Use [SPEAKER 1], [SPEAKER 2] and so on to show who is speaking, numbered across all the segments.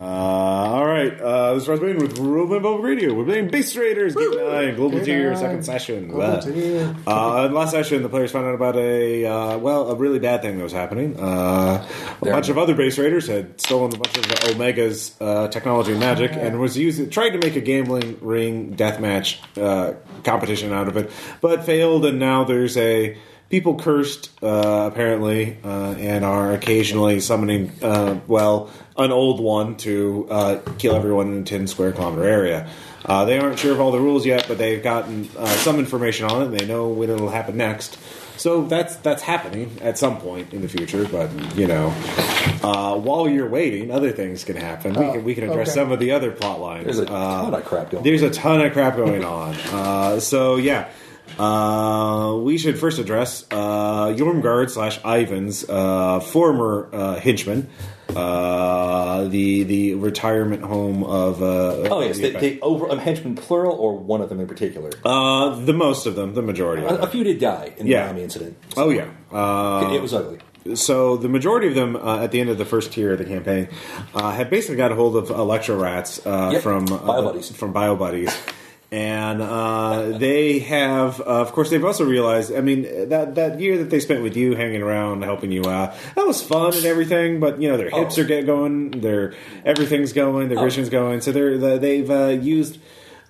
[SPEAKER 1] Uh, all right. Uh, this is Ross Bain with Ruben Bob Radio. We're playing Base Raiders Game 9, Global
[SPEAKER 2] Game
[SPEAKER 1] Tier, your
[SPEAKER 2] Nine.
[SPEAKER 1] second session.
[SPEAKER 2] Global
[SPEAKER 1] Uh,
[SPEAKER 2] Tier.
[SPEAKER 1] Uh, in last session, the players found out about a, uh, well, a really bad thing that was happening. Uh, a
[SPEAKER 3] There.
[SPEAKER 1] bunch of other Base Raiders had stolen a bunch of the Omega's uh, technology and magic and was using, tried to make a gambling ring deathmatch uh, competition out of it, but failed, and now there's a. People cursed, uh, apparently, uh, and are occasionally summoning, uh, well, an old one to uh, kill everyone in a 10 square kilometer area. Uh, they aren't sure of all the rules yet, but they've gotten uh, some information on it, and they know when it'll happen next. So that's that's happening at some point in the future, but you know, uh, while you're waiting, other things can happen. we can we can address
[SPEAKER 2] okay.
[SPEAKER 1] some of the other plot lines.
[SPEAKER 3] There's a
[SPEAKER 1] Uh,
[SPEAKER 3] ton of crap going on.
[SPEAKER 1] there's a ton of crap going on. Uh, so yeah, uh, we should first address uh, Jormgard slash Ivan's uh, former uh, henchman, uh, the the retirement home of. Uh,
[SPEAKER 3] Oh yes, the, the over um, henchmen plural or one of them in particular.
[SPEAKER 1] uh, the most of them, the majority.
[SPEAKER 3] a,
[SPEAKER 1] Of
[SPEAKER 3] a
[SPEAKER 1] them.
[SPEAKER 3] few did die in the
[SPEAKER 1] Yeah.
[SPEAKER 3] Miami Uh, incident.
[SPEAKER 1] Oh yeah. Uh,
[SPEAKER 3] it was ugly.
[SPEAKER 1] so the majority of them uh, at the end of the first tier of the campaign uh, have basically got a hold of electro rats uh,
[SPEAKER 3] Yep.
[SPEAKER 1] from uh,
[SPEAKER 3] BioBuddies.
[SPEAKER 1] from BioBuddies. And uh, they have, uh, of course, they've also realized. I mean, that that year that they spent with you, hanging around, helping you out, that was fun and everything. But you know, their hips
[SPEAKER 3] Oh.
[SPEAKER 1] are get going, their everything's going, their vision's going. So they're the, they've uh, used.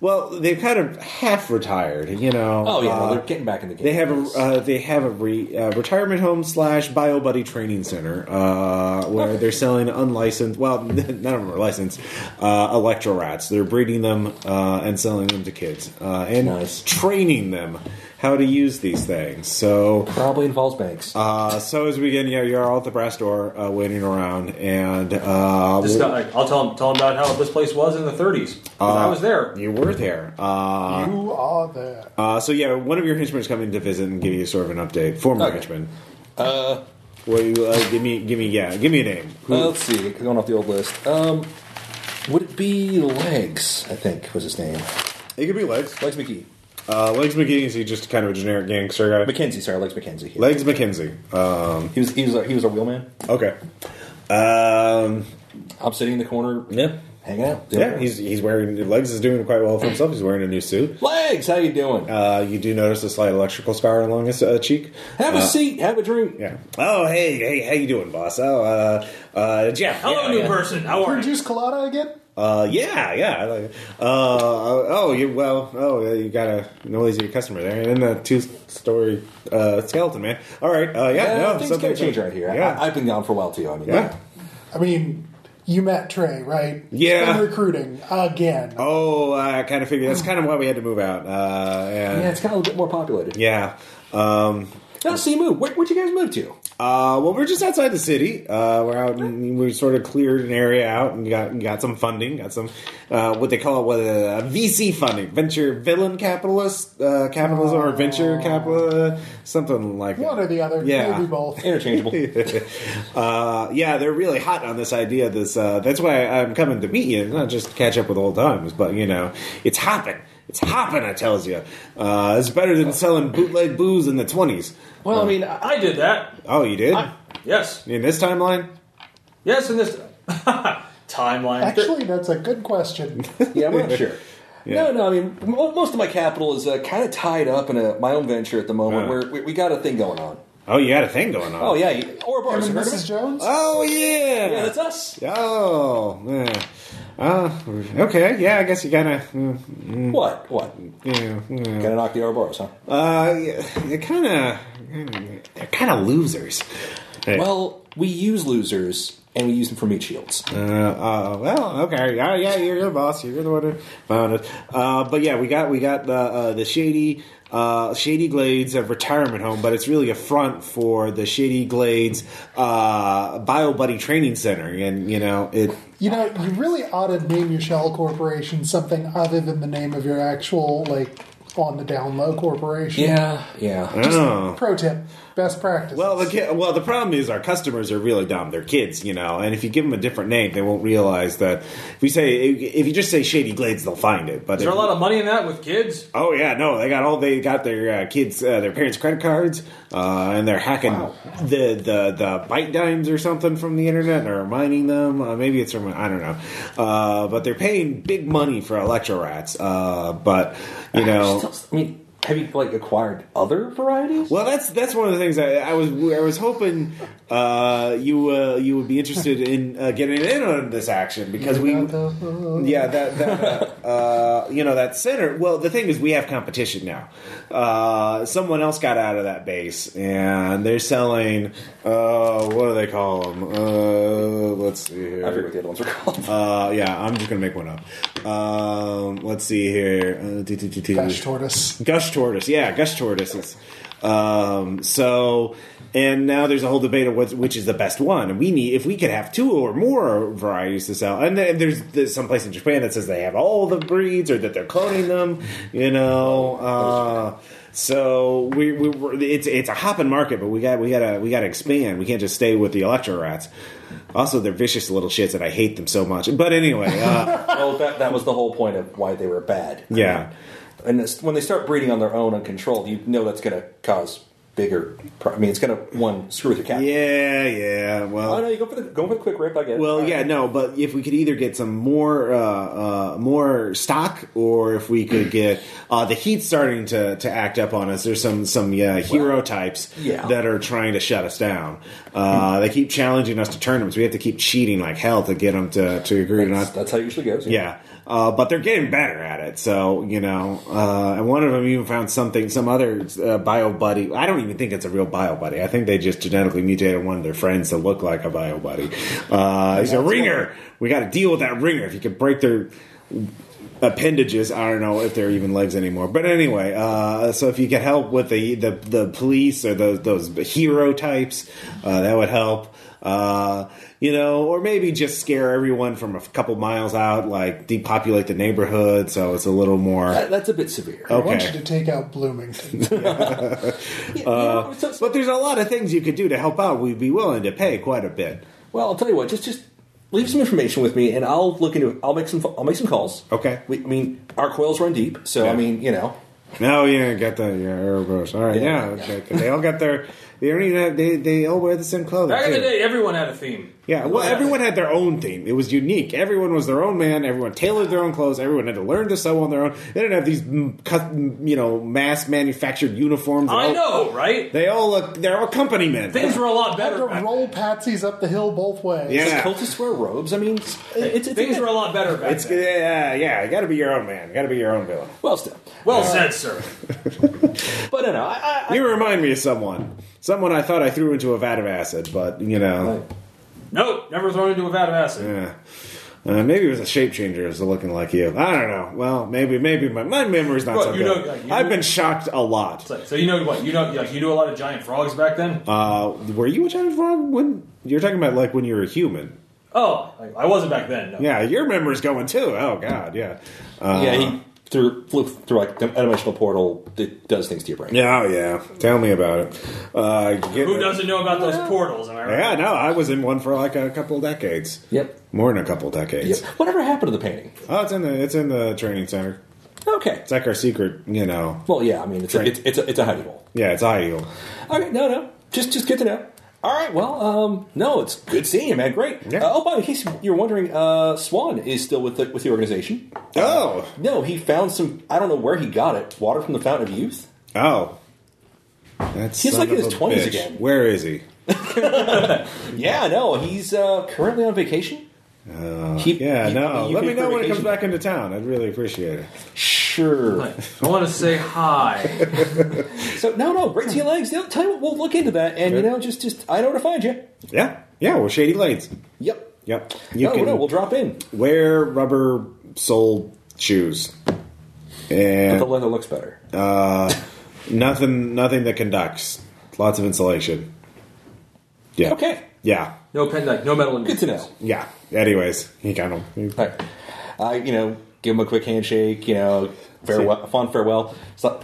[SPEAKER 1] Well, they've kind of half retired, you know.
[SPEAKER 3] Oh yeah,
[SPEAKER 1] uh,
[SPEAKER 3] no, they're getting back in the game.
[SPEAKER 1] they have a
[SPEAKER 3] Yes.
[SPEAKER 1] uh, they have a re, uh, retirement home slash bio buddy training center uh, where they're selling unlicensed. Well, none of them are licensed. Uh, electro rats. They're breeding them uh, and selling them to kids uh, and
[SPEAKER 3] Nice.
[SPEAKER 1] training them how to use these things. So
[SPEAKER 3] probably involves banks.
[SPEAKER 1] uh, so as we begin, yeah, you're all at the brass door uh, waiting around and uh,
[SPEAKER 4] This guy, I'll tell him, tell him about how this place was in the 30s. 'cause I
[SPEAKER 1] Uh,
[SPEAKER 4] was there.
[SPEAKER 1] you were there. Uh,
[SPEAKER 2] you are there.
[SPEAKER 1] uh, so yeah, one of your henchmen is coming to visit and give you sort of an update. Former
[SPEAKER 3] Okay.
[SPEAKER 1] henchman.
[SPEAKER 3] Uh,
[SPEAKER 1] Well, you, uh, give me, give me, yeah, give me a name. Who-
[SPEAKER 3] uh, let's see, going off the old list. Um, would it be Legs? I think was his name.
[SPEAKER 1] it could be Legs.
[SPEAKER 3] Legs McGee,
[SPEAKER 1] Uh, Legs McKinney is he just kind of a generic gangster guy?
[SPEAKER 3] McKenzie. Sorry, Legs McKenzie. He,
[SPEAKER 1] Legs McKenzie. Um,
[SPEAKER 3] he was he was a, he was our wheelman.
[SPEAKER 1] okay. Um,
[SPEAKER 3] I'm sitting in the corner,
[SPEAKER 1] yeah,
[SPEAKER 3] hanging out.
[SPEAKER 1] yeah. He's he's wearing Legs is doing quite well for himself. He's wearing a new suit.
[SPEAKER 3] Legs. How you doing?
[SPEAKER 1] Uh, you do notice a slight electrical scar along his uh, cheek.
[SPEAKER 3] have a seat. Have a drink.
[SPEAKER 1] Yeah. Oh, hey, hey, how you doing, boss? Oh, uh, uh, Jeff.
[SPEAKER 4] Hello,
[SPEAKER 1] yeah,
[SPEAKER 4] new
[SPEAKER 1] yeah.
[SPEAKER 4] person. How are
[SPEAKER 2] Orange
[SPEAKER 4] you?
[SPEAKER 2] juice colada again?
[SPEAKER 1] Uh, yeah, yeah. I like it. Uh, oh, you well. Oh, yeah, you got a noisy customer there, and then the two-story uh, skeleton man. All right. Uh, yeah.
[SPEAKER 3] Uh,
[SPEAKER 1] no,
[SPEAKER 3] things
[SPEAKER 1] something-
[SPEAKER 3] gotta change right here.
[SPEAKER 1] Yeah.
[SPEAKER 3] I, I've been gone for a while too. I mean,
[SPEAKER 1] yeah.
[SPEAKER 2] I mean, you met Trey, right?
[SPEAKER 1] Yeah.
[SPEAKER 2] And recruiting again.
[SPEAKER 1] Oh, I kind of figured that's kind of why we had to move out. Uh,
[SPEAKER 3] yeah,
[SPEAKER 1] and,
[SPEAKER 3] it's kind of a bit more populated.
[SPEAKER 1] yeah. Um,
[SPEAKER 3] Now, see, move. Where, would you guys move to?
[SPEAKER 1] uh, well, we're just outside the city. Uh, we're out and we sort of cleared an area out and got got some funding, got some uh, what they call it, what uh, VC funding, venture villain capitalist uh, capitalism or venture capital, uh, something like that.
[SPEAKER 2] Oh. One or the other.
[SPEAKER 1] Yeah.
[SPEAKER 2] Maybe both.
[SPEAKER 3] Interchangeable.
[SPEAKER 1] uh, yeah, they're really hot on this idea. This uh, that's why I'm coming to meet you, not just to catch up with old times, but you know, it's hopping. It's hopping, I tells you. Uh, it's better than selling bootleg booze in the twenties.
[SPEAKER 4] Well, I mean, I I did that.
[SPEAKER 1] Oh, you did
[SPEAKER 4] I, yes.
[SPEAKER 1] in this timeline?
[SPEAKER 4] Yes, in this timeline.
[SPEAKER 2] Actually, that's a good question.
[SPEAKER 3] yeah, I'm not sure.
[SPEAKER 1] Yeah.
[SPEAKER 3] No, no. I mean, mo- most of my capital is uh, kind of tied up in a, my own venture at the moment.
[SPEAKER 1] Uh.
[SPEAKER 3] Where we, we got a thing going on.
[SPEAKER 1] Oh, you had a thing going on.
[SPEAKER 3] Oh yeah, you- Ouroboros.
[SPEAKER 2] Him
[SPEAKER 3] you
[SPEAKER 2] and
[SPEAKER 3] heard of
[SPEAKER 2] Mrs.
[SPEAKER 3] it?
[SPEAKER 2] Jones?
[SPEAKER 1] Oh yeah.
[SPEAKER 3] Yeah, that's us.
[SPEAKER 1] Oh, yeah. Uh, okay. Yeah, I guess you gotta. mm,
[SPEAKER 3] What? What?
[SPEAKER 1] Yeah, yeah.
[SPEAKER 3] Gonna knock the Ouroboros, huh?
[SPEAKER 1] Uh, yeah, they're kind of they're kind of losers. Hey.
[SPEAKER 3] Well, we use losers and we use them for meat shields.
[SPEAKER 1] Uh, uh, well, okay, yeah, yeah, you're the boss. You're the one who found it. Uh, but yeah, we got we got the uh, the shady uh, shady glades of retirement home, but it's really a front for the shady glades uh, bio buddy training center, and you know it.
[SPEAKER 2] You know, you really ought to name your shell corporation something other than the name of your actual, like, on the down low corporation.
[SPEAKER 3] Yeah, yeah.
[SPEAKER 1] Oh,
[SPEAKER 2] Pro tip. best practice.
[SPEAKER 1] Well, the ki- well, the problem is our customers are really dumb. They're kids, you know, and if you give them a different name, they won't realize that. If you say if you just say Shady Glades, they'll find it. But
[SPEAKER 4] Is there a lot of money in that with kids?
[SPEAKER 1] Oh yeah, no, they got all they got their uh, kids, uh, their parents' credit cards, uh, and they're hacking the the the bite dimes or something from the internet, and are mining them. Uh, maybe it's from I don't know, uh, but they're paying big money for electro rats. Uh, but you know,
[SPEAKER 3] Still- I mean, have you like acquired other varieties?
[SPEAKER 1] Well, that's that's one of the things I, I was I was hoping uh, you uh, you would be interested in uh, getting in on this action because we yeah that, that uh, uh, you know that center. Well, the thing is we have competition now. Uh, someone else got out of that base and they're selling uh, what do they call them? Uh, let's see here.
[SPEAKER 3] I forget what the other ones are called.
[SPEAKER 1] Uh, yeah, I'm just gonna make one up. Um, let's see here. Uh, do, do, do, do.
[SPEAKER 2] Gosh, tortoise.
[SPEAKER 1] Gush tortoise, yeah, gush tortoises. Um, so, and now there's a whole debate of what's, which is the best one. And we need, if we could have two or more varieties to sell. And then there's, there's some place in Japan that says they have all the breeds or that they're cloning them, you know. Uh, so we, we we're, it's it's a hopping market, but we got we gotta we gotta expand. We can't just stay with the electro rats. Also, they're vicious little shits, and I hate them so much. But anyway, uh,
[SPEAKER 3] well, that, that was the whole point of why they were bad.
[SPEAKER 1] yeah.
[SPEAKER 3] And this, when they start breeding on their own uncontrolled, you know that's going to cause bigger. Pro- I mean, it's going to one screw with your cat.
[SPEAKER 1] Yeah, yeah. Well,
[SPEAKER 3] Oh no, you go for the go for the quick rip. I Uh, get. it.
[SPEAKER 1] Well,
[SPEAKER 3] All
[SPEAKER 1] yeah,
[SPEAKER 3] right.
[SPEAKER 1] no, but if we could either get some more uh, uh, more stock, or if we could get uh, the heat starting to, to act up on us, there's some some uh, hero types
[SPEAKER 3] yeah.
[SPEAKER 1] that are trying to shut us down. Uh, they keep challenging us to tournaments. We have to keep cheating like hell to get them to, to agree to
[SPEAKER 3] that's,
[SPEAKER 1] not.
[SPEAKER 3] that's how it usually goes.
[SPEAKER 1] Yeah, uh, but they're getting better at it. So you know, uh, and one of them even found something, some other uh, bio buddy. I don't even think it's a real bio buddy. I think they just genetically mutated one of their friends to look like a bio buddy. Uh, he's a ringer. We got to deal with that ringer. If you could break their appendages. I don't know if they're even legs anymore. But anyway, uh, so if you could help with the the, the police or those those hero types, uh, that would help. Uh, you know, or maybe just scare everyone from a couple miles out, like depopulate the neighborhood, so it's a little more.
[SPEAKER 3] That- that's a bit severe.
[SPEAKER 2] I want you
[SPEAKER 1] Okay,
[SPEAKER 2] to take out Bloomington.
[SPEAKER 3] Yeah, you know, so- so-
[SPEAKER 1] but there's a lot of things you could do to help out. We'd be willing to pay quite a bit.
[SPEAKER 3] well, I'll tell you what. Just just leave some information with me, and I'll look into. it. I'll make some. I'll make some calls.
[SPEAKER 1] Okay.
[SPEAKER 3] We, I mean, our coils run deep, so
[SPEAKER 1] Yeah.
[SPEAKER 3] I mean, you know.
[SPEAKER 1] No, yeah, got the yeah, airbrush. All right, yeah,
[SPEAKER 3] Yeah.
[SPEAKER 1] okay. They all got their. They don't even have. They, they all wear the same clothing.
[SPEAKER 4] Back in the
[SPEAKER 1] too.
[SPEAKER 4] day, everyone had a theme.
[SPEAKER 1] Yeah, well, everyone had their own theme. It was unique. Everyone was their own man. Everyone tailored their own clothes. Everyone had to learn to sew on their own. They didn't have these, mm, cut- mm, you know, mass manufactured uniforms.
[SPEAKER 4] I
[SPEAKER 1] All-
[SPEAKER 4] know, right?
[SPEAKER 1] They all look. They're all company men.
[SPEAKER 4] Things were a lot
[SPEAKER 2] Had to
[SPEAKER 4] better. Back
[SPEAKER 2] roll patsies up the hill both ways.
[SPEAKER 1] Yeah.
[SPEAKER 3] Cultists wear robes. I mean, it's, it's, it's
[SPEAKER 4] Things were a lot better back
[SPEAKER 1] It's
[SPEAKER 4] then.
[SPEAKER 1] yeah, yeah. You got to be your own man. You got to be your own villain.
[SPEAKER 3] well still.
[SPEAKER 4] Well said, sir.
[SPEAKER 3] But no, no, I, I,
[SPEAKER 1] You remind me of someone. Someone I thought I threw into a vat of acid, but you know,
[SPEAKER 4] Nope, never thrown into a vat of acid.
[SPEAKER 1] eh. uh, maybe it was a shape changer. It was looking like you. I don't know. Well, maybe, maybe my, my memory's not
[SPEAKER 4] Well,
[SPEAKER 1] so
[SPEAKER 4] you
[SPEAKER 1] good.
[SPEAKER 4] know, like, you-
[SPEAKER 1] I've been shocked a lot.
[SPEAKER 4] So, so you know what? You know, like, you knew a lot of giant frogs back then.
[SPEAKER 1] Uh, were you a giant frog when you're talking about like when you were a human?
[SPEAKER 4] oh, like, I wasn't back then. No.
[SPEAKER 1] Yeah, your memory's going too. Oh God, yeah, uh,
[SPEAKER 3] yeah, he through flew through like an dimensional portal that does things to your brain.
[SPEAKER 1] yeah, oh, yeah. Tell me about it. Uh, get-
[SPEAKER 4] Who doesn't know about those portals? Am I right?
[SPEAKER 1] Yeah, no, I was in one for like a couple decades.
[SPEAKER 3] Yep.
[SPEAKER 1] More than a couple decades.
[SPEAKER 3] Yep. Whatever happened to the painting?
[SPEAKER 1] Oh, it's in the it's in the training center.
[SPEAKER 3] Okay.
[SPEAKER 1] It's like our secret, you know.
[SPEAKER 3] Well, yeah. I mean, it's a, it's it's a, it's a hidey hole.
[SPEAKER 1] Yeah, it's ideal.
[SPEAKER 3] Okay. No, no. Just just good to know. All right. Well, um, no, it's good seeing you, man. Great.
[SPEAKER 1] Yeah.
[SPEAKER 3] Uh, oh, by the way, in case you're wondering, uh, Swan is still with the with the organization.
[SPEAKER 1] Oh,
[SPEAKER 3] No, he found some. I don't know where he got it. Water from the fountain of youth.
[SPEAKER 1] oh, that's
[SPEAKER 3] He's
[SPEAKER 1] son
[SPEAKER 3] like in
[SPEAKER 1] of
[SPEAKER 3] his
[SPEAKER 1] a
[SPEAKER 3] 20s
[SPEAKER 1] bitch.
[SPEAKER 3] again.
[SPEAKER 1] Where is he?
[SPEAKER 3] Yeah. No, he's uh, currently on vacation. He-
[SPEAKER 1] Uh, Yeah,
[SPEAKER 3] he-
[SPEAKER 1] no.
[SPEAKER 3] you
[SPEAKER 1] Let
[SPEAKER 3] pay
[SPEAKER 1] me
[SPEAKER 3] for
[SPEAKER 1] know when he comes
[SPEAKER 3] vacation.
[SPEAKER 1] back into town. I'd really appreciate it.
[SPEAKER 3] Sure.
[SPEAKER 4] I want to say hi.
[SPEAKER 3] So no, no, break to your legs. No, tell you what, we'll look into that, and you
[SPEAKER 1] Okay.
[SPEAKER 3] know, just just I know where to find you.
[SPEAKER 1] Yeah, yeah. We're shady lanes.
[SPEAKER 3] Yep.
[SPEAKER 1] Yep.
[SPEAKER 3] no, Oh, no, we'll drop in.
[SPEAKER 1] wear rubber sole shoes
[SPEAKER 3] But the
[SPEAKER 1] and
[SPEAKER 3] leather looks better.
[SPEAKER 1] uh, nothing nothing that conducts lots of insulation yeah
[SPEAKER 3] Okay,
[SPEAKER 1] yeah
[SPEAKER 4] No pen, like no metal. in
[SPEAKER 3] good to know.
[SPEAKER 1] yeah anyways he kind of he-
[SPEAKER 3] All right, I you know give him a quick handshake. You know, farewell, fond farewell. It's like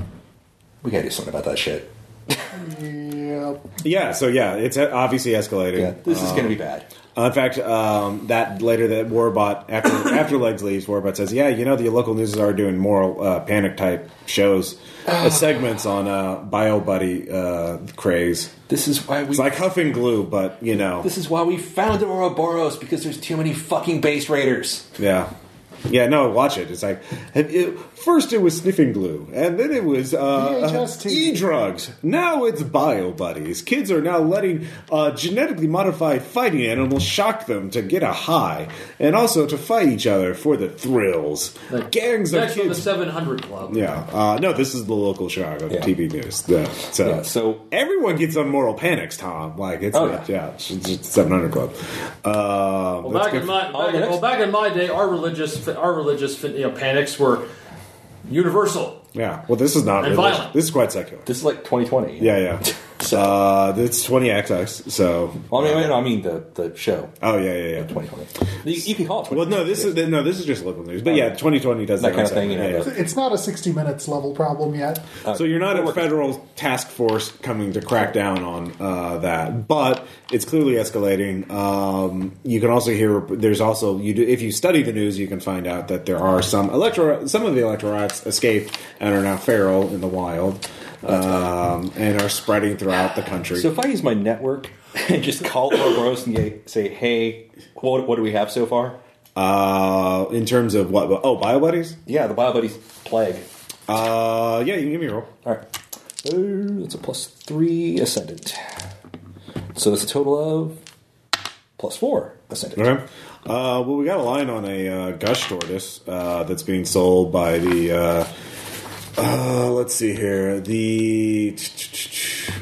[SPEAKER 3] we gotta do something about that shit.
[SPEAKER 2] Yep.
[SPEAKER 1] Yeah, so yeah, it's obviously escalating.
[SPEAKER 3] Yeah, this is going to be bad.
[SPEAKER 1] Uh, in fact, um, that later that Warbot after after Legs leaves, Warbot says, "Yeah, you know the local news are doing moral uh, panic type shows,
[SPEAKER 3] Ah.
[SPEAKER 1] uh, segments on uh, Bio Buddy uh, craze.
[SPEAKER 3] This is why we.
[SPEAKER 1] It's like huffing glue, but you know,
[SPEAKER 3] this is why we founded Ouroboros because there's too many fucking base raiders.
[SPEAKER 1] yeah." Yeah, no, watch it. It's like it, it- first it was sniffing glue, and then it was uh,
[SPEAKER 2] VHS
[SPEAKER 1] uh,
[SPEAKER 2] tape.
[SPEAKER 1] e drugs. Now it's bio buddies. Kids are now letting uh, genetically modified fighting animals shock them to get a high, and also to fight each other for the thrills. Gangs of
[SPEAKER 5] Next from the
[SPEAKER 1] kids.
[SPEAKER 5] 700 Club.
[SPEAKER 1] Yeah, uh, no, this is the local Chicago
[SPEAKER 3] Yeah.
[SPEAKER 1] TV news. The- so,
[SPEAKER 3] Yeah, so-
[SPEAKER 1] everyone gets on moral panics, Tom. Like it's
[SPEAKER 3] Oh,
[SPEAKER 1] yeah, yeah it's just 700 Club. Uh,
[SPEAKER 5] Well,
[SPEAKER 1] that's
[SPEAKER 5] back
[SPEAKER 1] good
[SPEAKER 5] in my
[SPEAKER 3] Oh,
[SPEAKER 5] back,
[SPEAKER 3] the next-
[SPEAKER 5] well, back in my day, our religious our religious you know, panics were universal.
[SPEAKER 1] Yeah. Well, this is not
[SPEAKER 5] And
[SPEAKER 1] religious.
[SPEAKER 5] violent.
[SPEAKER 1] This is quite secular.
[SPEAKER 3] This is like 2020.
[SPEAKER 1] Yeah, yeah.
[SPEAKER 3] So-
[SPEAKER 1] uh, it's 20 XX, so.
[SPEAKER 3] Well, I mean, I mean, I mean the the show
[SPEAKER 1] Oh yeah, yeah, yeah.
[SPEAKER 3] 2020. You, you can call it. 2020.
[SPEAKER 1] Well, no, this is no, this is just local news, but yeah, 2020 does
[SPEAKER 3] That
[SPEAKER 1] that,
[SPEAKER 3] kind of thing, you know,
[SPEAKER 1] Yeah,
[SPEAKER 3] the-
[SPEAKER 2] It's not a 60 minutes level problem yet.
[SPEAKER 1] yeah. So you're not a federal task force coming to crack down on uh, that, but it's clearly escalating. Um, you can also hear there's also you do, if you study the news, you can find out that there are some electro some of the electrorites escaped and are now feral in the wild. Um, and are spreading throughout the country.
[SPEAKER 3] So if I use my network and just call Ouroboros and get- say, "Hey, what, what do we have so far?"
[SPEAKER 1] Uh, in terms of what? Oh, bio buddies.
[SPEAKER 3] Yeah, the Bio Buddies plague.
[SPEAKER 1] Uh, yeah, you can give me a roll.
[SPEAKER 3] All right, Oh, that's a plus three ascendant. So that's a total of plus four ascendant.
[SPEAKER 1] Okay. Uh, well, we got a line on a uh, gush tortoise uh, that's being sold by the. Uh, uh, let's see here. The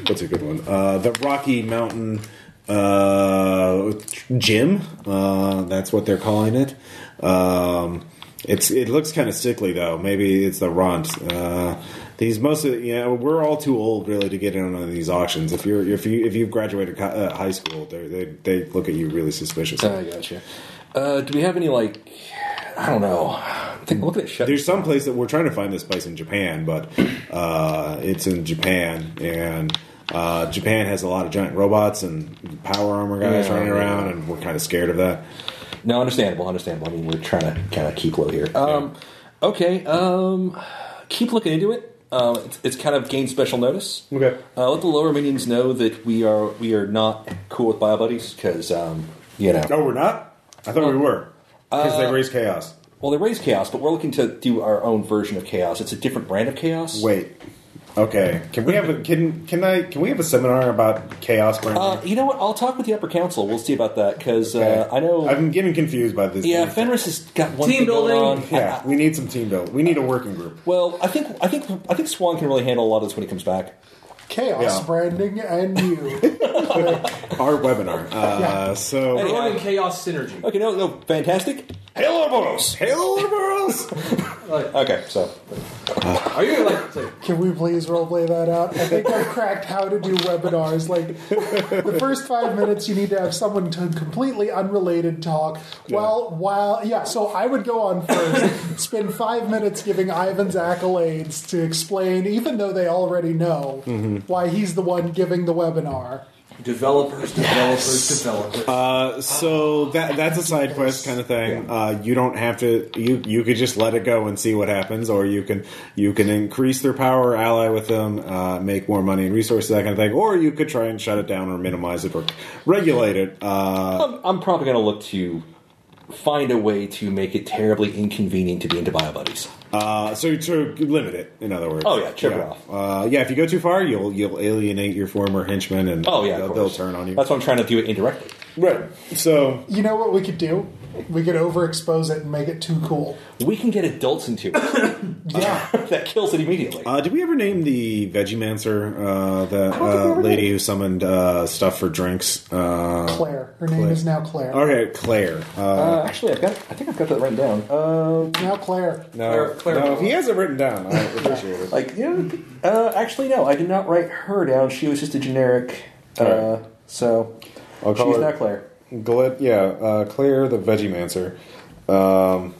[SPEAKER 1] what's a good one? Uh, the Rocky Mountain uh, Gym. Uh, that's what they're calling it. Um, it's it looks kind of sickly though. Maybe it's the runt. Uh, these most of you know we're all too old really to get in on these auctions. If you're if you if you've graduated co- uh, high school, they're- they they look at you really suspicious.
[SPEAKER 3] I gotcha. Uh, do we have any like? I don't know. I think look at that.
[SPEAKER 1] There's some place that we're trying to find this place in Japan, but uh, it's in Japan, and uh, Japan has a lot of giant robots and power armor guys
[SPEAKER 3] Yeah.
[SPEAKER 1] running around, and we're kind of scared of that.
[SPEAKER 3] No, understandable, understandable. I mean, we're trying to kind of keep low here. Um, Okay, um, keep looking into it. Um, it's, it's kind of gained special notice.
[SPEAKER 1] Okay.
[SPEAKER 3] Uh, let the lower minions know that we are we are not cool with bio buddies because um, you know.
[SPEAKER 1] Oh, we're not. I thought we were because
[SPEAKER 3] uh,
[SPEAKER 1] they raise chaos.
[SPEAKER 3] Well, they raise chaos, but we're looking to do our own version of chaos. It's a different brand of chaos.
[SPEAKER 1] Wait. Okay. Can we have a can can I can we have a seminar about chaos? Brandon?
[SPEAKER 3] Uh, you know what? I'll talk with the upper council. We'll see about that because uh, I know.
[SPEAKER 1] I'm getting confused by this.
[SPEAKER 3] yeah, Fenris has got one
[SPEAKER 5] Team
[SPEAKER 3] thing going
[SPEAKER 5] building.
[SPEAKER 3] on.
[SPEAKER 1] Yeah, we need some team build. We need a working group.
[SPEAKER 3] Well, I think I think I think Swan can really handle a lot of this when he comes back.
[SPEAKER 2] Chaos
[SPEAKER 1] Yeah.
[SPEAKER 2] branding and you.
[SPEAKER 1] Our webinar. Uh, So.
[SPEAKER 3] Hey.
[SPEAKER 5] Roman chaos synergy.
[SPEAKER 3] Okay, no, no, fantastic.
[SPEAKER 1] Hail Ouroboros! Hail Ouroboros!
[SPEAKER 3] Okay, so
[SPEAKER 5] Are you gonna, like? say-
[SPEAKER 2] Can we please roleplay that out? I think I've cracked how to do webinars. Like, the first five minutes, you need to have someone to completely unrelated talk. Well, while, yeah, so I would go on first, spend five minutes giving Ivan's accolades to explain, even though they already know, why he's the one giving the webinar.
[SPEAKER 4] Developers, developers, developers.
[SPEAKER 1] Uh, so that that's a side quest kind of thing. Uh, you don't have to. You you could just let it go and see what happens, or you can you can increase their power, ally with them, uh, make more money and resources, that kind of thing. Or you could try and shut it down or minimize it or regulate it. Uh,
[SPEAKER 3] I'm, Um, I'm probably going to look to find a way to make it terribly inconvenient to be into bio buddies.
[SPEAKER 1] uh, so to limit it, in other words.
[SPEAKER 3] Oh, yeah, chip it off.
[SPEAKER 1] Uh, yeah, if you go too far, you'll you'll alienate your former henchmen, and
[SPEAKER 3] Oh yeah, of
[SPEAKER 1] they'll,
[SPEAKER 3] course.
[SPEAKER 1] they'll turn on you.
[SPEAKER 3] That's why I'm trying to do it indirectly.
[SPEAKER 1] right. So
[SPEAKER 2] You know what we could do? We could overexpose it and make it too cool.
[SPEAKER 3] We can get adults into it.
[SPEAKER 2] Yeah.
[SPEAKER 3] that kills it immediately.
[SPEAKER 1] Uh, did we ever name the Vegemancer, uh, the
[SPEAKER 3] don't think we
[SPEAKER 1] uh,
[SPEAKER 3] ever
[SPEAKER 1] lady
[SPEAKER 3] did.
[SPEAKER 1] who summoned uh, stuff for drinks? Uh,
[SPEAKER 2] Claire. Her name is now Claire.
[SPEAKER 1] okay, Claire. Uh,
[SPEAKER 3] Uh, actually, I've got. I think I've got that written down. Uh,
[SPEAKER 2] Now Claire.
[SPEAKER 1] no,
[SPEAKER 4] Claire- Claire-
[SPEAKER 1] no, he has it written down. I appreciate it.
[SPEAKER 3] like, you know, uh, actually, no, I did not write her down. She was just a generic. Uh,
[SPEAKER 1] All right.
[SPEAKER 3] So
[SPEAKER 1] I'll call
[SPEAKER 3] she's
[SPEAKER 1] her-
[SPEAKER 3] not Claire.
[SPEAKER 1] Glit, yeah, uh, Claire the Vegemancer. Um,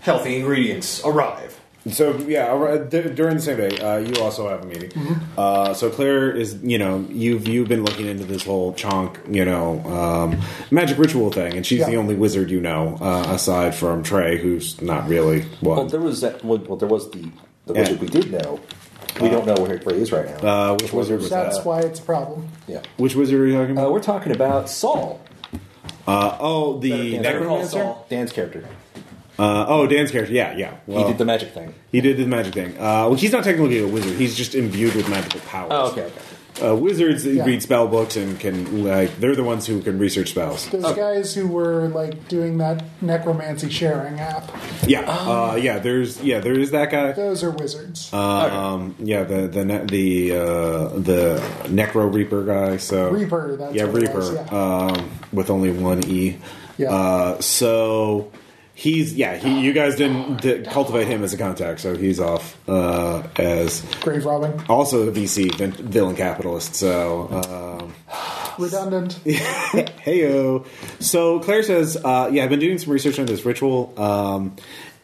[SPEAKER 4] Healthy ingredients arrive.
[SPEAKER 1] So yeah, ar- d- during the same day, uh, you also have a meeting. Uh, so Claire is, you know, you've you've been looking into this whole chonk, you know, um, magic ritual thing, and she's
[SPEAKER 2] Yeah.
[SPEAKER 1] the only wizard you know uh, aside from Trey, who's not really one.
[SPEAKER 3] Well, there was that. Well, well, there was the the
[SPEAKER 1] Yeah.
[SPEAKER 3] wizard we did know. We don't know where Ray is right now.
[SPEAKER 1] Uh, which wizard was
[SPEAKER 2] That's
[SPEAKER 1] that?
[SPEAKER 2] why it's a problem.
[SPEAKER 3] yeah.
[SPEAKER 1] Which wizard are you talking
[SPEAKER 3] Uh,
[SPEAKER 1] about?
[SPEAKER 3] we're talking about Saul,
[SPEAKER 1] Uh, oh, the
[SPEAKER 3] Better- better call
[SPEAKER 1] necromancer.
[SPEAKER 5] Saul.
[SPEAKER 3] Dan's character.
[SPEAKER 1] Uh, oh, Dan's character. Yeah, yeah.
[SPEAKER 3] He
[SPEAKER 1] Well,
[SPEAKER 3] did the magic thing.
[SPEAKER 1] he did the magic thing. Uh, well, he's not technically a wizard. He's just imbued with magical powers.
[SPEAKER 3] Oh, okay, okay.
[SPEAKER 1] Uh, wizards
[SPEAKER 2] Yeah.
[SPEAKER 1] read spell books and can like they're the ones who can research spells.
[SPEAKER 2] Those guys who were like doing that necromancy sharing app,
[SPEAKER 1] Yeah,
[SPEAKER 3] Oh.
[SPEAKER 1] uh, yeah. There's yeah, there is that guy.
[SPEAKER 2] those are wizards.
[SPEAKER 1] Um, yeah, the the ne- the uh, the Necro Reaper guy. So
[SPEAKER 2] Reaper, that's
[SPEAKER 1] yeah,
[SPEAKER 2] what it
[SPEAKER 1] Reaper.
[SPEAKER 2] was, yeah.
[SPEAKER 1] Um, with only one e.
[SPEAKER 2] Yeah.
[SPEAKER 1] Uh, so he's yeah. He, you guys didn't di- cultivate him as a contact, so he's off uh, as
[SPEAKER 2] Grave robbing,
[SPEAKER 1] also a VC vin- villain capitalist. So. Um,
[SPEAKER 2] redundant.
[SPEAKER 1] Heyo. So Claire says, uh, "Yeah, I've been doing some research on this ritual. Um,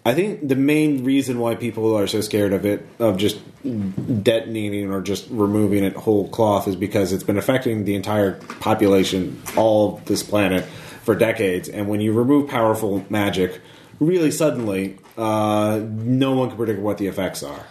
[SPEAKER 1] I think the main reason why people are so scared of it, of just detonating or just removing it whole cloth, is because it's been affecting the entire population, all of this planet, for decades. And when you remove powerful magic, really suddenly, uh, no one can predict what the effects are."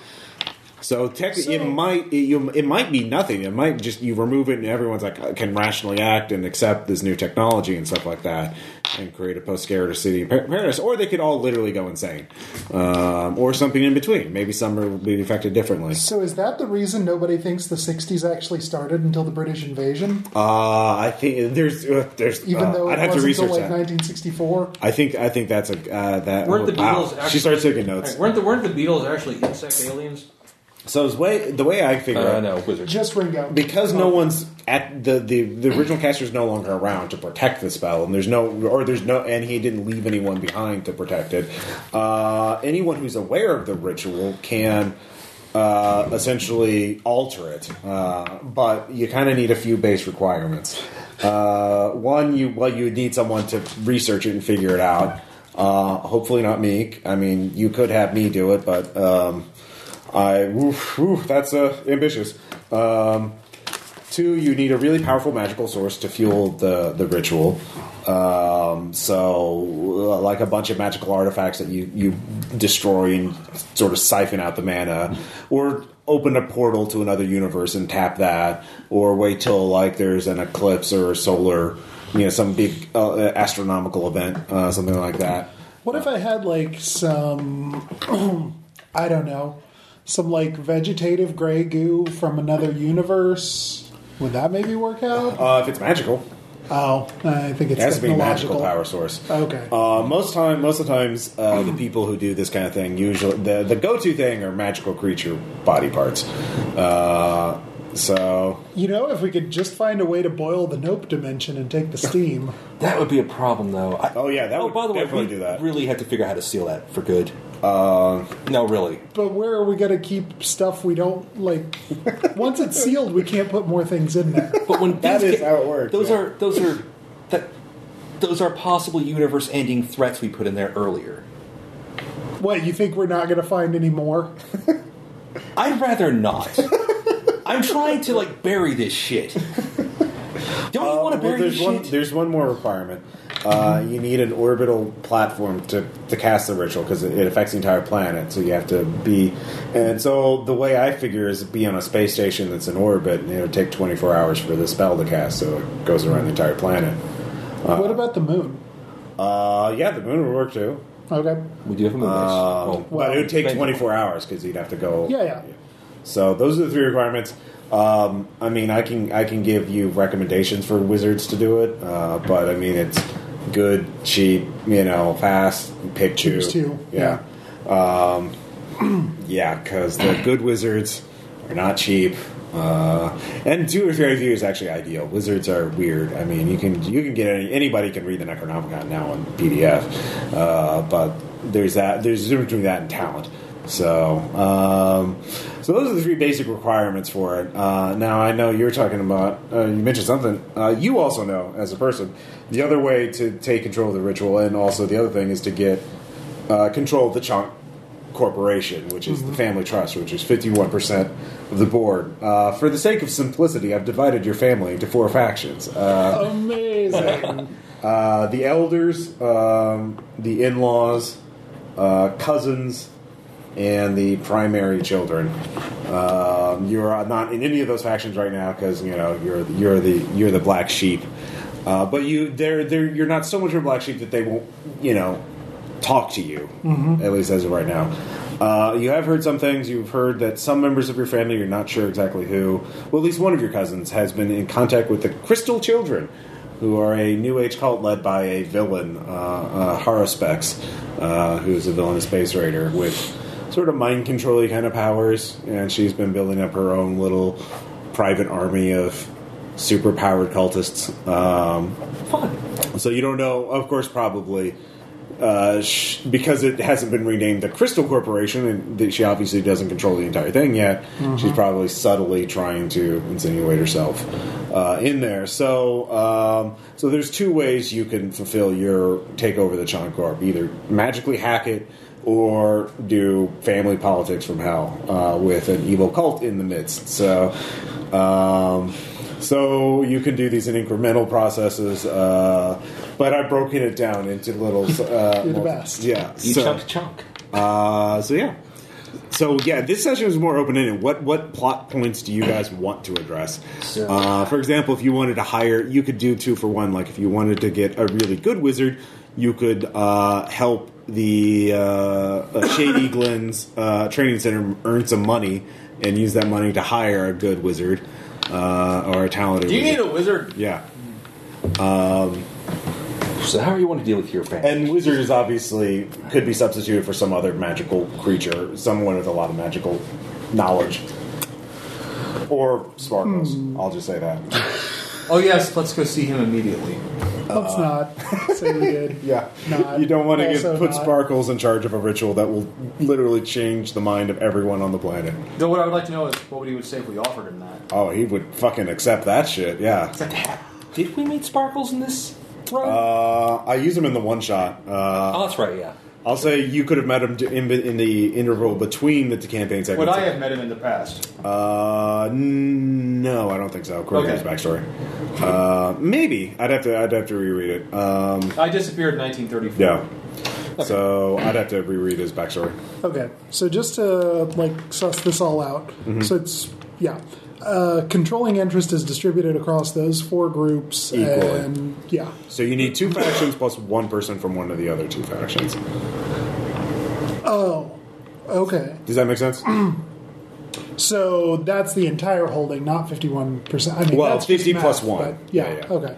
[SPEAKER 1] So technically,
[SPEAKER 2] So-
[SPEAKER 1] it might it, you, it might be nothing. It might just you remove it, and everyone's like uh, can rationally act and accept this new technology and stuff like that, and create a post scarcity city in Par- Paris. Or they could all literally go insane, um, or something in between. Maybe some are being affected differently.
[SPEAKER 2] So is that the reason nobody thinks the '60s actually started until the British invasion,
[SPEAKER 1] Uh, I think there's uh, there's
[SPEAKER 2] even
[SPEAKER 1] uh,
[SPEAKER 2] though it
[SPEAKER 1] I'd have to
[SPEAKER 2] wasn't until
[SPEAKER 1] research
[SPEAKER 2] like
[SPEAKER 1] that.
[SPEAKER 2] 1964?
[SPEAKER 1] I think I think that's a uh, that.
[SPEAKER 5] Weren't the
[SPEAKER 1] wow.
[SPEAKER 5] Beatles
[SPEAKER 1] She
[SPEAKER 5] actually-
[SPEAKER 1] starts taking notes.
[SPEAKER 5] Alright, weren't, the, weren't the Beatles actually insect aliens?
[SPEAKER 1] So the way the way I figure
[SPEAKER 3] Uh,
[SPEAKER 1] out
[SPEAKER 3] no, wizard.
[SPEAKER 2] Just Ringo.
[SPEAKER 1] because no one's at the, the the original caster is no longer around to protect the spell, and there's no or there's no and he didn't leave anyone behind to protect it. Uh, anyone who's aware of the ritual can uh, essentially alter it, uh, but you kind of need a few base requirements. Uh, one, you well, you would need someone to research it and figure it out. Uh, hopefully not me. I mean, you could have me do it, but um, I oof, oof, that's uh, ambitious. Um, Two, you need a really powerful magical source to fuel the the ritual. Um, so, uh, like a bunch of magical artifacts that you you destroy and sort of siphon out the mana, or open a portal to another universe and tap that, or wait till like there's an eclipse or a solar, you know, some big uh, astronomical event, uh, something like that.
[SPEAKER 2] What if I had like some, I don't know, some like vegetative gray goo from another universe? Would that maybe work out?
[SPEAKER 1] Uh, if it's magical,
[SPEAKER 2] Oh, I think it's
[SPEAKER 1] it has to be a magical
[SPEAKER 2] technological.
[SPEAKER 1] power source.
[SPEAKER 2] Okay.
[SPEAKER 1] Uh, most time, most of the times, uh, the people who do this kind of thing usually the the go to thing are magical creature body parts. Uh, so
[SPEAKER 2] you know, if we could just find a way to boil the nope dimension and take the steam.
[SPEAKER 3] That would be a problem, though. I,
[SPEAKER 1] Oh, yeah, that would definitely
[SPEAKER 3] we
[SPEAKER 1] do that.
[SPEAKER 3] Really have to figure out how to seal that for good. no, really.
[SPEAKER 2] But where are we going to keep stuff we don't like? Once it's sealed, we can't put more things in there.
[SPEAKER 3] But when
[SPEAKER 1] That
[SPEAKER 3] things
[SPEAKER 1] is how it works,
[SPEAKER 3] Those
[SPEAKER 1] yeah.
[SPEAKER 3] are those are that those are possible universe-ending threats we put in there earlier.
[SPEAKER 2] What, you think we're not going to find any more?
[SPEAKER 3] I'd rather not. I'm trying to like bury this shit. Don't you want to
[SPEAKER 1] Uh, Well,
[SPEAKER 3] bury this
[SPEAKER 1] there's one
[SPEAKER 3] shit?
[SPEAKER 1] there's one more requirement. Uh, you need an orbital platform to, to cast the ritual because it, it affects the entire planet. So you have to be, and so the way I figure is be on a space station that's in orbit, and it'll take 24 hours for the spell to cast, so it goes around the entire planet.
[SPEAKER 2] what about the moon?
[SPEAKER 1] Uh, yeah, the moon would work too.
[SPEAKER 2] Okay.
[SPEAKER 3] We do have a Oh. moon base.
[SPEAKER 1] Um, but it would take
[SPEAKER 3] maybe.
[SPEAKER 1] 24 hours because you'd have to go.
[SPEAKER 2] Yeah, yeah.
[SPEAKER 1] So those are the three requirements. Um, I mean, I can I can give you recommendations for wizards to do it, uh, but I mean it's good, cheap, you know, fast. Pick two.
[SPEAKER 2] Choose two,
[SPEAKER 1] Yeah. Um, yeah, because the good wizards are not cheap. Uh, and two or three of you is actually ideal. Wizards are weird. I mean, you can you can get any, anybody can read the Necronomicon now on PDF, uh, but there's that there's a difference between that and talent. So, um, so those are the three basic requirements for it. Uh, now, I know you're talking about uh, you mentioned something. Uh, you also know as a person the other way to take control of the ritual, and also the other thing is to get uh, control of the chunk corporation, which is the family trust, which is 51% of the board. Uh, for the sake of simplicity, I've divided your family into four factions. Uh,
[SPEAKER 2] Amazing.
[SPEAKER 1] uh, the elders, um, the in laws, uh, cousins, and the primary children. Um, you're not in any of those factions right now because you know you're you're the you're the black sheep. Uh, but you they're, they're you're not so much a black sheep that they won't you know talk to you at least as of right now. Uh, you have heard some things. You've heard that some members of your family, you're not sure exactly who, well, at least one of your cousins has been in contact with the Crystal Children, who are a New Age cult led by a villain, uh, uh, Haraspex, uh, who's a villainous space raider with sort of mind controlling kind of powers, and she's been building up her own little private army of super powered cultists. Um, so you don't know, of course, probably uh, sh- because it hasn't been renamed the Crystal Corporation, and that she obviously doesn't control the entire thing yet. She's probably subtly trying to insinuate herself uh, in there. So, um, so there's two ways you can fulfill your take over the Chon Corp: either magically hack it. Or do family politics from hell uh, with an evil cult in the midst. So, um, so you can do these in incremental processes, uh, but I've broken it down into little. Uh,
[SPEAKER 2] You're the
[SPEAKER 1] multi-
[SPEAKER 2] best.
[SPEAKER 1] Yeah.
[SPEAKER 3] You
[SPEAKER 1] so,
[SPEAKER 3] chunk chunk.
[SPEAKER 1] uh, so yeah. So yeah, this session was more open ended. What what plot points do you guys want to address? Uh, for example, if you wanted to hire, you could do two for one. Like if you wanted to get a really good wizard, you could uh, help the uh, uh, Shady Glens uh, Training Center earn some money and use that money to hire a good wizard uh, or a talented.
[SPEAKER 5] Do you
[SPEAKER 1] wizard.
[SPEAKER 5] need a wizard?
[SPEAKER 1] Yeah.
[SPEAKER 3] So how do you want to deal with your family?
[SPEAKER 1] And wizard is obviously could be substituted for some other magical creature, someone with a lot of magical knowledge. Or sparkles.
[SPEAKER 2] Hmm.
[SPEAKER 1] I'll just say that.
[SPEAKER 5] Oh yes, let's go see him immediately.
[SPEAKER 2] Let's not say we did.
[SPEAKER 1] Yeah.
[SPEAKER 2] Not-
[SPEAKER 1] you don't want to give,
[SPEAKER 2] also
[SPEAKER 1] put
[SPEAKER 2] not-
[SPEAKER 1] sparkles in charge of a ritual that will literally change the mind of everyone on the planet.
[SPEAKER 5] Though what I would like to know is what would he would say if we offered him that.
[SPEAKER 1] Oh, he would fucking accept that shit, yeah.
[SPEAKER 3] Did we meet Sparkles in this run?
[SPEAKER 1] Uh, I use him in the one shot. Uh,
[SPEAKER 3] oh, that's right. Yeah.
[SPEAKER 1] I'll say you could have met him in, in the interval between the campaign segments.
[SPEAKER 5] Would I have met him in the past?
[SPEAKER 1] Uh, n- no, I don't think so. According to
[SPEAKER 5] Okay.
[SPEAKER 1] his backstory, uh, maybe I'd have to I'd have to reread it. Um,
[SPEAKER 5] I disappeared in 1934.
[SPEAKER 1] yeah, so I'd have to reread his backstory.
[SPEAKER 2] Okay, so just to like suss this all out,
[SPEAKER 1] Mm-hmm.
[SPEAKER 2] so it's yeah, uh, controlling interest is distributed across those four groups,
[SPEAKER 1] Equally.
[SPEAKER 2] and yeah,
[SPEAKER 1] So you need two factions plus one person from one of the other two factions.
[SPEAKER 2] okay,
[SPEAKER 1] Does that make sense?
[SPEAKER 2] so that's the entire holding, not fifty-one percent. I mean,
[SPEAKER 1] Well,
[SPEAKER 2] that's just
[SPEAKER 1] 50
[SPEAKER 2] math,
[SPEAKER 1] plus one.
[SPEAKER 2] but yeah,
[SPEAKER 1] Yeah, yeah.
[SPEAKER 2] okay,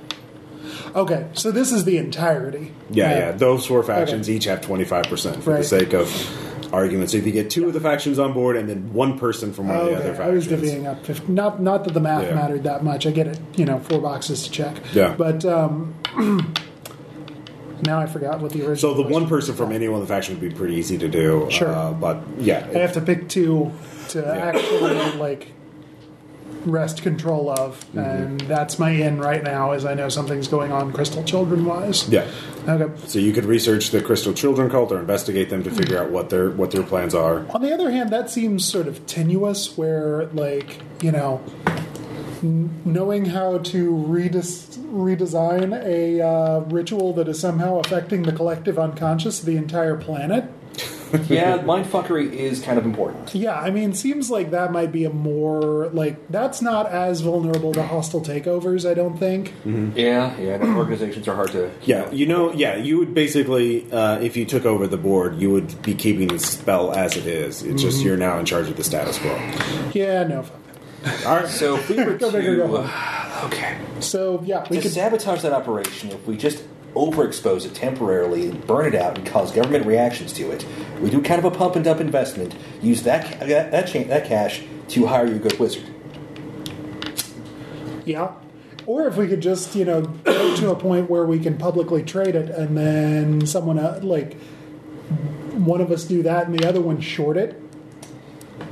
[SPEAKER 2] okay, so this is the entirety.
[SPEAKER 1] Yeah, yeah. Those four factions each have twenty five percent for the
[SPEAKER 2] Right.
[SPEAKER 1] sake of argument. So if you get two of the factions on board and then one person from one of the other
[SPEAKER 2] Okay, I was
[SPEAKER 1] factions,
[SPEAKER 2] divvying up. 50, not not that the math
[SPEAKER 1] Yeah.
[SPEAKER 2] mattered that much. I get it. You know, four boxes to check.
[SPEAKER 1] Yeah.
[SPEAKER 2] but um, now I forgot what the original.
[SPEAKER 1] so the
[SPEAKER 2] question
[SPEAKER 1] one person from any one of the factions would be pretty easy to do.
[SPEAKER 2] Sure.
[SPEAKER 1] uh, but yeah,
[SPEAKER 2] I have to pick two to actually like rest control of,
[SPEAKER 1] Mm-hmm.
[SPEAKER 2] and that's my in right now. Is I know something's going on crystal children wise.
[SPEAKER 1] yeah.
[SPEAKER 2] Okay.
[SPEAKER 1] So you could research the Crystal Children cult or investigate them to figure out what their what their plans are.
[SPEAKER 2] On the other hand, that seems sort of tenuous. Where like you know, n- knowing how to redes- redesign a uh, ritual that is somehow affecting the collective unconscious of the entire planet.
[SPEAKER 3] yeah, mindfuckery is kind of important.
[SPEAKER 2] Yeah, I mean, seems like that might be a more like that's not as vulnerable to hostile takeovers. I don't think.
[SPEAKER 3] Yeah, yeah. and organizations are hard to.
[SPEAKER 1] Yeah, you know, yeah, you would basically, uh, if you took over the board, you would be keeping the spell as it is. It's just you're now in charge of the status quo.
[SPEAKER 2] Yeah, no. fuck that.
[SPEAKER 1] All right,
[SPEAKER 3] So if we were
[SPEAKER 2] Go big or go
[SPEAKER 3] to uh, okay
[SPEAKER 2] So yeah, we
[SPEAKER 3] to
[SPEAKER 2] could.
[SPEAKER 3] sabotage that operation, if we just overexpose it temporarily, burn it out, and cause government reactions to it, we do kind of a pump and dump investment. Use that ca- that that, cha- that cash to hire your good wizard.
[SPEAKER 2] Yeah. Or if we could just, you know, go to a point where we can publicly trade it and then someone, uh, like, one of us do that and the other one short it.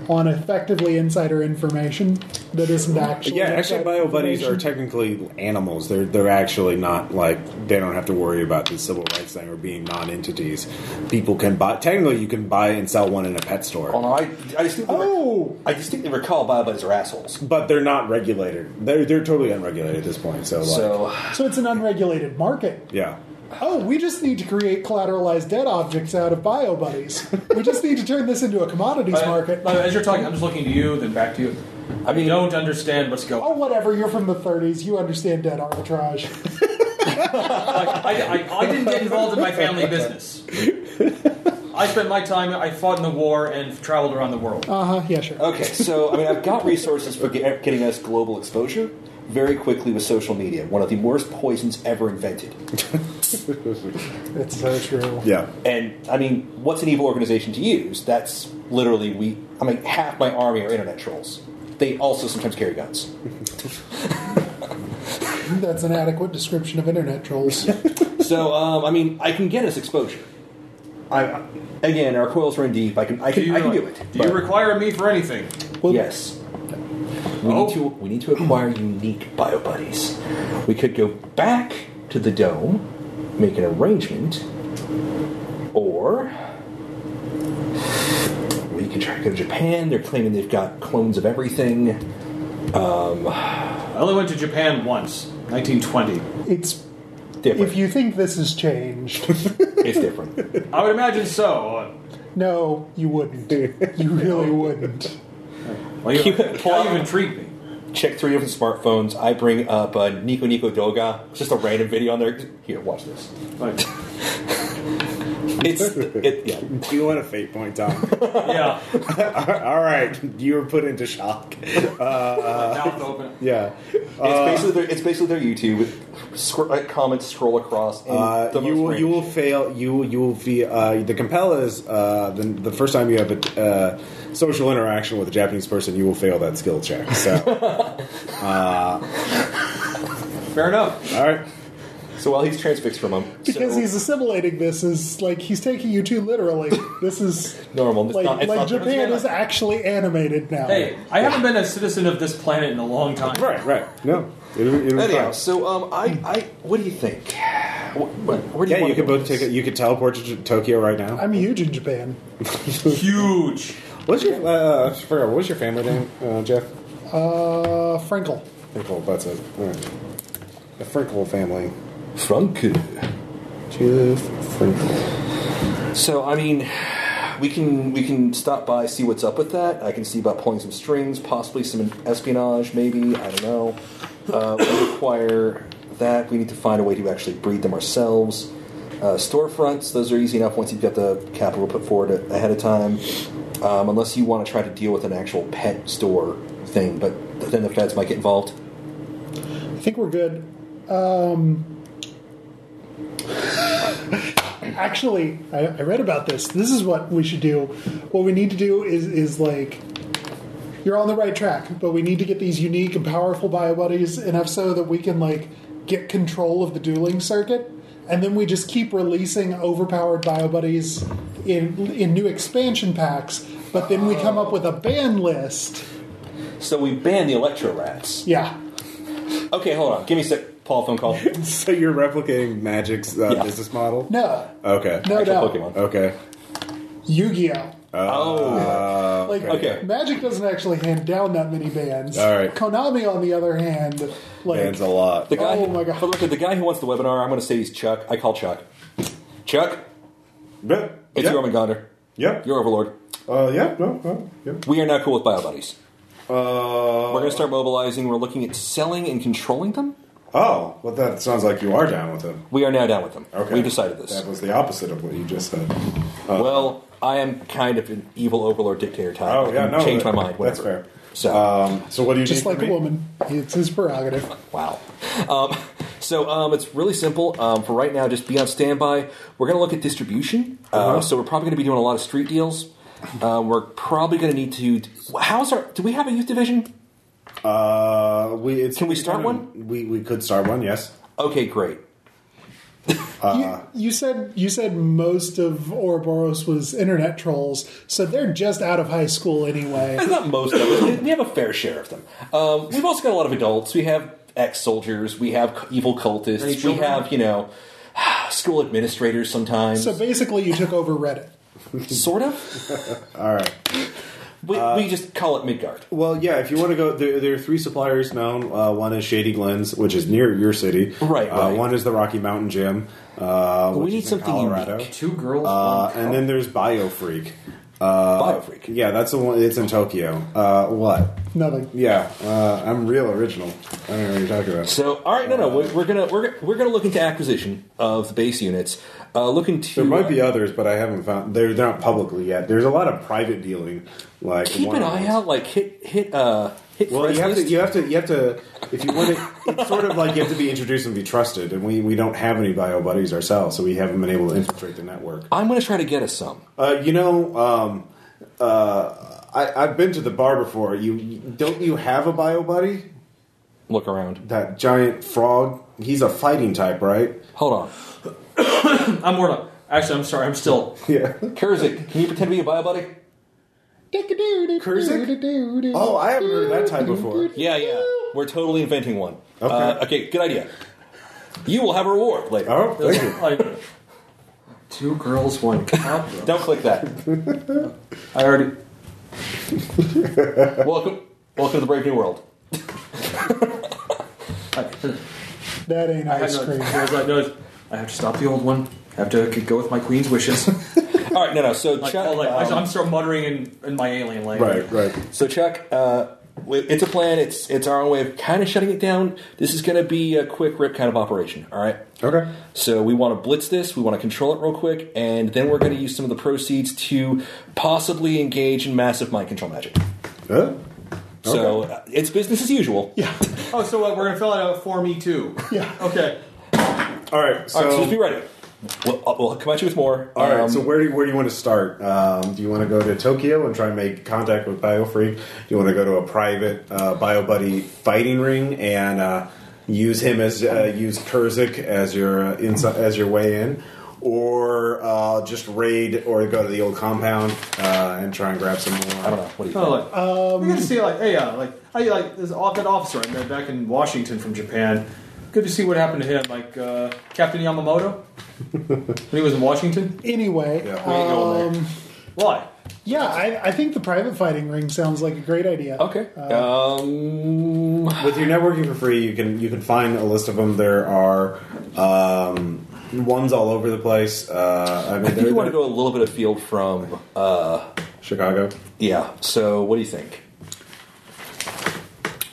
[SPEAKER 2] on effectively insider information that isn't actually.
[SPEAKER 1] Yeah, actually, bio buddies are technically animals. They're they're actually not like they don't have to worry about the civil rights thing or being non-entities. People can buy. Technically, you can buy and sell one in a pet store,
[SPEAKER 3] Oh, no, I, I distinctly, rec-
[SPEAKER 2] Oh!
[SPEAKER 3] I distinctly recall biobuddies are assholes.
[SPEAKER 1] but they're not regulated. They're they're totally unregulated at this point. So, like,
[SPEAKER 3] So
[SPEAKER 2] so it's an unregulated market.
[SPEAKER 1] yeah,
[SPEAKER 2] Oh, we just need to create collateralized debt objects out of bio buddies. we just need to turn this into a commodities
[SPEAKER 5] But-
[SPEAKER 2] market.
[SPEAKER 5] but as you're talking, I'm just looking to you, then back to you. I mean, don't understand what's going.
[SPEAKER 2] Oh, whatever. You're from the 30s. You understand debt arbitrage.
[SPEAKER 5] Like, I, I, I didn't get involved in my family business. I spent my time. I fought in the war and traveled around the world.
[SPEAKER 2] Uh huh. Yeah, sure.
[SPEAKER 3] okay, so I mean, I've got resources for ge- getting us global exposure very quickly with social media, one of the worst poisons ever invented.
[SPEAKER 2] That's so true.
[SPEAKER 1] yeah.
[SPEAKER 3] And I mean, what's an evil organization to use? That's literally we. I mean, half my army are internet trolls. They also sometimes carry guns.
[SPEAKER 2] That's an adequate description of internet trolls.
[SPEAKER 3] So um, I mean, I can get us exposure. I, I- again, our coils run deep. I can, I
[SPEAKER 5] Do
[SPEAKER 3] can,
[SPEAKER 5] you,
[SPEAKER 3] I can do it.
[SPEAKER 5] Do
[SPEAKER 3] But-
[SPEAKER 5] you require me for anything?
[SPEAKER 2] Well,
[SPEAKER 3] yes. We
[SPEAKER 5] Oh.
[SPEAKER 3] need to we need to acquire unique bio buddies. We could go back to the dome, make an arrangement, or we could try to go to Japan. They're claiming they've got clones of everything.
[SPEAKER 5] I only went to Japan once, 1920.
[SPEAKER 2] it's
[SPEAKER 3] Different.
[SPEAKER 2] if you think this has changed,
[SPEAKER 3] it's different.
[SPEAKER 5] I would imagine so.
[SPEAKER 2] no, you wouldn't. You really wouldn't.
[SPEAKER 5] Well, you,
[SPEAKER 3] You-
[SPEAKER 5] how you intrigue me.
[SPEAKER 3] Check three different smartphones. I bring up uh, Nico Nico Doga. It's just a random video on there. Here, watch this.
[SPEAKER 5] Like,
[SPEAKER 3] It's it, yeah.
[SPEAKER 1] Do you want a fate point, Tom?
[SPEAKER 5] yeah,
[SPEAKER 1] All right, you were put into shock.
[SPEAKER 5] mouth open.
[SPEAKER 1] Yeah. Uh,
[SPEAKER 3] It's basically their, it's basically their YouTube. Scroll, like, comments scroll across. And
[SPEAKER 1] Uh,
[SPEAKER 3] the
[SPEAKER 1] you
[SPEAKER 3] most
[SPEAKER 1] will, you will
[SPEAKER 3] range.
[SPEAKER 1] fail. You will- you will be uh, the compel is uh, the, the first time you have a uh, social interaction with a Japanese person, you will fail that skill check. So,
[SPEAKER 5] Fair enough.
[SPEAKER 1] all right,
[SPEAKER 3] So while he's transfixed from him,
[SPEAKER 2] Because
[SPEAKER 3] so
[SPEAKER 2] he's assimilating this is like he's taking you too literally. This is
[SPEAKER 3] normal. It's
[SPEAKER 2] like
[SPEAKER 3] not, it's
[SPEAKER 2] like
[SPEAKER 3] not
[SPEAKER 2] Japan is actually animated now.
[SPEAKER 5] Hey, I haven't been a citizen of this planet in a long time.
[SPEAKER 1] right, right. No, it'll, it'll be
[SPEAKER 3] Anyhow,
[SPEAKER 1] fine.
[SPEAKER 3] so um, I, I, what do you think? What, where do
[SPEAKER 1] Yeah,
[SPEAKER 3] you,
[SPEAKER 1] you could both take. A, you could teleport to J- Tokyo right now.
[SPEAKER 2] I'm huge in Japan.
[SPEAKER 5] Huge.
[SPEAKER 1] what's your uh, I forgot, what was your family name, uh, Jeff?
[SPEAKER 2] Uh, Frankel.
[SPEAKER 1] Frinkle. That's it. All right. The Frinkle family.
[SPEAKER 3] Franku.
[SPEAKER 1] Jeff Frinkle.
[SPEAKER 3] So I mean, we can we can stop by see what's up with that. I can see about pulling some strings, possibly some espionage, maybe I don't know. Uh, we require that. We need to find a way to actually breed them ourselves. Uh, storefronts, those are easy enough once you've got the capital put forward a- ahead of time. Um, unless you want to try to deal with an actual pet store thing, but then the feds might get involved.
[SPEAKER 2] I think we're good. Um, actually, I, I read about this. This is what we should do. What we need to do is is like you're on the right track, but we need to get these unique and powerful bio buddies enough so that we can like get control of the dueling circuit, and then we just keep releasing overpowered bio buddies in in new expansion packs. But then we come up with a ban list.
[SPEAKER 3] So we ban the electro rats.
[SPEAKER 2] Yeah,
[SPEAKER 3] Okay, hold on. Give me a sec. Paul, phone call.
[SPEAKER 1] So you're replicating Magic's uh,
[SPEAKER 3] Yeah.
[SPEAKER 1] business model?
[SPEAKER 2] no,
[SPEAKER 1] Okay.
[SPEAKER 2] no,
[SPEAKER 3] Actual
[SPEAKER 2] no,
[SPEAKER 3] Pokemon.
[SPEAKER 1] Okay.
[SPEAKER 2] Yu-Gi-Oh.
[SPEAKER 3] oh.
[SPEAKER 2] Like,
[SPEAKER 3] Okay.
[SPEAKER 2] Magic doesn't actually hand down that many bans.
[SPEAKER 1] All right.
[SPEAKER 2] Konami, on the other hand, like,
[SPEAKER 1] That's a lot.
[SPEAKER 3] The guy,
[SPEAKER 2] Oh my God.
[SPEAKER 3] But look, the guy who wants the webinar, I'm going to say he's Chuck. I call Chuck. Chuck,
[SPEAKER 1] Yeah.
[SPEAKER 3] it's
[SPEAKER 1] yeah.
[SPEAKER 3] your Roman Gonder.
[SPEAKER 1] Yeah.
[SPEAKER 3] Your overlord.
[SPEAKER 1] Uh, yeah. No. no yeah.
[SPEAKER 3] We are not cool with bio buddies.
[SPEAKER 1] Uh,
[SPEAKER 3] We're going to start mobilizing. We're looking at selling and controlling them.
[SPEAKER 1] Oh, well, that sounds like you are down with him.
[SPEAKER 3] We are now down with them.
[SPEAKER 1] Okay.
[SPEAKER 3] We've decided this.
[SPEAKER 1] That was the opposite of what you just said.
[SPEAKER 3] well, I am kind of an evil overlord dictator type.
[SPEAKER 1] Oh,
[SPEAKER 3] I
[SPEAKER 1] yeah,
[SPEAKER 3] can
[SPEAKER 1] no,
[SPEAKER 3] change
[SPEAKER 1] that-
[SPEAKER 3] my mind.
[SPEAKER 1] that's
[SPEAKER 3] Whatever.
[SPEAKER 1] fair.
[SPEAKER 3] So,
[SPEAKER 1] Um, so what do you
[SPEAKER 2] just
[SPEAKER 1] need
[SPEAKER 2] like
[SPEAKER 1] from
[SPEAKER 2] a
[SPEAKER 1] me?
[SPEAKER 2] woman, it's his prerogative.
[SPEAKER 3] wow. Um, so um, it's really simple. Um, for right now, just be on standby. We're going to look at distribution. Uh,
[SPEAKER 5] Uh-huh.
[SPEAKER 3] So we're probably going to be doing a lot of street deals. Uh, we're probably going to need to. How's our? Do we have a youth division?
[SPEAKER 1] Uh, we, it's,
[SPEAKER 3] Can we start
[SPEAKER 1] We, we could start one. Yes.
[SPEAKER 3] Okay, great.
[SPEAKER 2] you, you said you said most of Ouroboros was internet trolls, so they're just out of high school anyway.
[SPEAKER 3] Not most of them. We have a fair share of them. Um, we've also got a lot of adults. We have ex-soldiers. We have evil
[SPEAKER 5] Any
[SPEAKER 3] cultists. We
[SPEAKER 5] children?
[SPEAKER 3] have you know school administrators sometimes.
[SPEAKER 2] So basically, you took over Reddit.
[SPEAKER 3] sort of. All right.
[SPEAKER 5] Uh,
[SPEAKER 3] We, we just call it Midgard.
[SPEAKER 1] Well, yeah, if you want to go, there, there are three suppliers known. Uh, one is Shady Glens, which is near your city.
[SPEAKER 3] Right,
[SPEAKER 1] Uh,
[SPEAKER 3] right.
[SPEAKER 1] One is the Rocky Mountain Gym. Uh,
[SPEAKER 3] we
[SPEAKER 1] which
[SPEAKER 3] need
[SPEAKER 1] is in
[SPEAKER 3] something
[SPEAKER 1] Colorado.
[SPEAKER 3] unique.
[SPEAKER 5] Two girls.
[SPEAKER 1] Uh,
[SPEAKER 5] one
[SPEAKER 1] and then there's Biofreak.
[SPEAKER 3] Biofreak.
[SPEAKER 1] Yeah, that's the one. It's in Tokyo. Uh, what?
[SPEAKER 2] Nothing.
[SPEAKER 1] Yeah, uh, I'm real original. I don't know what you're talking about.
[SPEAKER 3] So, all right, no, no, we're, we're gonna we're, gonna- we're gonna look into acquisition of the base units. Uh, looking to
[SPEAKER 1] There might be others, but I haven't found. They're, they're not publicly yet. There's a lot of private dealing. Like
[SPEAKER 3] keep an eye out, like hit hit uh hit.
[SPEAKER 1] Well,
[SPEAKER 3] friends
[SPEAKER 1] you have to.
[SPEAKER 3] list.
[SPEAKER 1] You have to. You have to. If you want to, it's sort of like you have to be introduced and be trusted. And we, we don't have any bio buddies ourselves, so we haven't been able to infiltrate the network.
[SPEAKER 3] I'm gonna try to get us some.
[SPEAKER 1] Uh, you know, um, uh, I, I've been to the bar before. You don't you have a bio buddy?
[SPEAKER 3] Look around.
[SPEAKER 1] That giant frog. He's a fighting type, right?
[SPEAKER 3] Hold on,
[SPEAKER 5] girl. I'm Morlock. Actually, I'm sorry. I'm still.
[SPEAKER 1] Yeah.
[SPEAKER 3] Kurzik, can you pretend to be a bio buddy?
[SPEAKER 2] Kurzik?
[SPEAKER 1] Oh, I haven't heard that type before.
[SPEAKER 3] Yeah, yeah. We're totally inventing one.
[SPEAKER 1] Okay.
[SPEAKER 3] Uh, okay. Good idea. You will have a reward later.
[SPEAKER 1] Oh, thank you.
[SPEAKER 5] Like, two girls, one cup.
[SPEAKER 3] Don't click that.
[SPEAKER 5] I already.
[SPEAKER 3] welcome, welcome to the brave new world.
[SPEAKER 5] I,
[SPEAKER 2] That ain't
[SPEAKER 5] I, had
[SPEAKER 2] ice
[SPEAKER 5] no,
[SPEAKER 2] cream.
[SPEAKER 5] I, was like, no, I have to stop the old one. I have to go with my queen's wishes.
[SPEAKER 3] All right, no, no. So
[SPEAKER 5] Like,
[SPEAKER 3] Chuck,
[SPEAKER 5] oh, like, I-
[SPEAKER 3] um,
[SPEAKER 5] I'm still muttering in, in my alien language.
[SPEAKER 1] Right, right.
[SPEAKER 3] So Chuck, uh, we- it's a plan. It's it's our own way of kind of shutting it down. This is going to be a quick rip kind of operation. All right.
[SPEAKER 1] Okay.
[SPEAKER 3] So we want to blitz this. We want to control it real quick, and then we're going to use some of the proceeds to possibly engage in massive mind control magic.
[SPEAKER 1] Huh?
[SPEAKER 3] So uh, it's business as usual.
[SPEAKER 2] Yeah.
[SPEAKER 5] Oh, so what? We're gonna fill it out for me too.
[SPEAKER 2] Yeah.
[SPEAKER 5] Okay.
[SPEAKER 1] All right. So.
[SPEAKER 3] All right. So just be ready. We'll, uh, we'll come at you with more.
[SPEAKER 1] All right.
[SPEAKER 3] Um,
[SPEAKER 1] so where do you, where do you want to start? Um, do you want to go to Tokyo and try and make contact with BioFreak? Do you want to go to a private uh, BioBuddy fighting ring and uh, use him as uh, use Kurzik as your uh, insi- as your way in, or uh, just raid or go to the old compound uh, and try and grab some more?
[SPEAKER 3] I don't know. What do you
[SPEAKER 5] Oh,
[SPEAKER 3] think?
[SPEAKER 5] like, we're gonna see like, hey, yeah, like, how you like this off that officer I met back in Washington from Japan? Good to see what happened to him, like uh, Captain Yamamoto when he was in Washington.
[SPEAKER 2] Anyway,
[SPEAKER 1] Yeah.
[SPEAKER 2] uh,
[SPEAKER 5] um, Why?
[SPEAKER 2] yeah, I, I think the private fighting ring sounds like a great idea.
[SPEAKER 3] Okay.
[SPEAKER 1] uh,
[SPEAKER 3] Um,
[SPEAKER 1] With your networking for free, you can you can find a list of them. There are um, ones all over the place. Uh, I mean,
[SPEAKER 3] I think
[SPEAKER 1] they're-
[SPEAKER 3] you want to
[SPEAKER 1] they're-
[SPEAKER 3] go a little bit afield from. Uh,
[SPEAKER 1] Chicago.
[SPEAKER 3] yeah. So what do you think?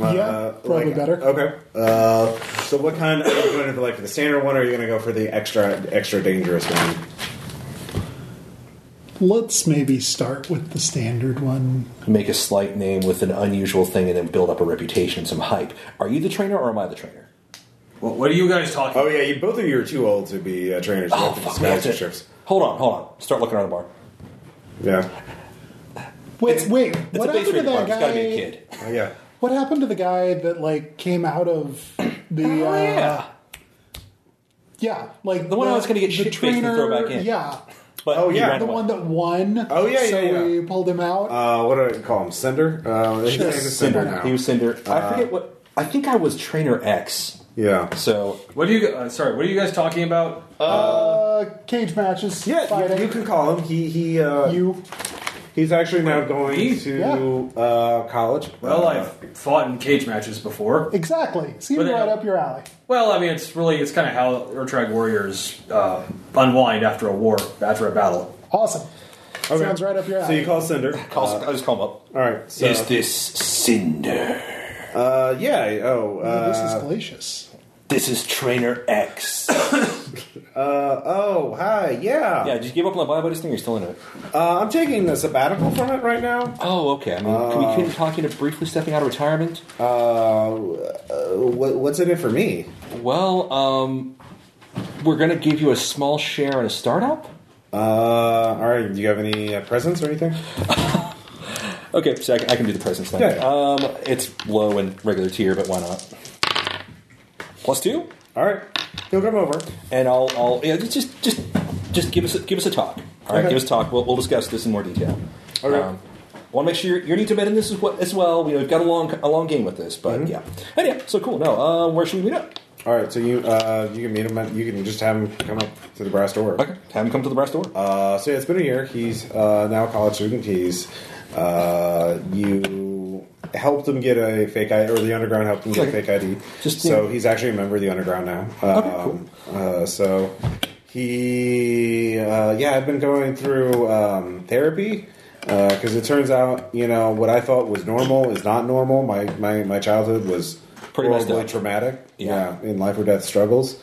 [SPEAKER 2] Yeah,
[SPEAKER 1] Uh,
[SPEAKER 2] probably
[SPEAKER 1] like-
[SPEAKER 2] better.
[SPEAKER 1] Okay. Uh, so, what kind are you going for? Like for the standard one, or are you going to go for the extra extra dangerous one?
[SPEAKER 2] Let's maybe start with the standard one.
[SPEAKER 3] make a slight name with an unusual thing and then build up a reputation and some hype. Are you the trainer or am I the trainer?
[SPEAKER 5] What, what are you guys talking?
[SPEAKER 1] Oh yeah, you both of you are too old to be uh, trainers. You
[SPEAKER 3] Oh,
[SPEAKER 1] have to
[SPEAKER 3] we
[SPEAKER 1] disguise
[SPEAKER 3] have to-
[SPEAKER 1] yourselves.
[SPEAKER 3] Hold on, hold on. Start looking around the bar.
[SPEAKER 1] Yeah.
[SPEAKER 2] Wait, wait.
[SPEAKER 3] It's
[SPEAKER 2] what
[SPEAKER 3] a
[SPEAKER 2] happened
[SPEAKER 3] base
[SPEAKER 2] to
[SPEAKER 3] rated bar.
[SPEAKER 2] that
[SPEAKER 3] It's got
[SPEAKER 2] guy?
[SPEAKER 3] to be a kid.
[SPEAKER 1] Oh, yeah.
[SPEAKER 2] What happened to the guy that like came out of the?
[SPEAKER 3] Oh,
[SPEAKER 2] uh, yeah, like
[SPEAKER 3] The one I was gonna get
[SPEAKER 2] the
[SPEAKER 3] shit-faced and throw back in.
[SPEAKER 2] Yeah,
[SPEAKER 3] But
[SPEAKER 1] Oh,
[SPEAKER 3] he
[SPEAKER 1] yeah.
[SPEAKER 3] ran
[SPEAKER 2] the
[SPEAKER 3] away.
[SPEAKER 2] one that won.
[SPEAKER 1] Oh, yeah,
[SPEAKER 2] so
[SPEAKER 1] yeah, yeah.
[SPEAKER 2] we pulled him out.
[SPEAKER 1] Uh, what do I call him? Cinder. Uh, his name is Cinder now.
[SPEAKER 3] He was Cinder. I forget what. I think I was trainer X.
[SPEAKER 1] yeah.
[SPEAKER 3] So
[SPEAKER 5] What are you? Uh, sorry, what are you guys talking about?
[SPEAKER 2] Uh, cage matches.
[SPEAKER 1] Yeah,
[SPEAKER 2] fighting.
[SPEAKER 1] you, you can call him. He he. Uh,
[SPEAKER 2] You-
[SPEAKER 1] he's actually now going
[SPEAKER 5] He?
[SPEAKER 1] to uh, college.
[SPEAKER 5] well,
[SPEAKER 1] uh,
[SPEAKER 5] I've fought in cage matches before.
[SPEAKER 2] exactly seemed
[SPEAKER 5] But
[SPEAKER 2] right
[SPEAKER 5] they-
[SPEAKER 2] up your alley.
[SPEAKER 5] Well, I mean, it's really it's kind of how Urtrag warriors uh, unwind after a war, after a battle.
[SPEAKER 2] Awesome.
[SPEAKER 1] Uh, okay.
[SPEAKER 2] Sounds right up your alley.
[SPEAKER 1] So you call Cinder.
[SPEAKER 3] call,
[SPEAKER 2] Uh,
[SPEAKER 3] I just call him up.
[SPEAKER 1] All right. So,
[SPEAKER 3] Is this Cinder?
[SPEAKER 1] uh, yeah. Oh. Uh,
[SPEAKER 2] this is delicious.
[SPEAKER 3] This is trainer X.
[SPEAKER 1] uh, oh. Hi. Yeah.
[SPEAKER 3] yeah, just give up on the bio buddies thing. You're still in it.
[SPEAKER 1] Uh, I'm taking a sabbatical from it right now.
[SPEAKER 3] Oh, okay. I mean, can we
[SPEAKER 2] Uh,
[SPEAKER 3] couldn't talk into briefly stepping out of retirement.
[SPEAKER 1] Uh, what, what's in it for me?
[SPEAKER 3] Well, um, we're going to give you a small share in a startup.
[SPEAKER 1] Uh, all right. Do you have any uh, presents or anything?
[SPEAKER 3] Okay, so I can, I can do the presence thing.
[SPEAKER 1] Yeah, yeah.
[SPEAKER 3] Um, it's low and regular tier, but why not? Plus two.
[SPEAKER 1] All right. He'll come over.
[SPEAKER 3] and I'll, I'll yeah, just just just just give us a, give us a talk. All right,
[SPEAKER 1] Okay.
[SPEAKER 3] give us a talk. We'll, we'll discuss this in more detail.
[SPEAKER 1] Okay.
[SPEAKER 3] Want to make sure you're, you're need to bed in this as well. As well. You know, we've got a long a long game with this, but yeah. And yeah, so cool. No, uh, where should we meet up?
[SPEAKER 1] All right, so you uh, you can meet him. At, you can just have him come up to the brass door.
[SPEAKER 3] Okay, have him come to the brass door.
[SPEAKER 1] Uh, so yeah, it's been a year. He's uh, now a college student. He's uh, you helped him get a fake ID, or the underground helped him get a
[SPEAKER 3] Okay.
[SPEAKER 1] fake ID.
[SPEAKER 3] Just,
[SPEAKER 1] so
[SPEAKER 3] yeah.
[SPEAKER 1] he's actually a member of the underground now. Um, uh, so he, uh, yeah, I've been going through um, therapy. Because it turns out, you know, what I thought was normal is not normal. My my, my childhood was
[SPEAKER 3] Pretty messed
[SPEAKER 1] horribly
[SPEAKER 3] up.
[SPEAKER 1] traumatic.
[SPEAKER 3] Yeah.
[SPEAKER 1] yeah, in life or death struggles.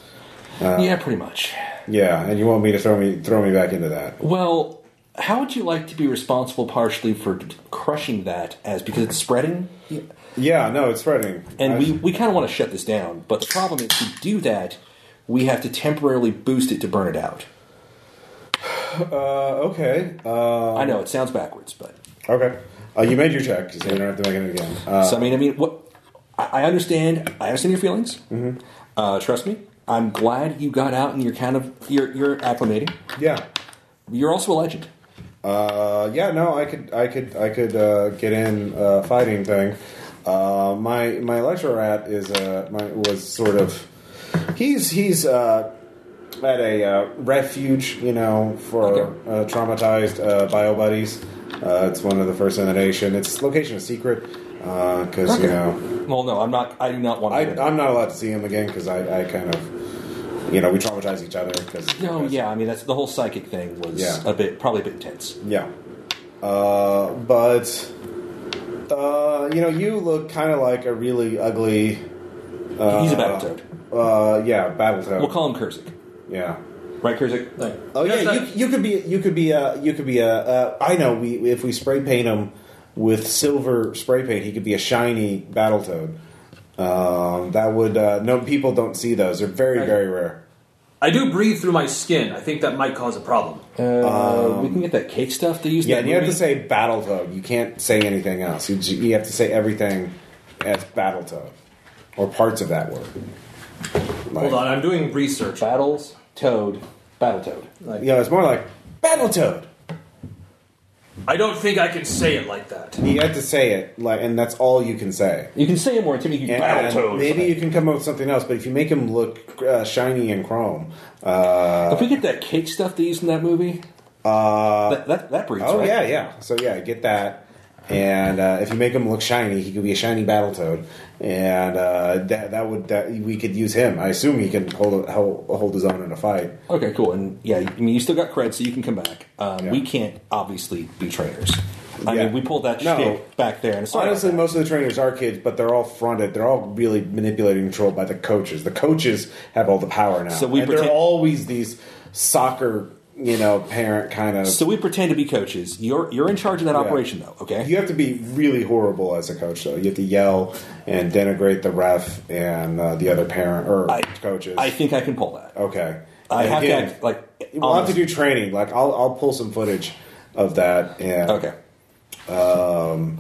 [SPEAKER 3] yeah, pretty much.
[SPEAKER 1] Yeah, and you want me to throw me throw me back into that?
[SPEAKER 3] Well, how would you like to be responsible partially for crushing that as because it's spreading?
[SPEAKER 1] Yeah, no, it's spreading.
[SPEAKER 3] And
[SPEAKER 1] I-
[SPEAKER 3] we, we kind of want to shut this down, but the problem is to do that, we have to temporarily boost it to burn it out.
[SPEAKER 1] uh, okay, uh,
[SPEAKER 3] I know it sounds backwards, but
[SPEAKER 1] okay. Uh, you made your check, so you don't have to make it again. Uh,
[SPEAKER 3] so I mean, I mean, what I I understand. I understand your feelings. Mm-hmm. Uh, trust me, I'm glad you got out and you're kind of you're you're acclimating.
[SPEAKER 1] yeah,
[SPEAKER 3] You're also a legend.
[SPEAKER 1] uh, yeah. No, I could, I could, I could uh, get in uh, fighting thing. Uh, my my lecturer at is uh, my was sort of he's he's uh, at a uh, refuge, you know, for
[SPEAKER 3] Okay.
[SPEAKER 1] uh, traumatized uh, bio buddies. Uh, it's one of the first in the nation. Its location is secret because you
[SPEAKER 3] Okay.
[SPEAKER 1] know
[SPEAKER 3] Well, no, I'm not. I do not want
[SPEAKER 1] I,
[SPEAKER 3] to.
[SPEAKER 1] I'm not allowed to see him again because I, I kind of, you know, we traumatize each other. Cause,
[SPEAKER 3] no,
[SPEAKER 1] 'cause-
[SPEAKER 3] yeah, I mean that's the whole psychic thing was
[SPEAKER 1] Yeah.
[SPEAKER 3] a bit probably a bit intense.
[SPEAKER 1] yeah. Uh, but, uh, you know, you look kind of like a really ugly. Uh,
[SPEAKER 3] He's a battle toad.
[SPEAKER 1] Uh, yeah, battle toad.
[SPEAKER 3] We'll call him Kurzik,
[SPEAKER 1] yeah.
[SPEAKER 3] right? Kurzik.
[SPEAKER 5] Like,
[SPEAKER 1] Oh
[SPEAKER 5] that's
[SPEAKER 1] yeah,
[SPEAKER 5] not-
[SPEAKER 1] you, you could be you could be a you could be a uh, I know we if we spray paint him with silver spray paint, he could be a shiny battle toad. Um, that would uh, no people don't see those; they're very
[SPEAKER 5] Right.
[SPEAKER 1] very rare.
[SPEAKER 5] I do breathe through my skin. I think that might cause a problem.
[SPEAKER 3] Uh, we can get that cake stuff they use.
[SPEAKER 1] Um,
[SPEAKER 3] in
[SPEAKER 1] Yeah,
[SPEAKER 3] that
[SPEAKER 1] and you have to say
[SPEAKER 3] movie.
[SPEAKER 1] Battletoad. You can't say anything else. You, you have to say everything as Battletoad or parts of that word. Like,
[SPEAKER 5] Hold on, I'm doing research.
[SPEAKER 3] battles toad, battle toad.
[SPEAKER 5] Like,
[SPEAKER 1] You know, it's more like Battletoad.
[SPEAKER 5] I don't think I can say it like that.
[SPEAKER 1] You have to say it, like, and that's all you can say.
[SPEAKER 3] You can say it more intimidating.
[SPEAKER 1] And,
[SPEAKER 3] Battle
[SPEAKER 1] and
[SPEAKER 3] toad.
[SPEAKER 1] maybe you can come up with something else, but if you make him look uh, shiny and chrome, uh,
[SPEAKER 3] If we get that cake stuff they used in that movie,
[SPEAKER 1] uh,
[SPEAKER 3] that that, that breeds,
[SPEAKER 1] oh
[SPEAKER 3] right?
[SPEAKER 1] yeah, yeah. So yeah, get that. And uh, if you make him look shiny, he could be a shiny Battletoad, and uh, that that would that we could use him. I assume he can hold hold, hold his own in a fight.
[SPEAKER 3] Okay, cool. And yeah, I mean, you still got cred, so you can come back. Um,
[SPEAKER 1] Yeah.
[SPEAKER 3] We can't obviously be trainers. I
[SPEAKER 1] Yeah.
[SPEAKER 3] mean, we pulled that
[SPEAKER 1] No.
[SPEAKER 3] shit back there, and it's not
[SPEAKER 1] Honestly,
[SPEAKER 3] like
[SPEAKER 1] most of the trainers are kids, but they're all fronted. They're all really manipulated and controlled by the coaches. The coaches have all the power now,
[SPEAKER 3] So we
[SPEAKER 1] and they're
[SPEAKER 3] pretend-
[SPEAKER 1] always these soccer, you know, parent kind of.
[SPEAKER 3] that. so we pretend to be coaches. You're you're in charge of that operation, though. Okay.
[SPEAKER 1] You have to be really horrible as a coach, though. You have to yell and denigrate the ref and uh, the other parent or
[SPEAKER 3] I,
[SPEAKER 1] coaches.
[SPEAKER 3] I think I can pull that.
[SPEAKER 1] okay,
[SPEAKER 3] I
[SPEAKER 1] And
[SPEAKER 3] have to
[SPEAKER 1] again,
[SPEAKER 3] act like
[SPEAKER 1] We'll have to do training. Like I'll, I'll pull some footage of that. And,
[SPEAKER 3] Okay. Um,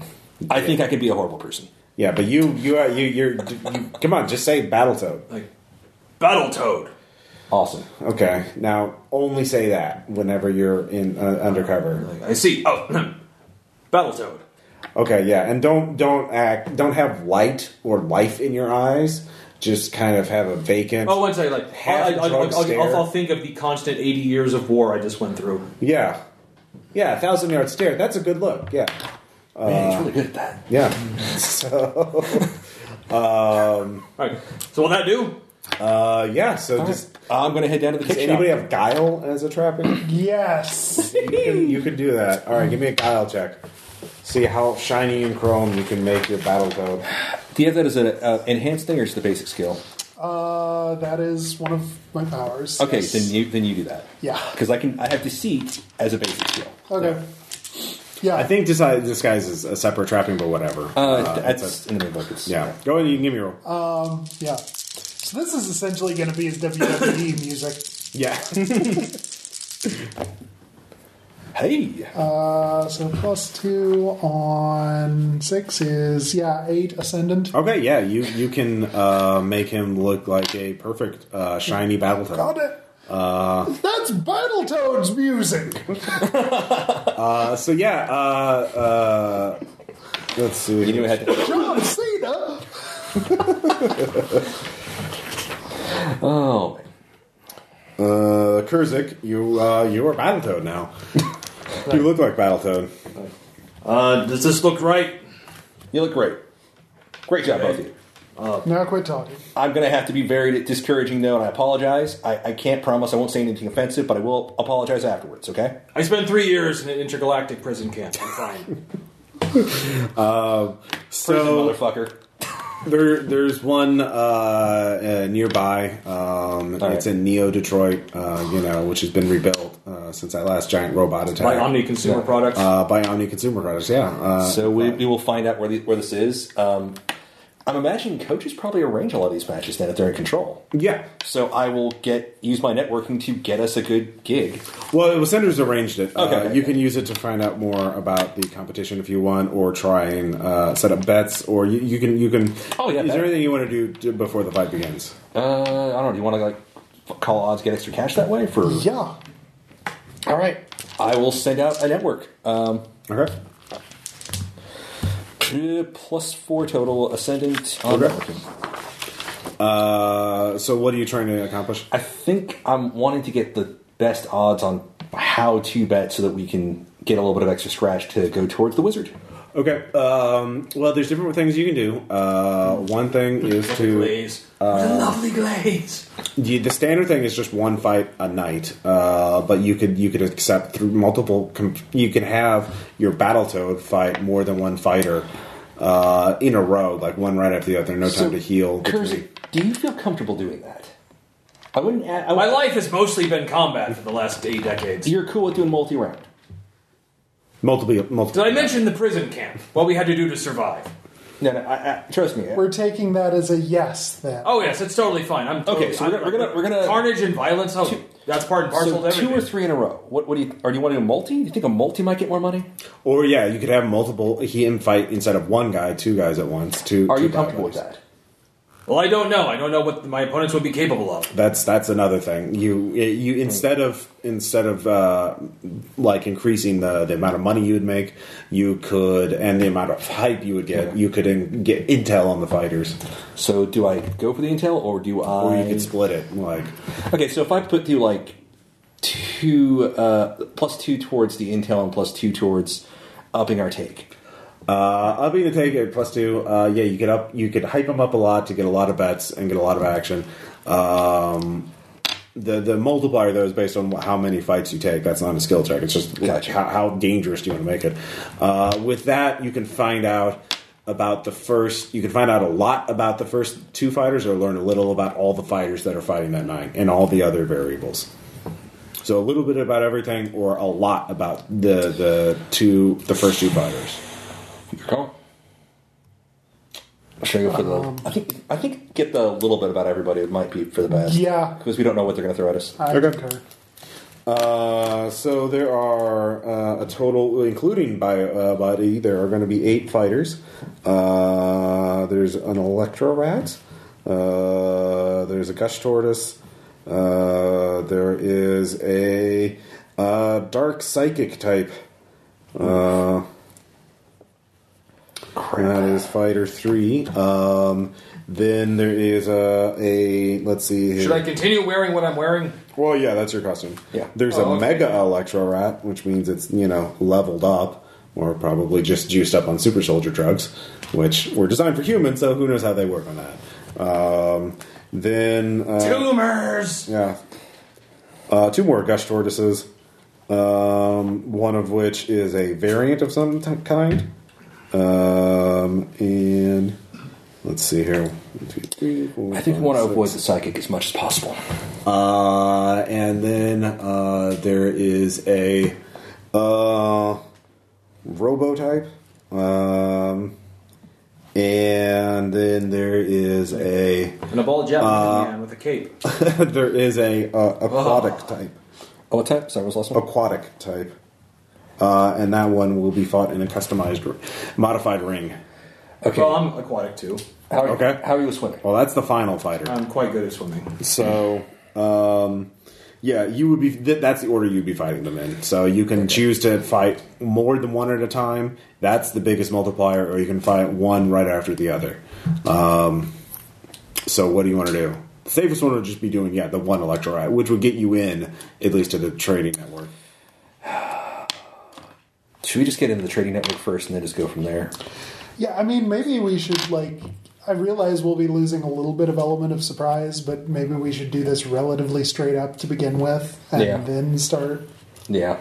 [SPEAKER 3] I think I could be a horrible person.
[SPEAKER 1] Yeah, but you you are you you're you, come on, just say Battletoad.
[SPEAKER 5] Like, battle toad.
[SPEAKER 3] Awesome.
[SPEAKER 1] Okay, now only say that whenever you're in uh, undercover.
[SPEAKER 5] Like, I see. Oh, battle toad.
[SPEAKER 1] Okay, yeah, and don't don't act don't have light or life in your eyes. Just kind of have a vacant.
[SPEAKER 5] Oh, one second. Like,
[SPEAKER 1] Half
[SPEAKER 5] I, I, I,
[SPEAKER 1] drug
[SPEAKER 5] I'll,
[SPEAKER 1] stare.
[SPEAKER 5] I'll, I'll think of the constant 80 years of war I just went through.
[SPEAKER 1] yeah, yeah, a thousand yard stare. That's a good look. Yeah,
[SPEAKER 3] Man, he's really good at that.
[SPEAKER 1] yeah. so,
[SPEAKER 5] All right. So will that do?
[SPEAKER 1] uh, yeah. So just
[SPEAKER 3] I'm going to head down to the
[SPEAKER 1] does
[SPEAKER 3] kitchen.
[SPEAKER 1] anybody have guile as a trapping?
[SPEAKER 2] Yes.
[SPEAKER 1] you, can, you can do that. All right, give me a guile check. See how shiny and chrome you can make your battle code.
[SPEAKER 3] Do you have that as an uh, enhanced thing or just the basic skill?
[SPEAKER 2] Uh, that is one of my powers.
[SPEAKER 3] Okay,
[SPEAKER 2] Yes.
[SPEAKER 3] then you then you do that.
[SPEAKER 2] Yeah.
[SPEAKER 3] because I can I have to see as a basic skill.
[SPEAKER 2] Okay. Yeah.
[SPEAKER 1] I think disguise, disguise is a separate trapping, but whatever.
[SPEAKER 3] Uh,
[SPEAKER 1] it's
[SPEAKER 3] that's Uh, in the main focus.
[SPEAKER 1] a- yeah. Go ahead. You can give me a roll.
[SPEAKER 2] Yeah. So this is essentially going E to be his WWE music.
[SPEAKER 1] yeah.
[SPEAKER 6] Hey,
[SPEAKER 2] Uh, so plus two on six is yeah eight ascendant.
[SPEAKER 1] Okay, yeah, you you can uh, make him look like a perfect uh, shiny battle toad.
[SPEAKER 2] Got it. That's Battletoads music.
[SPEAKER 1] Uh, so yeah, uh, uh, let's see.
[SPEAKER 3] You knew it had to.
[SPEAKER 2] John Cena.
[SPEAKER 3] Oh,
[SPEAKER 1] Uh, Kurzik, you uh, you are Battletoad now. you look like Battletoad.
[SPEAKER 5] Uh, does this look right?
[SPEAKER 3] you look great. Great job, both of you.
[SPEAKER 2] Now quit talking.
[SPEAKER 6] I'm going to have to be very discouraging though, and I apologize. I, I can't promise I won't say anything offensive, but I will apologize afterwards. Okay?
[SPEAKER 5] I spent three years in an intergalactic prison camp. I'm fine.
[SPEAKER 6] Prison
[SPEAKER 1] So
[SPEAKER 6] motherfucker.
[SPEAKER 1] there there's one uh, uh, nearby. Um,
[SPEAKER 3] right.
[SPEAKER 1] It's in Neo Detroit, uh, you know, which has been rebuilt uh, since that last giant robot attack
[SPEAKER 5] By Omni Consumer Products.
[SPEAKER 1] Uh, by Omni Consumer Products. Yeah. Uh,
[SPEAKER 3] So
[SPEAKER 6] We,
[SPEAKER 3] we
[SPEAKER 6] we will find out where, the, where this is. Um, I'm imagining coaches probably arrange a lot of these matches now that they're in control.
[SPEAKER 1] yeah.
[SPEAKER 6] So I will get use my networking to get us a good gig.
[SPEAKER 1] Well, it was Senders arranged
[SPEAKER 6] Okay,
[SPEAKER 1] it. Uh,
[SPEAKER 6] okay,
[SPEAKER 1] you
[SPEAKER 6] okay.
[SPEAKER 1] can use it to find out more about the competition if you want, or try and uh, set up bets, or you, you can you can.
[SPEAKER 3] Oh, yeah,
[SPEAKER 1] Is
[SPEAKER 3] bet.
[SPEAKER 1] there anything you want to do, do before the fight begins?
[SPEAKER 3] Uh, I don't know. Do you want to like f- call odds, get extra cash that way? For
[SPEAKER 2] Yeah.
[SPEAKER 3] all right, I will send out a network. Um,
[SPEAKER 1] Okay.
[SPEAKER 3] plus four total ascendant. On
[SPEAKER 1] Okay.
[SPEAKER 3] networking.
[SPEAKER 1] Uh, so, what are you trying to accomplish?
[SPEAKER 3] I think I'm wanting to get the best odds on how to bet so that we can get a little bit of extra scratch to go towards the wizard.
[SPEAKER 1] Okay. Um, well, there's different things you can do. Uh, one thing is to
[SPEAKER 5] glaze. the lovely glaze.
[SPEAKER 1] the, the standard thing is just one fight a night, uh, but you could you could accept through multiple. Com- you can have your Battletoad fight more than one fighter. Uh, in a row, like one right after the other, no time to heal.
[SPEAKER 3] Kersey, do you feel comfortable doing that? I wouldn't. Add, I
[SPEAKER 5] My
[SPEAKER 3] would,
[SPEAKER 5] life has mostly been combat for the last eight decades.
[SPEAKER 3] you're cool with doing multi-round.
[SPEAKER 1] Multiple,
[SPEAKER 5] Did
[SPEAKER 1] multiple.
[SPEAKER 5] I mention the prison camp? What we had to do to survive?
[SPEAKER 3] No, no. I, I, trust me. uh,
[SPEAKER 2] We're taking that as a yes then.
[SPEAKER 5] Oh yes, it's totally fine. I'm totally,
[SPEAKER 3] Okay, so we're gonna- we're gonna- we're gonna-
[SPEAKER 5] carnage and violence. Oh, that's part and parcel
[SPEAKER 3] So
[SPEAKER 5] of everything.
[SPEAKER 3] two or three in a row. What? What do you? Or do you want to do a multi? Do you think a multi might get more money?
[SPEAKER 1] Or yeah, you could have multiple. He and fight instead of one guy, two guys at once. Two.
[SPEAKER 3] Are
[SPEAKER 1] two
[SPEAKER 3] you
[SPEAKER 1] bad
[SPEAKER 3] comfortable with
[SPEAKER 1] guys.
[SPEAKER 3] that?
[SPEAKER 5] Well, I don't know. I don't know what my opponents would be capable of.
[SPEAKER 1] That's that's another thing. You you instead of instead of uh, like increasing the, the amount of money you would make, you could and the amount of hype you would get, you could in, get intel on the fighters,
[SPEAKER 3] So do I go for the intel, or do I?
[SPEAKER 1] or you could split it. Like
[SPEAKER 3] Okay, so if I put you like two uh, plus two towards the intel and plus two towards upping our take.
[SPEAKER 1] uh, upping the take at plus two. Uh, yeah, you could up you could hype them up a lot to get a lot of bets and get a lot of action. Um, the the multiplier though is based on wh- how many fights you take. That's not a skill check. It's just like,
[SPEAKER 3] Gotcha.
[SPEAKER 1] how, how dangerous do you want to make it. Uh, with that, you can find out about the first. You can find out a lot about the first two fighters, or learn a little about all the fighters that are fighting that night and all the other variables. So a little bit about everything, or a lot about the the two the first two fighters.
[SPEAKER 3] Go. Should I go for the? Um, I think I think get the little bit about everybody might be for the best.
[SPEAKER 2] Yeah.
[SPEAKER 3] because we don't know what they're going to throw at us.
[SPEAKER 2] I
[SPEAKER 1] Okay.
[SPEAKER 2] concur.
[SPEAKER 1] Uh, so there are uh, a total, including bio, uh, body, there are going to be eight fighters. Uh, there's an Electro Rat. Uh, there's a Gush Tortoise. Uh, there is a uh, Dark Psychic type. Uh, that is Fighter 3. Um, then there is a, a let's see. here.
[SPEAKER 5] Should I continue wearing what I'm wearing?
[SPEAKER 1] Well, yeah, that's your costume.
[SPEAKER 3] Yeah.
[SPEAKER 1] There's
[SPEAKER 5] Oh,
[SPEAKER 1] a
[SPEAKER 5] okay.
[SPEAKER 1] mega electro rat, which means it's, you know, leveled up, or probably just juiced up on super soldier drugs, which were designed for humans, so who knows how they work on that. Um, then. Uh,
[SPEAKER 5] Tumors.
[SPEAKER 1] yeah. Uh, two more gush tortoises, um, one of which is a variant of some t- kind. Um, and. Let's see here. One, two, three, four,
[SPEAKER 3] I think
[SPEAKER 1] five,
[SPEAKER 3] we want to
[SPEAKER 1] six.
[SPEAKER 3] avoid the psychic as much as possible.
[SPEAKER 1] Uh, and then uh, there is a uh, robo type. Um, and then there is a
[SPEAKER 5] And a bald Japanese man with a cape.
[SPEAKER 1] there is a uh, aquatic type.
[SPEAKER 3] Oh, what type? Sorry, what was the last one?
[SPEAKER 1] Aquatic type. uh, and that one will be fought in a customized, r- modified ring.
[SPEAKER 7] Okay.
[SPEAKER 5] Well, I'm aquatic too.
[SPEAKER 7] how,
[SPEAKER 1] okay.
[SPEAKER 7] How are you with swimming?
[SPEAKER 1] Well, that's the final fighter.
[SPEAKER 5] I'm quite good at swimming.
[SPEAKER 1] So, um, yeah, you would be. Th- that's the order you'd be fighting them in. So you can choose to fight more than one at a time. That's the biggest multiplier, or you can fight one right after the other. Um, so what do you want to do? The safest one would just be doing yeah the one electrolyte, which would get you in at least to the trading network.
[SPEAKER 7] Should we just get into the trading network first and then just go from there?
[SPEAKER 2] Yeah, I mean, maybe we should like. I realize we'll be losing a little bit of element of surprise, but maybe we should do this relatively straight up to begin with, and
[SPEAKER 7] Yeah.
[SPEAKER 2] then start.
[SPEAKER 7] Yeah.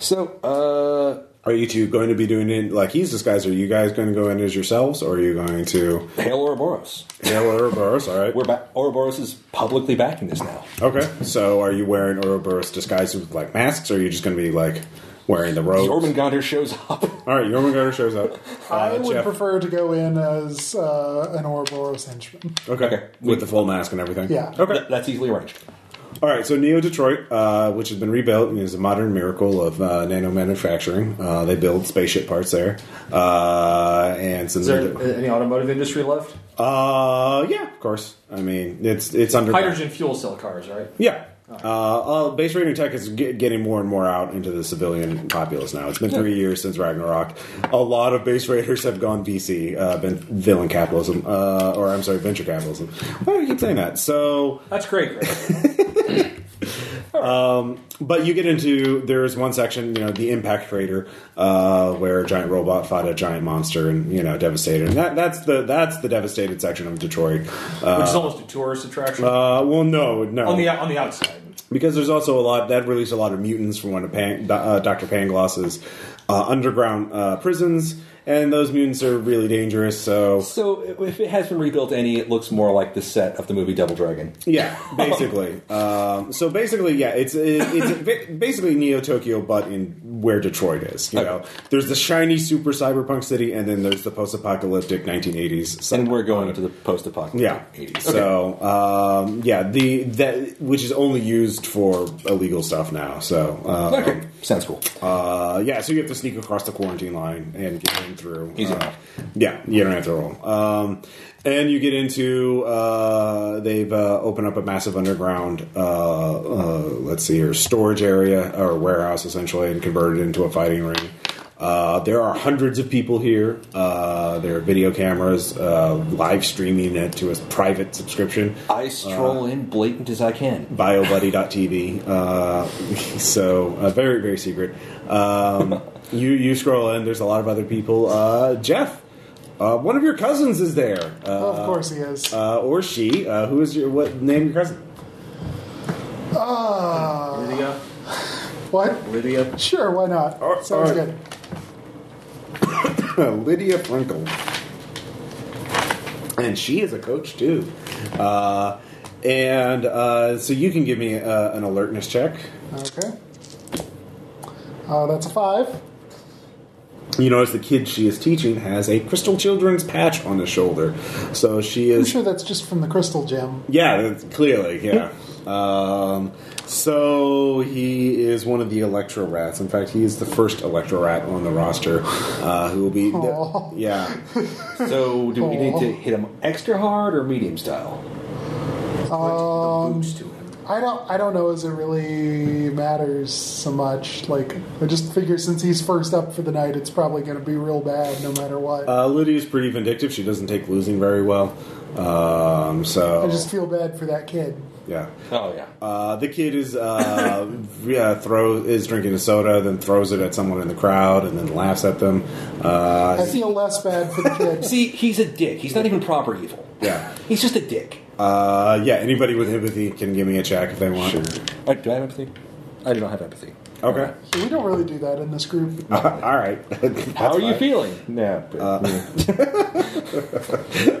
[SPEAKER 7] So, uh,
[SPEAKER 1] Are you two going to be doing it like he's disguised? Are you guys going to go in as yourselves, or are you going to?
[SPEAKER 7] hail Ouroboros.
[SPEAKER 1] Yeah, well, Ouroboros, all right.
[SPEAKER 7] We're ba- Ouroboros is publicly backing this now.
[SPEAKER 1] Okay, so are you wearing Ouroboros disguises with like masks, or are you just going to be like wearing the
[SPEAKER 7] The
[SPEAKER 1] robe?
[SPEAKER 7] Orban Gonder shows up.
[SPEAKER 1] All right, Jormungandr shows up.
[SPEAKER 2] I
[SPEAKER 1] Uh,
[SPEAKER 2] would
[SPEAKER 1] Jeff-
[SPEAKER 2] prefer to go in as uh, an Ouroboros henchman.
[SPEAKER 1] Okay,
[SPEAKER 7] Okay.
[SPEAKER 1] with the full mask and everything.
[SPEAKER 2] Yeah.
[SPEAKER 1] Okay.
[SPEAKER 7] Th- that's easily arranged.
[SPEAKER 1] All right, so Neo Detroit, uh, which has been rebuilt and is a modern miracle of uh, nano manufacturing, uh, they build spaceship parts there. Uh, and since
[SPEAKER 5] Is there any automotive industry left?
[SPEAKER 1] uh, yeah, of course. I mean, it's it's under
[SPEAKER 5] Hydrogen fuel cell cars, right?
[SPEAKER 1] Yeah. Uh, uh, base rating tech is ge- getting more and more out into the civilian populace now. It's been three years since Ragnarok. A lot of base raiders have gone VC, uh, been villain capitalism, uh, or I'm sorry, venture capitalism. Why do I keep saying that? So,
[SPEAKER 5] That's great. Right?
[SPEAKER 1] but you get into there's one section, you know, the impact crater, uh, where a giant robot fought a giant monster and you know devastated. And that, that's the that's the devastated section of Detroit. Uh,
[SPEAKER 5] Which is almost a tourist attraction
[SPEAKER 1] uh, well, no, no,
[SPEAKER 5] on the on the outside.
[SPEAKER 1] because there's also a lot that released a lot of mutants from one of Pan, uh, Dr. Pangloss's uh, underground uh, prisons, and those mutants are really dangerous. So
[SPEAKER 7] So, if it has been rebuilt any, it looks more like the set of the movie Double Dragon.
[SPEAKER 1] yeah, basically. um, so basically, yeah, it's it, it's ba- basically Neo Tokyo, but in where Detroit is. You know, there's the shiny super cyberpunk city, and then there's the post-apocalyptic 1980s. set.
[SPEAKER 7] And we're going to the post
[SPEAKER 1] Yeah.
[SPEAKER 7] apocalyptic 80s.
[SPEAKER 1] So um, yeah, the that which is only used for illegal stuff now. So um,
[SPEAKER 7] Okay. Sounds cool.
[SPEAKER 1] Uh, yeah, so you have to sneak across the quarantine line and get in through.
[SPEAKER 7] Easy
[SPEAKER 1] Uh,
[SPEAKER 7] enough.
[SPEAKER 1] yeah, you don't have to roll. Um, and you get into uh, they've uh, opened up a massive underground, uh, uh, let's see here, storage area or warehouse essentially, and converted it into a fighting ring. Uh, there are hundreds of people here. Uh, there are video cameras, uh, live streaming it to a private subscription.
[SPEAKER 7] I stroll in blatant as I can.
[SPEAKER 1] BioBuddy.tv. Uh, so uh, very very secret. Um, you you scroll in. There's a lot of other people. Uh, Jeff, uh, one of your cousins is there, uh,
[SPEAKER 2] Well, of course, he is.
[SPEAKER 1] uh, or she. Uh, who is your what name? Your cousin?
[SPEAKER 2] Ah,
[SPEAKER 5] Lydia,
[SPEAKER 2] what?
[SPEAKER 5] Lydia.
[SPEAKER 2] Sure, why not?
[SPEAKER 1] All right,
[SPEAKER 2] Sounds
[SPEAKER 1] all right.
[SPEAKER 2] good.
[SPEAKER 1] Lydia Frankel. And she is a coach too. Uh, and uh, so you can give me uh, an alertness check.
[SPEAKER 2] Okay. Uh, that's a five.
[SPEAKER 1] You notice the kid she is teaching has a Crystal Children's patch on his shoulder. So she
[SPEAKER 2] I'm
[SPEAKER 1] is
[SPEAKER 2] sure that's just from the crystal gem.
[SPEAKER 1] Yeah, that's- clearly, yeah. um, so he is one of the Electro Rats. In fact, he is the first Electro Rat on the roster uh, who will be.
[SPEAKER 2] Aw.
[SPEAKER 1] yeah.
[SPEAKER 7] So, do we need to hit him extra hard or medium style?
[SPEAKER 5] Um, to him.
[SPEAKER 2] I don't. I don't know as it really matters so much. Like, I just figure since he's first up for the night, it's probably going to be real bad no matter what.
[SPEAKER 1] Uh, Lydia's pretty vindictive. She doesn't take losing very well. Um, so.
[SPEAKER 2] I just feel bad for that kid.
[SPEAKER 1] yeah.
[SPEAKER 7] Oh, yeah.
[SPEAKER 1] Uh, the kid is uh, yeah, throw is drinking a soda, then throws it at someone in the crowd, and then laughs at them. Uh,
[SPEAKER 2] I feel less bad for the kid.
[SPEAKER 7] See, he's a dick. He's not even proper evil.
[SPEAKER 1] Yeah.
[SPEAKER 7] He's just a dick.
[SPEAKER 1] uh, yeah. Anybody with empathy can give me a check if they want.
[SPEAKER 7] Uh, do I have empathy? I do not have empathy.
[SPEAKER 1] Okay.
[SPEAKER 2] we don't really do that in this group.
[SPEAKER 1] All right.
[SPEAKER 7] How are you feeling? Uh, No. but-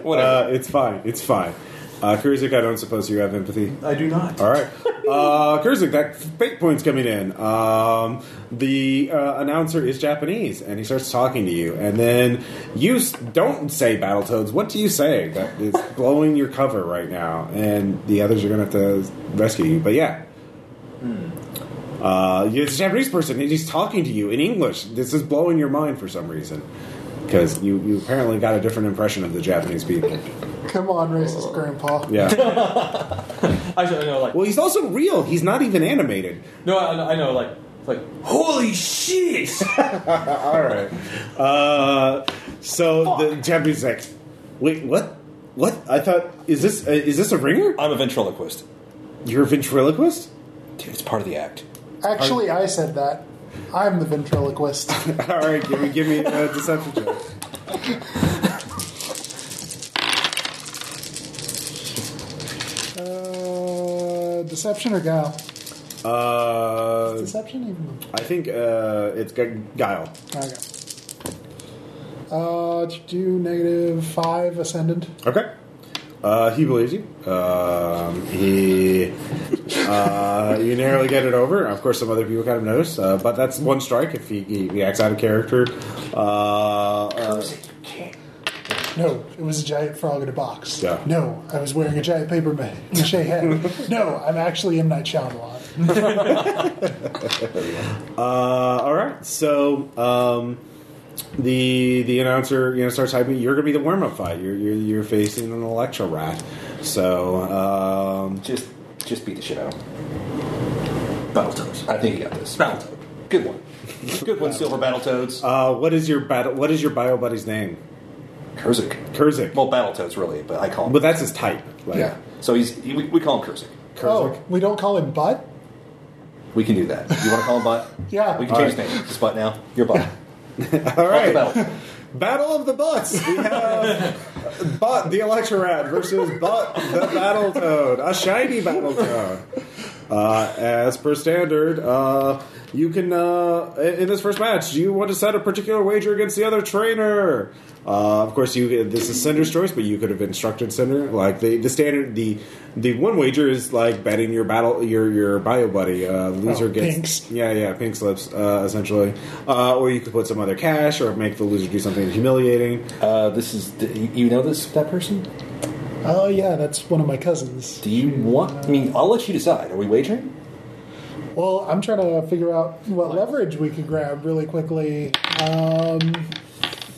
[SPEAKER 7] Whatever.
[SPEAKER 1] Uh, it's fine. It's fine. Uh, Kurzik, I don't suppose you have empathy.
[SPEAKER 5] I do not.
[SPEAKER 1] All right, uh, Kurzik, that fate point's coming in. Um, the uh, announcer is Japanese, and he starts talking to you, and then you s- don't say Battletoads. What do you say? That is blowing your cover right now, and the others are going to have to rescue you. But yeah, Uh, it's a Japanese person, and he's talking to you in English. This is blowing your mind for some reason because you, you apparently got a different impression of the Japanese people.
[SPEAKER 2] Come on, racist grandpa.
[SPEAKER 1] Yeah.
[SPEAKER 5] Actually, I know, like,
[SPEAKER 1] Well, he's also real. He's not even animated.
[SPEAKER 5] no, I, I know, like, it's like, holy shit!
[SPEAKER 1] All right. Uh, so the Japanese is like, wait, what? What? I thought is this uh, is this a ringer?
[SPEAKER 3] I'm a ventriloquist.
[SPEAKER 1] You're a ventriloquist.
[SPEAKER 3] Dude, it's part of the act.
[SPEAKER 2] Actually, I said that. I'm the ventriloquist. Uh,
[SPEAKER 1] All right, give me give me a deception check.
[SPEAKER 2] Uh, deception or guile?
[SPEAKER 1] Uh,
[SPEAKER 2] Deception even.
[SPEAKER 1] I think uh, it's gu- guile.
[SPEAKER 2] Okay. Uh, to do negative five ascendant.
[SPEAKER 1] Okay. Uh, he believes you. Um, he, uh, you narrowly get it over. Of course, some other people kind of notice, uh, but that's one strike if he, he, he acts out of character. Uh, uh,
[SPEAKER 2] No, it was a giant frog in a box.
[SPEAKER 1] Yeah.
[SPEAKER 2] No, I was wearing a giant paper ma- mache hat. no, I'm actually M Night Shyamalan.
[SPEAKER 1] uh, all right, so um, the the announcer you know starts typing. You're going to be the warm up fight. You're, you're you're facing an electro rat. So um,
[SPEAKER 3] Just, just beat the shit out of him.
[SPEAKER 8] Battletoads.
[SPEAKER 3] I think you got this.
[SPEAKER 8] Battletoad.
[SPEAKER 3] Good one. Good one, Silver Battletoads.
[SPEAKER 1] uh, what is your battle? What is your bio buddy's name?
[SPEAKER 3] Kurzik.
[SPEAKER 1] Kurzik.
[SPEAKER 3] Well, Battletoads, really, but I call him.
[SPEAKER 1] But that's his type. Like,
[SPEAKER 2] Yeah.
[SPEAKER 3] so he's he, we, we call him Kurzik.
[SPEAKER 1] Kurzik.
[SPEAKER 2] Oh, we don't call him Butt?
[SPEAKER 3] We can do that. You want to call him Butt?
[SPEAKER 2] Yeah.
[SPEAKER 3] We can change his name. It's Butt now. You're Butt.
[SPEAKER 1] All
[SPEAKER 3] Butt the
[SPEAKER 1] right.
[SPEAKER 3] Battle.
[SPEAKER 1] Battle of the Butts. We have Butt the Electorad versus Butt the Battletoad, a shiny Battletoad. Uh, as per standard, uh, you can uh, in in this first match you want to set a particular wager against the other trainer. Uh, of course, you this is Cinder's choice, but you could have instructed Cinder. Like the, the standard, the the one wager is like betting your battle your your bio buddy uh, loser
[SPEAKER 2] Oh,
[SPEAKER 1] gets
[SPEAKER 2] pinks.
[SPEAKER 1] yeah, yeah, pink slips, uh, essentially. Uh, or you could put some other cash, or make the loser do something humiliating.
[SPEAKER 3] Uh, this is. do you- You know this that person?
[SPEAKER 2] Oh, yeah, that's one of my cousins.
[SPEAKER 3] Do you want? I mean, I'll let you decide. Are we wagering?
[SPEAKER 2] Well, I'm trying to figure out what leverage we could grab really quickly. Um,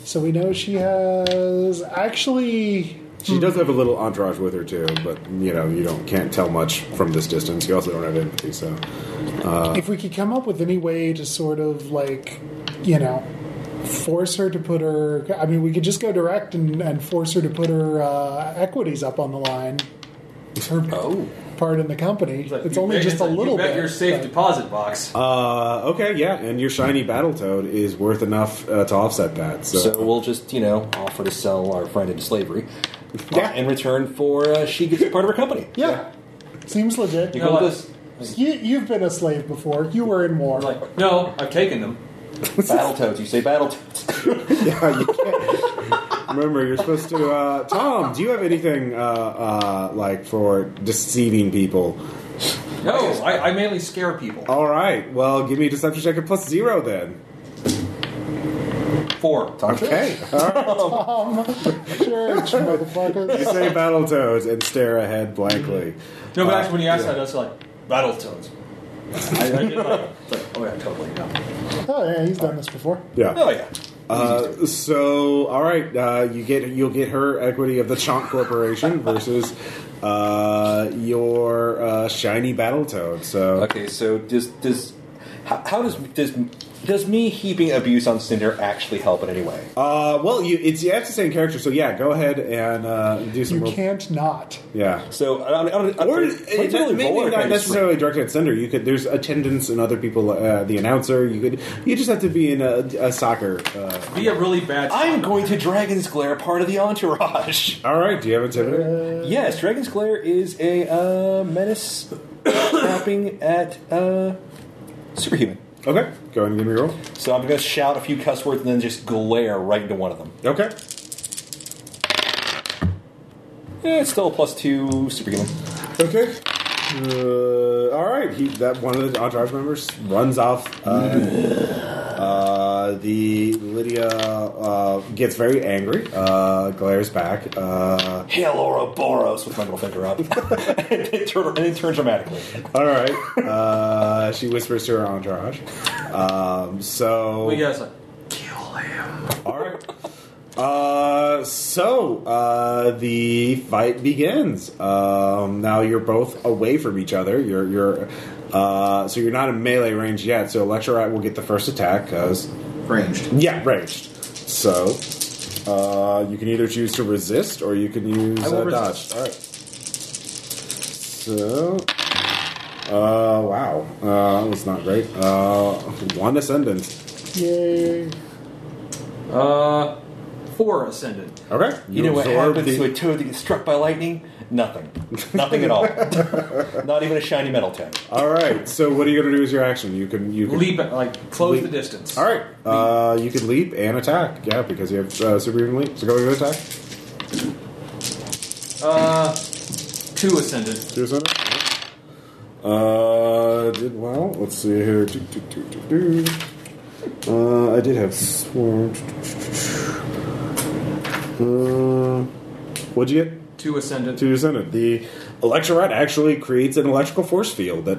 [SPEAKER 2] so we know she has actually.
[SPEAKER 1] She does have a little entourage with her too, but you know, you don't can't tell much from this distance. You also don't have empathy, so
[SPEAKER 2] if we could come up with any way to sort of like, you know, force her to put her. I mean, we could just go direct and, and force her to put her uh, equities up on the line. Her
[SPEAKER 3] Oh.
[SPEAKER 2] part in the company.
[SPEAKER 5] It's, like,
[SPEAKER 2] it's
[SPEAKER 5] you
[SPEAKER 2] only
[SPEAKER 5] bet-
[SPEAKER 2] just
[SPEAKER 5] it's
[SPEAKER 2] a
[SPEAKER 5] like,
[SPEAKER 2] little
[SPEAKER 5] you bet
[SPEAKER 2] bit.
[SPEAKER 5] your safe
[SPEAKER 2] but-
[SPEAKER 5] deposit box.
[SPEAKER 1] uh, okay, yeah. And your shiny Battletoad is worth enough uh, to offset that. So,
[SPEAKER 3] So we'll just, you know, offer to sell our friend into slavery uh,
[SPEAKER 1] Yeah.
[SPEAKER 3] in return for uh, she gets a part of her company.
[SPEAKER 2] yeah. Seems legit.
[SPEAKER 3] You
[SPEAKER 5] No,
[SPEAKER 3] go with
[SPEAKER 5] I-
[SPEAKER 3] us.
[SPEAKER 2] You, you've been a slave before. You were in war.
[SPEAKER 5] I'm like, no, I've taken them.
[SPEAKER 3] Battletoads. You say Battletoads.
[SPEAKER 1] yeah, you can't. remember you're supposed to. Uh, Tom, do you have anything uh, uh, like for deceiving people?
[SPEAKER 5] No, I, Uh, I mainly scare people.
[SPEAKER 1] All right, well, give me a deception check at plus zero then.
[SPEAKER 5] Four.
[SPEAKER 1] Okay, all right.
[SPEAKER 2] Um, church,
[SPEAKER 1] You
[SPEAKER 2] motherfuckers.
[SPEAKER 1] say Battletoads and stare ahead blankly.
[SPEAKER 5] No, but actually, when you asked that, I was like, Battletoads. I, I did like, it's like, oh yeah, totally. No.
[SPEAKER 2] Oh, yeah, he's done this before.
[SPEAKER 1] Yeah.
[SPEAKER 3] Oh yeah.
[SPEAKER 1] Uh, so, all right, uh, you get you'll get her equity of the Chomp Corporation versus uh, your uh, shiny Battletoad. So,
[SPEAKER 3] Okay. So does does how, how does does does me heaping abuse on Cinder actually help in any way?
[SPEAKER 1] uh, well, you it's you have to say in character. So, yeah, go ahead and uh, do some.
[SPEAKER 2] You
[SPEAKER 1] roll-
[SPEAKER 2] can't not.
[SPEAKER 1] Yeah.
[SPEAKER 3] So I don't, I don't, I don't
[SPEAKER 1] Or
[SPEAKER 3] what do you
[SPEAKER 1] it,
[SPEAKER 3] really roll,
[SPEAKER 1] maybe
[SPEAKER 3] or can
[SPEAKER 1] not
[SPEAKER 3] I just-
[SPEAKER 1] necessarily directed at Cinder. You could there's attendance and other people, uh, the announcer. You could you just have to be in a, a soccer. Uh,
[SPEAKER 5] Be a really bad.
[SPEAKER 3] I'm going to Dragon's Glare, part of the entourage.
[SPEAKER 1] all right, do you have intimidate?
[SPEAKER 3] Uh, Yes, Dragon's Glare is a uh, menace snapping at uh, superhuman.
[SPEAKER 1] Okay, go ahead and give me a roll.
[SPEAKER 3] So I'm going to shout a few cuss words and then just glare right into one of them.
[SPEAKER 1] Okay.
[SPEAKER 3] Eh, it's still a plus two superhuman.
[SPEAKER 1] Okay. Uh, all right. He that one of the entourage members runs off. Uh, uh, Uh, the Lydia uh, gets very angry, uh, glares back. Uh,
[SPEAKER 3] Hail Ouroboros with my middle finger up. and, then turn, and then turn dramatically.
[SPEAKER 1] all right. Uh, she whispers to her entourage. Um, so
[SPEAKER 5] We guess like,
[SPEAKER 1] All right. Uh, so uh, the fight begins. Um, now you're both away from each other. You're you're uh, so you're not in melee range yet. So Electrorat will get the first attack because
[SPEAKER 5] ranged.
[SPEAKER 1] yeah, ranged. So uh, you can either choose to resist or you can use
[SPEAKER 5] I will
[SPEAKER 1] uh,
[SPEAKER 5] resist.
[SPEAKER 1] dodge. All right. So. Uh, wow. Uh, that was not great. Uh, one ascendant.
[SPEAKER 2] Yay.
[SPEAKER 5] Uh, four ascendant.
[SPEAKER 1] Okay.
[SPEAKER 7] You know what
[SPEAKER 1] absorb
[SPEAKER 7] happens
[SPEAKER 1] the-
[SPEAKER 7] to a toad that gets struck by lightning? Nothing. Nothing at all. Not even a shiny metal toad.
[SPEAKER 1] All right. So what are you going to do as your action? You can you can
[SPEAKER 5] Leap, like close
[SPEAKER 1] Leap.
[SPEAKER 5] the distance.
[SPEAKER 1] All right. Uh, you can leap and attack. Yeah, because you have uh, superhuman leap. So go to attack.
[SPEAKER 5] Uh, two ascendant.
[SPEAKER 1] Two center. Uh, did well. Let's see here. Do, do, do, do, do. Uh, I did have swarm. Uh, what'd you get?
[SPEAKER 5] Two ascendant.
[SPEAKER 1] to descendant. The electrorat actually creates an electrical force field that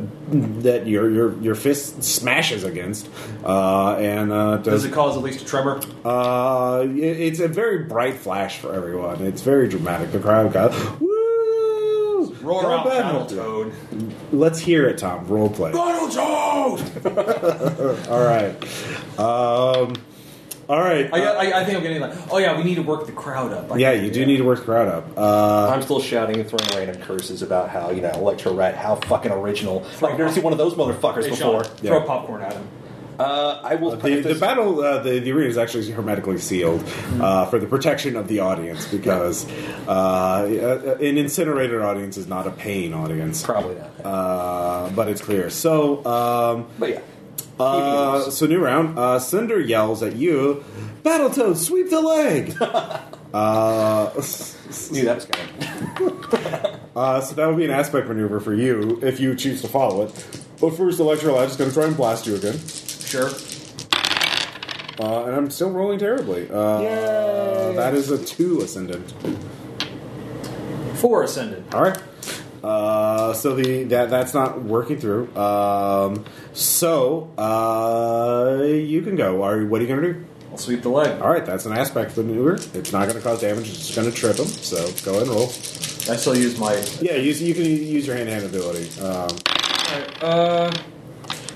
[SPEAKER 1] that your your your fist smashes against, uh, and uh,
[SPEAKER 5] Does
[SPEAKER 1] does.
[SPEAKER 5] it cause at least a tremor?
[SPEAKER 1] uh, it- it's a very bright flash for everyone. It's very dramatic. The crowd goes, "Woo!"
[SPEAKER 5] Roar
[SPEAKER 1] Go
[SPEAKER 5] out, battle
[SPEAKER 1] Battle Toad.
[SPEAKER 5] toad.
[SPEAKER 1] Let's hear it, Tom. Role play.
[SPEAKER 5] Battle toad.
[SPEAKER 1] All right. Um, all right. Uh,
[SPEAKER 5] I, got, I, I think I'm getting like, oh yeah, we need to work the crowd up. I
[SPEAKER 1] yeah, you do need to work the crowd up. Uh,
[SPEAKER 7] I'm still shouting and throwing random curses about how, you know, Electro Rat, how fucking original. Like, I've never seen one of those motherfuckers
[SPEAKER 5] Hey,
[SPEAKER 7] before.
[SPEAKER 5] Sean, throw
[SPEAKER 1] Yeah.
[SPEAKER 5] popcorn at him.
[SPEAKER 7] Uh, I will
[SPEAKER 1] the,
[SPEAKER 7] put
[SPEAKER 1] the
[SPEAKER 7] this.
[SPEAKER 1] battle, uh, the, the arena is actually hermetically sealed uh, for the protection of the audience because uh, a- a- an incinerated audience is not a paying audience.
[SPEAKER 7] Probably not.
[SPEAKER 1] Uh, but it's clear. So, um,
[SPEAKER 7] but yeah.
[SPEAKER 1] uh, so new round. Uh, Cinder yells at you, Battletoad, sweep the leg! uh,
[SPEAKER 7] Knew that was coming.
[SPEAKER 1] Uh, so that would be an aspect maneuver for you if you choose to follow it. But first, Electrolyte is going to try and blast you again.
[SPEAKER 5] Sure.
[SPEAKER 1] Uh, and I'm still rolling terribly. Uh, That is a two ascendant.
[SPEAKER 5] Four ascendant.
[SPEAKER 1] All right. Uh, so the that that's not working through. Um, so uh, you can go. Are what are you going to do?
[SPEAKER 5] I'll sweep the leg.
[SPEAKER 1] All right, that's an aspect maneuver. It's not going to cause damage. It's just going to trip him. So go ahead and roll.
[SPEAKER 5] I still use my
[SPEAKER 1] Yeah, you, you can use your hand to hand ability. Um,
[SPEAKER 5] uh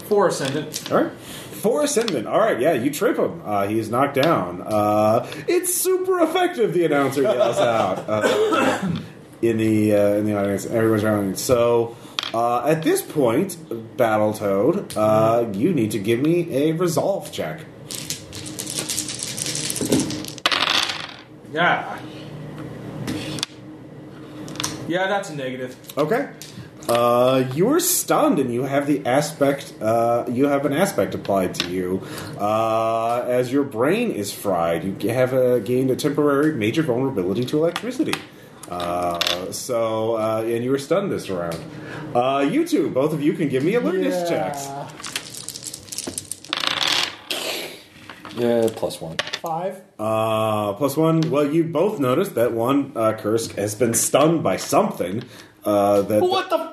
[SPEAKER 5] four ascendant.
[SPEAKER 1] All right. Four ascendant. All right, yeah, you trip him. Uh, he is knocked down. Uh, it's super effective. The announcer yells out uh, in the uh, in the audience. Everyone's shouting. So uh, at this point, Battletoad, uh, you need to give me a resolve check.
[SPEAKER 5] Yeah. Yeah, that's a negative.
[SPEAKER 1] Okay. Uh, you're stunned, and you have the aspect. Uh, you have an aspect applied to you, uh, as your brain is fried. You have uh, gained a temporary major vulnerability to electricity. Uh, so, uh, and you were stunned this round. Uh, you two, both of you, can give me alertness
[SPEAKER 2] Yeah.
[SPEAKER 1] checks.
[SPEAKER 7] Yeah, plus one.
[SPEAKER 2] Five.
[SPEAKER 1] Uh, plus one. Well, you both noticed that one uh, Kursk has been stunned by something. Uh, that
[SPEAKER 7] What the fuck?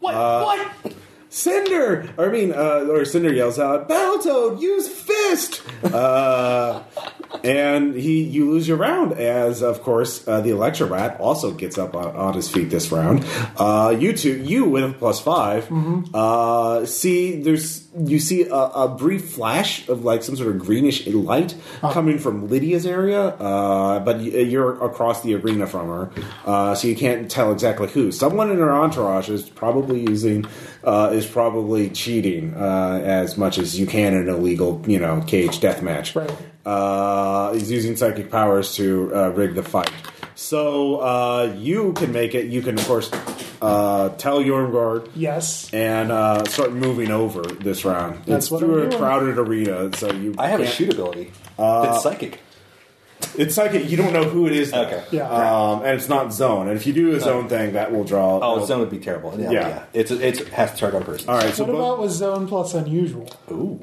[SPEAKER 7] What?
[SPEAKER 1] Uh,
[SPEAKER 7] what?
[SPEAKER 1] Cinder, or I mean, uh, or Cinder yells out, "Battletoad, use fist!" Uh, and he, you lose your round. As of course, uh, the Electro Rat also gets up on, on his feet this round. Uh, you two, you with a plus 5 Uh, see, there's you see a, a brief flash of like some sort of greenish light coming from Lydia's area, uh, but y- you're across the arena from her, uh, so you can't tell exactly who. Someone in her entourage is probably using uh, is probably cheating uh, as much as you can in a legal, you know, cage death match.
[SPEAKER 2] Right.
[SPEAKER 1] Uh, is using psychic powers to uh, rig the fight. So uh, you can make it. You can of course uh, tell Yormgard
[SPEAKER 2] Yes.
[SPEAKER 1] and uh, start moving over this round.
[SPEAKER 2] That's
[SPEAKER 1] it's
[SPEAKER 2] what
[SPEAKER 1] through
[SPEAKER 2] I'm
[SPEAKER 1] a
[SPEAKER 2] doing.
[SPEAKER 1] crowded arena, so you.
[SPEAKER 7] I have a
[SPEAKER 1] can't-
[SPEAKER 7] shoot ability. it's psychic.
[SPEAKER 1] It's psychic. You don't know who it is. though.
[SPEAKER 7] Okay.
[SPEAKER 2] Yeah.
[SPEAKER 1] Um, and it's not zone. And if you do a zone thing, that will draw.
[SPEAKER 7] Oh,
[SPEAKER 1] it'll-
[SPEAKER 7] zone would be terrible. Yeah,
[SPEAKER 1] Yeah.
[SPEAKER 7] yeah. It's it's it has to target on person.
[SPEAKER 1] All right. So
[SPEAKER 2] What about
[SPEAKER 1] both,
[SPEAKER 2] with zone plus unusual?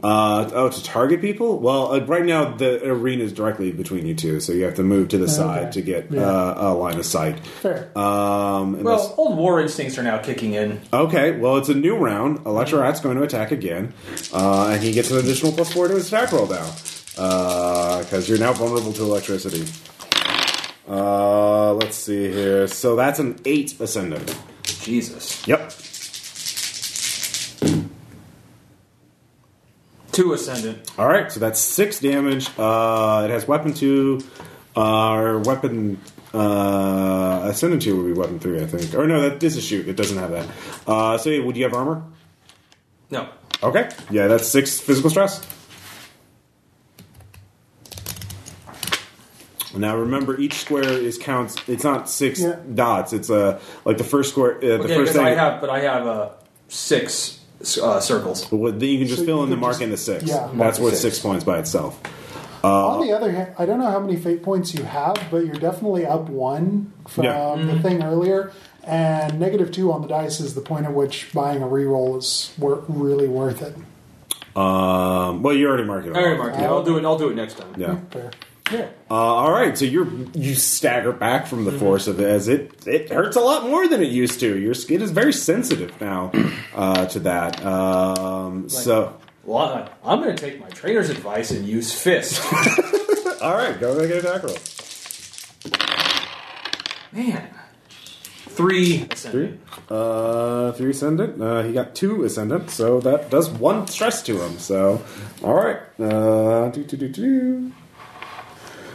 [SPEAKER 1] uh, oh, to target people. Well, uh, right now the arena is directly between you two, so you have to move to the side to get
[SPEAKER 2] Yeah.
[SPEAKER 1] uh, a line of sight.
[SPEAKER 2] Fair.
[SPEAKER 1] Um, unless-
[SPEAKER 4] Well, old war instincts are now kicking in.
[SPEAKER 1] Okay, well, it's a new round. Electrorat's going to attack again, uh, and he gets an additional plus four to his attack roll now because you're now vulnerable to electricity. Uh, let's see here. So that's an eight ascendant.
[SPEAKER 4] Jesus.
[SPEAKER 1] Yep.
[SPEAKER 4] Two ascendant.
[SPEAKER 1] All right, so that's six damage. Uh, it has weapon two, uh, or weapon uh, ascendant two would be weapon three, I think. Or no, that is a shoot. It doesn't have that. Uh, so would you have armor?
[SPEAKER 4] No.
[SPEAKER 1] Okay. Yeah, that's six physical stress. Now remember, each square is counts. It's not six
[SPEAKER 2] Yeah.
[SPEAKER 1] dots. It's uh, like the first square. Uh, the
[SPEAKER 4] Okay,
[SPEAKER 1] first
[SPEAKER 4] because
[SPEAKER 1] thing.
[SPEAKER 4] I have, but I have uh, six uh, circles.
[SPEAKER 1] well, then you can just
[SPEAKER 2] So
[SPEAKER 1] fill
[SPEAKER 2] you
[SPEAKER 1] in the
[SPEAKER 2] can
[SPEAKER 1] mark
[SPEAKER 2] just-
[SPEAKER 1] and the six.
[SPEAKER 2] yeah. Mark
[SPEAKER 1] That's
[SPEAKER 3] the
[SPEAKER 1] worth
[SPEAKER 3] six.
[SPEAKER 1] six points by itself.
[SPEAKER 2] On the other hand, I don't know how many fate points you have, but you're definitely up one from
[SPEAKER 1] Yeah.
[SPEAKER 7] Mm-hmm.
[SPEAKER 2] the thing earlier. And negative two on the dice is the point at which buying a reroll is wor- really worth it.
[SPEAKER 1] Um, well, you already marked it.
[SPEAKER 4] All right,
[SPEAKER 1] off.
[SPEAKER 4] Mark. I'll do it. I'll do it next time.
[SPEAKER 1] Yeah.
[SPEAKER 2] Fair.
[SPEAKER 1] Uh, all right, so you're you stagger back from
[SPEAKER 4] Mm-hmm.
[SPEAKER 1] the force of it as it it hurts a lot more than it used to. Your skin is very sensitive now uh, to that. Um, so
[SPEAKER 4] Well, I- I'm going to take my trainer's advice and use fist.
[SPEAKER 1] all right, go make an attack roll.
[SPEAKER 4] Man, three ascendant.
[SPEAKER 1] Uh, three ascendant. Uh, he got two ascendant, so that does one stress to him. So, all right. Uh, do, do, do, do.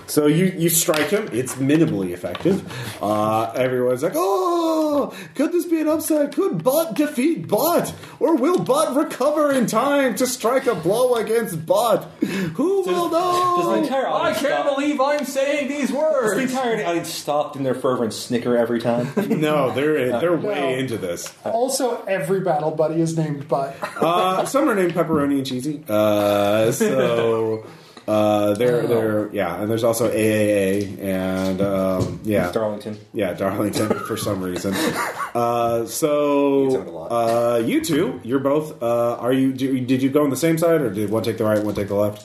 [SPEAKER 1] So you you strike him. It's minimally effective. Uh, everyone's like, "Oh, could this be an upset? Could Bot defeat Bot, or will Bot recover in time to strike a blow against Bot? Who will know?"
[SPEAKER 7] Does the entire
[SPEAKER 4] I
[SPEAKER 7] audience
[SPEAKER 4] can't
[SPEAKER 7] stop?
[SPEAKER 4] believe I'm saying these
[SPEAKER 7] Does the
[SPEAKER 4] words.
[SPEAKER 7] entire audience stop in their fervor and snicker every time?
[SPEAKER 1] no, they're they're way
[SPEAKER 2] No.
[SPEAKER 1] into this.
[SPEAKER 2] Also, every battle buddy is named Butt.
[SPEAKER 1] uh, some are named pepperoni and cheesy. Uh, so uh, they're they're yeah, and there's also AAA and um, yeah,
[SPEAKER 7] Darlington.
[SPEAKER 1] yeah, Darlington for some reason. Uh, so
[SPEAKER 7] It's owned a lot.
[SPEAKER 1] uh, you two, you're both. Uh, are you? Do, did you go on the same side, or did one take the right, one take the left?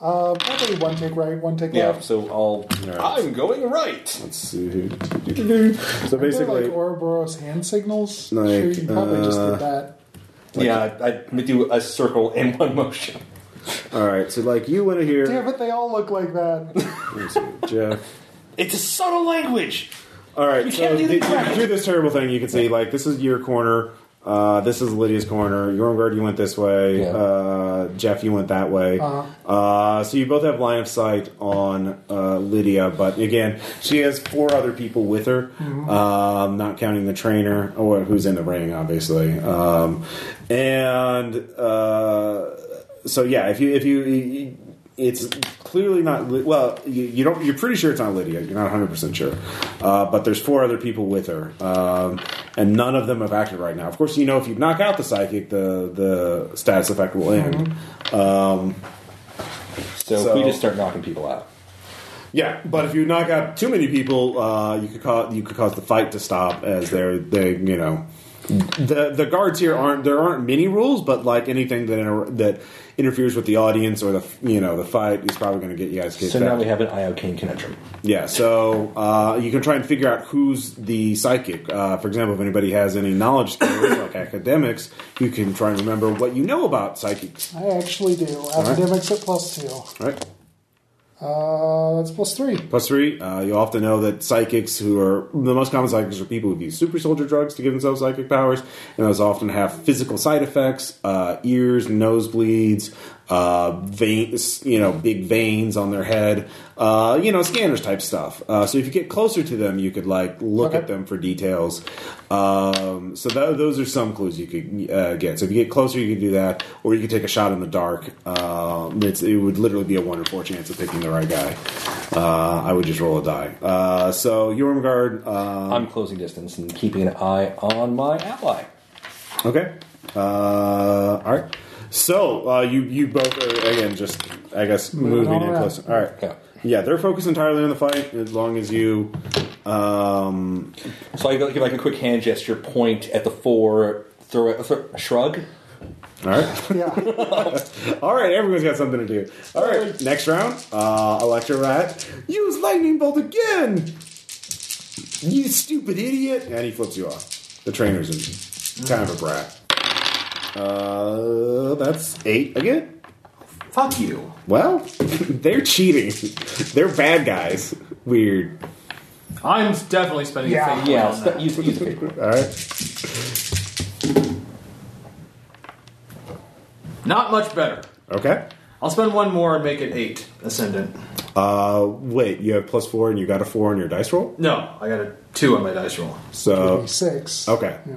[SPEAKER 2] Uh, probably one take right, one take
[SPEAKER 7] Yeah,
[SPEAKER 2] left.
[SPEAKER 7] so all. I'm going right.
[SPEAKER 1] Let's see. So
[SPEAKER 2] Basically,
[SPEAKER 1] basically,
[SPEAKER 2] like Ouroboros hand signals.
[SPEAKER 1] Like,
[SPEAKER 2] sure, you probably just
[SPEAKER 1] uh,
[SPEAKER 2] did that.
[SPEAKER 7] yeah, I, I do a circle in one motion.
[SPEAKER 1] all right. So like you went here.
[SPEAKER 2] Damn it, they all look like that.
[SPEAKER 1] Let me see, Jeff.
[SPEAKER 7] It's a subtle language.
[SPEAKER 1] All right,
[SPEAKER 7] You
[SPEAKER 1] so
[SPEAKER 7] can't do the
[SPEAKER 1] th-
[SPEAKER 7] crack.
[SPEAKER 1] through this terrible thing, you can see like this is your corner. Uh, this is Lydia's corner. Yormgard, you went this way.
[SPEAKER 7] Yeah.
[SPEAKER 1] Uh, Jeff, you went that way.
[SPEAKER 2] Uh-huh.
[SPEAKER 1] Uh, so you both have line of sight on uh, Lydia, but again, she has four other people with her,
[SPEAKER 7] Mm-hmm.
[SPEAKER 1] um, not counting the trainer, or who's in the ring, obviously. Um, and uh, so, yeah, if you if you- you it's clearly not. Ly- Well, you, you don't. You're pretty sure it's not Lydia. You're not 100 percent sure, uh, but there's four other people with her, um, and none of them have acted right now. Of course, you know if you knock out the psychic, the the status effect will end. Um,
[SPEAKER 7] So,
[SPEAKER 1] So-
[SPEAKER 7] if we just start knocking people out.
[SPEAKER 1] yeah, but if you knock out too many people, uh, you could cause you could cause the fight to stop as they're they you know the the guards here aren't there aren't many rules, but like anything that inter- that interferes with the audience or the you know the fight is probably going to get you guys kicked
[SPEAKER 7] So
[SPEAKER 1] out.
[SPEAKER 7] now we have an Iocane conundrum.
[SPEAKER 1] Yeah, so uh, you can try and figure out who's the psychic. Uh, for example, if anybody has any knowledge skills, like academics, you can try and remember what you know about psychics.
[SPEAKER 2] I actually do. Academics at plus two.
[SPEAKER 1] Right?
[SPEAKER 2] Uh, that's plus three.
[SPEAKER 1] Plus three, uh, you often know that psychics who are the most common psychics are people who use super soldier drugs to give themselves psychic powers, and those often have physical side effects: uh, ears, nosebleeds, uh, veins, you know, big veins on their head, uh, you know, scanners type stuff. Uh, so if you get closer to them, you could like look
[SPEAKER 2] Okay.
[SPEAKER 1] at them for details. Um, so tho- those are some clues you could uh, get. So if you get closer, you can do that, or you could take a shot in the dark. Um, it's, it would literally be a one in four chance of picking the right guy. Uh, I would just roll a die. Uh, so Yormgard, uh,
[SPEAKER 7] I'm closing distance and keeping an eye on my ally.
[SPEAKER 1] okay, uh, all right. So uh, you you both are, again just I guess moving
[SPEAKER 2] all
[SPEAKER 1] in
[SPEAKER 2] around.
[SPEAKER 1] closer. All right.
[SPEAKER 7] Yeah.
[SPEAKER 1] Yeah, they're focused entirely on the fight as long as you. Um,
[SPEAKER 7] So I go- give like a quick hand gesture, point at the four, throw a, throw a shrug.
[SPEAKER 1] all right,
[SPEAKER 2] Yeah.
[SPEAKER 1] all right. Everyone's got something to do. All right, next round. Uh, Electro Rat, use lightning bolt again. You stupid idiot! And he flips you off. The trainer's in kind of a brat. Uh, that's eight again.
[SPEAKER 5] Fuck you.
[SPEAKER 1] Well, they're cheating. they're bad guys. Weird.
[SPEAKER 5] I'm definitely spending
[SPEAKER 2] Yeah.
[SPEAKER 5] a fake
[SPEAKER 7] Yeah,
[SPEAKER 5] on
[SPEAKER 7] st-
[SPEAKER 5] that.
[SPEAKER 7] use, use a fake point.
[SPEAKER 1] All right.
[SPEAKER 5] Not much better.
[SPEAKER 1] Okay.
[SPEAKER 5] I'll spend one more and make it eight. Ascendant.
[SPEAKER 1] Uh, wait, you have plus four and you got a four on your dice roll?
[SPEAKER 5] No, I got a two on my dice roll.
[SPEAKER 1] So,
[SPEAKER 2] Six.
[SPEAKER 1] okay.
[SPEAKER 2] Yeah.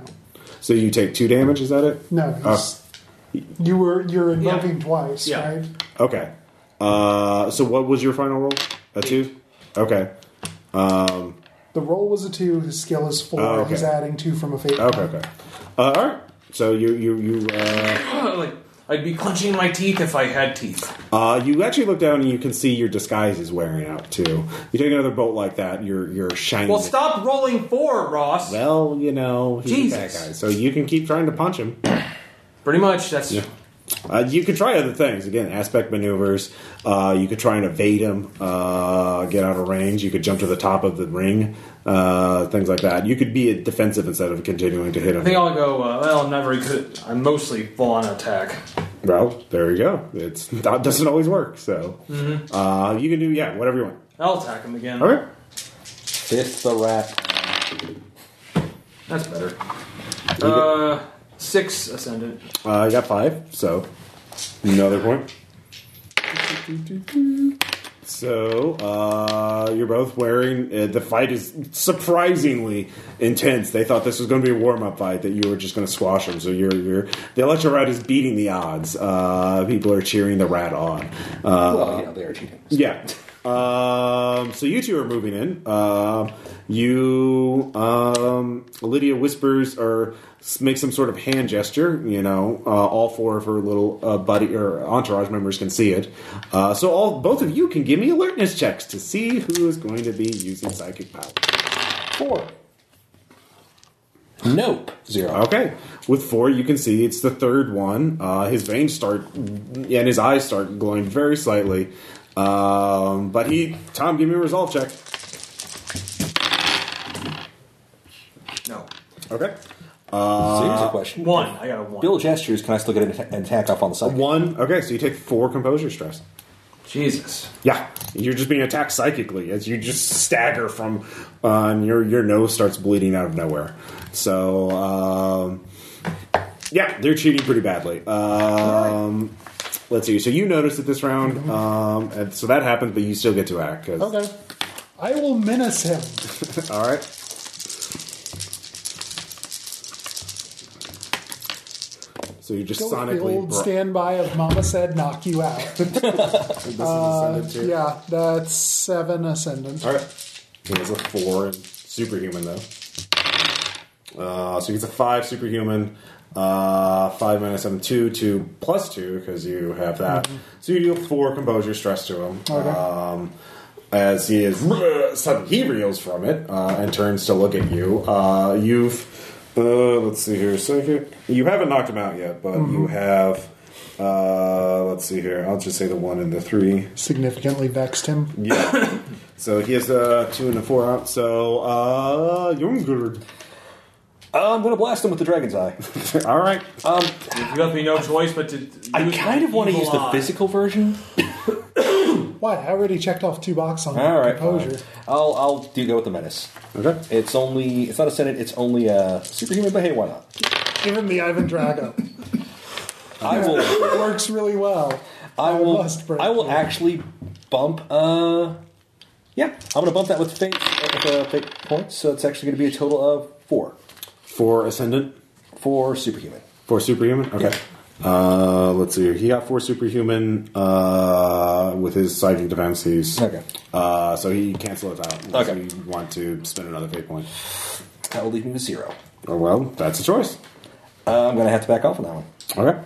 [SPEAKER 1] So you take two damage, is that it?
[SPEAKER 2] No. he's-
[SPEAKER 1] Uh,
[SPEAKER 2] You were you're invoking
[SPEAKER 5] Yeah.
[SPEAKER 2] twice,
[SPEAKER 5] Yeah.
[SPEAKER 2] right?
[SPEAKER 1] Okay. Uh, so what was your final roll? A two? Okay.
[SPEAKER 2] The roll was a two. His skill is four.
[SPEAKER 1] Oh, okay.
[SPEAKER 2] He's adding two from a fate.
[SPEAKER 1] Okay,
[SPEAKER 2] die.
[SPEAKER 1] okay. Uh, all right. So you, you, you, uh,
[SPEAKER 5] like, I'd be clenching my teeth if I had teeth.
[SPEAKER 1] uh, you actually look down and you can see your disguise is wearing out too. You take another bolt like that, you're, you're shining.
[SPEAKER 5] Well, stop rolling four, Ross.
[SPEAKER 1] Well, you know, he's a bad
[SPEAKER 5] Jesus.
[SPEAKER 1] guy. So you can keep trying to punch him.
[SPEAKER 5] Pretty much. That's
[SPEAKER 1] Uh, you could try other things. Again, aspect maneuvers. Uh, you could try and evade him, uh, get out of range. You could jump to the top of the ring, uh, things like that. You could be defensive instead of continuing to hit
[SPEAKER 5] I think
[SPEAKER 1] him.
[SPEAKER 5] I'll go. Uh, well, I'm not very good. at- I mostly fall on attack.
[SPEAKER 1] Well, there you go. It's that doesn't always work. So uh, you can do yeah, whatever you want.
[SPEAKER 5] I'll attack him again.
[SPEAKER 1] All right.
[SPEAKER 7] Fist the rat.
[SPEAKER 5] That's better. Uh, six ascendant.
[SPEAKER 1] Uh, I got five, so another point. So uh, you're both wearing. Uh, the fight is surprisingly intense. They thought this was going to be a warm up fight that you were just going to squash them. So you're, you're the electro rat is beating the odds. Uh, people are cheering the rat on. Uh,
[SPEAKER 7] Well, you know, they are cheating.
[SPEAKER 1] yeah. Um, so you two are moving in. Um you, um, Lydia whispers or s- makes some sort of hand gesture. You know, uh, all four of her little uh, buddy or entourage members can see it. Uh, so all both of you can give me alertness checks to see who is going to be using psychic power.
[SPEAKER 7] Four. Nope. Zero.
[SPEAKER 1] Okay, with four, you can see it's the third one. Uh, his veins start and his eyes start glowing very slightly. Um, but he, Tom, give me a resolve check.
[SPEAKER 5] No.
[SPEAKER 1] Okay.
[SPEAKER 7] so here's a question.
[SPEAKER 5] One. I got a one.
[SPEAKER 7] Bill gestures. Can I still get an, atta- an attack off on the side?
[SPEAKER 1] One. Okay, so you take four composure stress.
[SPEAKER 5] Jesus.
[SPEAKER 1] Yeah, you're just being attacked psychically as you just stagger from, uh, and your your nose starts bleeding out of nowhere. So, um, yeah, they're cheating pretty badly. Um, let's see. So you notice it this round, um, and so that happens, but you still get to act. 'cause-
[SPEAKER 2] Mm-hmm. Okay. I will menace him.
[SPEAKER 1] All right. So you're just
[SPEAKER 2] Go with the
[SPEAKER 1] sonically.
[SPEAKER 2] old
[SPEAKER 1] bro-
[SPEAKER 2] standby of Mama said knock you out.
[SPEAKER 1] This
[SPEAKER 2] uh,
[SPEAKER 1] is ascendant too.
[SPEAKER 2] yeah, that's seven ascendant.
[SPEAKER 1] All right. He has a four and superhuman though. Uh, so he gets a five superhuman, uh, five minus seven, two, two plus two because you have that. So you deal four composure stress to him.
[SPEAKER 2] Okay.
[SPEAKER 1] Um, as he is suddenly he reels from it uh, and turns to look at you. Uh, you've uh, let's see here, psychic. You haven't knocked him out yet, but you have. Uh, let's see here. I'll just say the one and the three.
[SPEAKER 2] Significantly vexed him.
[SPEAKER 1] Yeah. so he has a two and a four out. So uh, Jungerd.
[SPEAKER 7] Uh, I'm going to blast him with the dragon's eye.
[SPEAKER 1] All right.
[SPEAKER 5] You left me no choice but to.
[SPEAKER 7] I
[SPEAKER 5] use
[SPEAKER 7] kind of want to
[SPEAKER 5] evil
[SPEAKER 7] use the
[SPEAKER 5] eye.
[SPEAKER 7] physical version.
[SPEAKER 2] What? I already checked off two box on
[SPEAKER 7] All right.
[SPEAKER 2] composure.
[SPEAKER 7] I'll I'll do go with the menace.
[SPEAKER 1] Okay.
[SPEAKER 7] It's only it's not a senate. It's only a superhuman. But hey, why not?
[SPEAKER 2] Give him the Ivan Drago.
[SPEAKER 7] I will.
[SPEAKER 2] it works really well.
[SPEAKER 7] I will.
[SPEAKER 2] must break
[SPEAKER 7] I will
[SPEAKER 2] through.
[SPEAKER 7] actually bump. Uh, yeah, I'm gonna bump that with fake with uh, fake points. So it's actually gonna be a total of four
[SPEAKER 1] Four ascendant.
[SPEAKER 7] for superhuman.
[SPEAKER 1] Four superhuman. Okay. Uh, let's see. here. He got four superhuman uh, with his psychic defenses.
[SPEAKER 7] Okay.
[SPEAKER 1] Uh, so he cancel it out. unless
[SPEAKER 7] Okay.
[SPEAKER 1] you want to spend another fate point.
[SPEAKER 7] That will leave me with zero.
[SPEAKER 1] Oh well, that's a choice.
[SPEAKER 7] Uh, I'm gonna have to back off on that one.
[SPEAKER 1] Okay.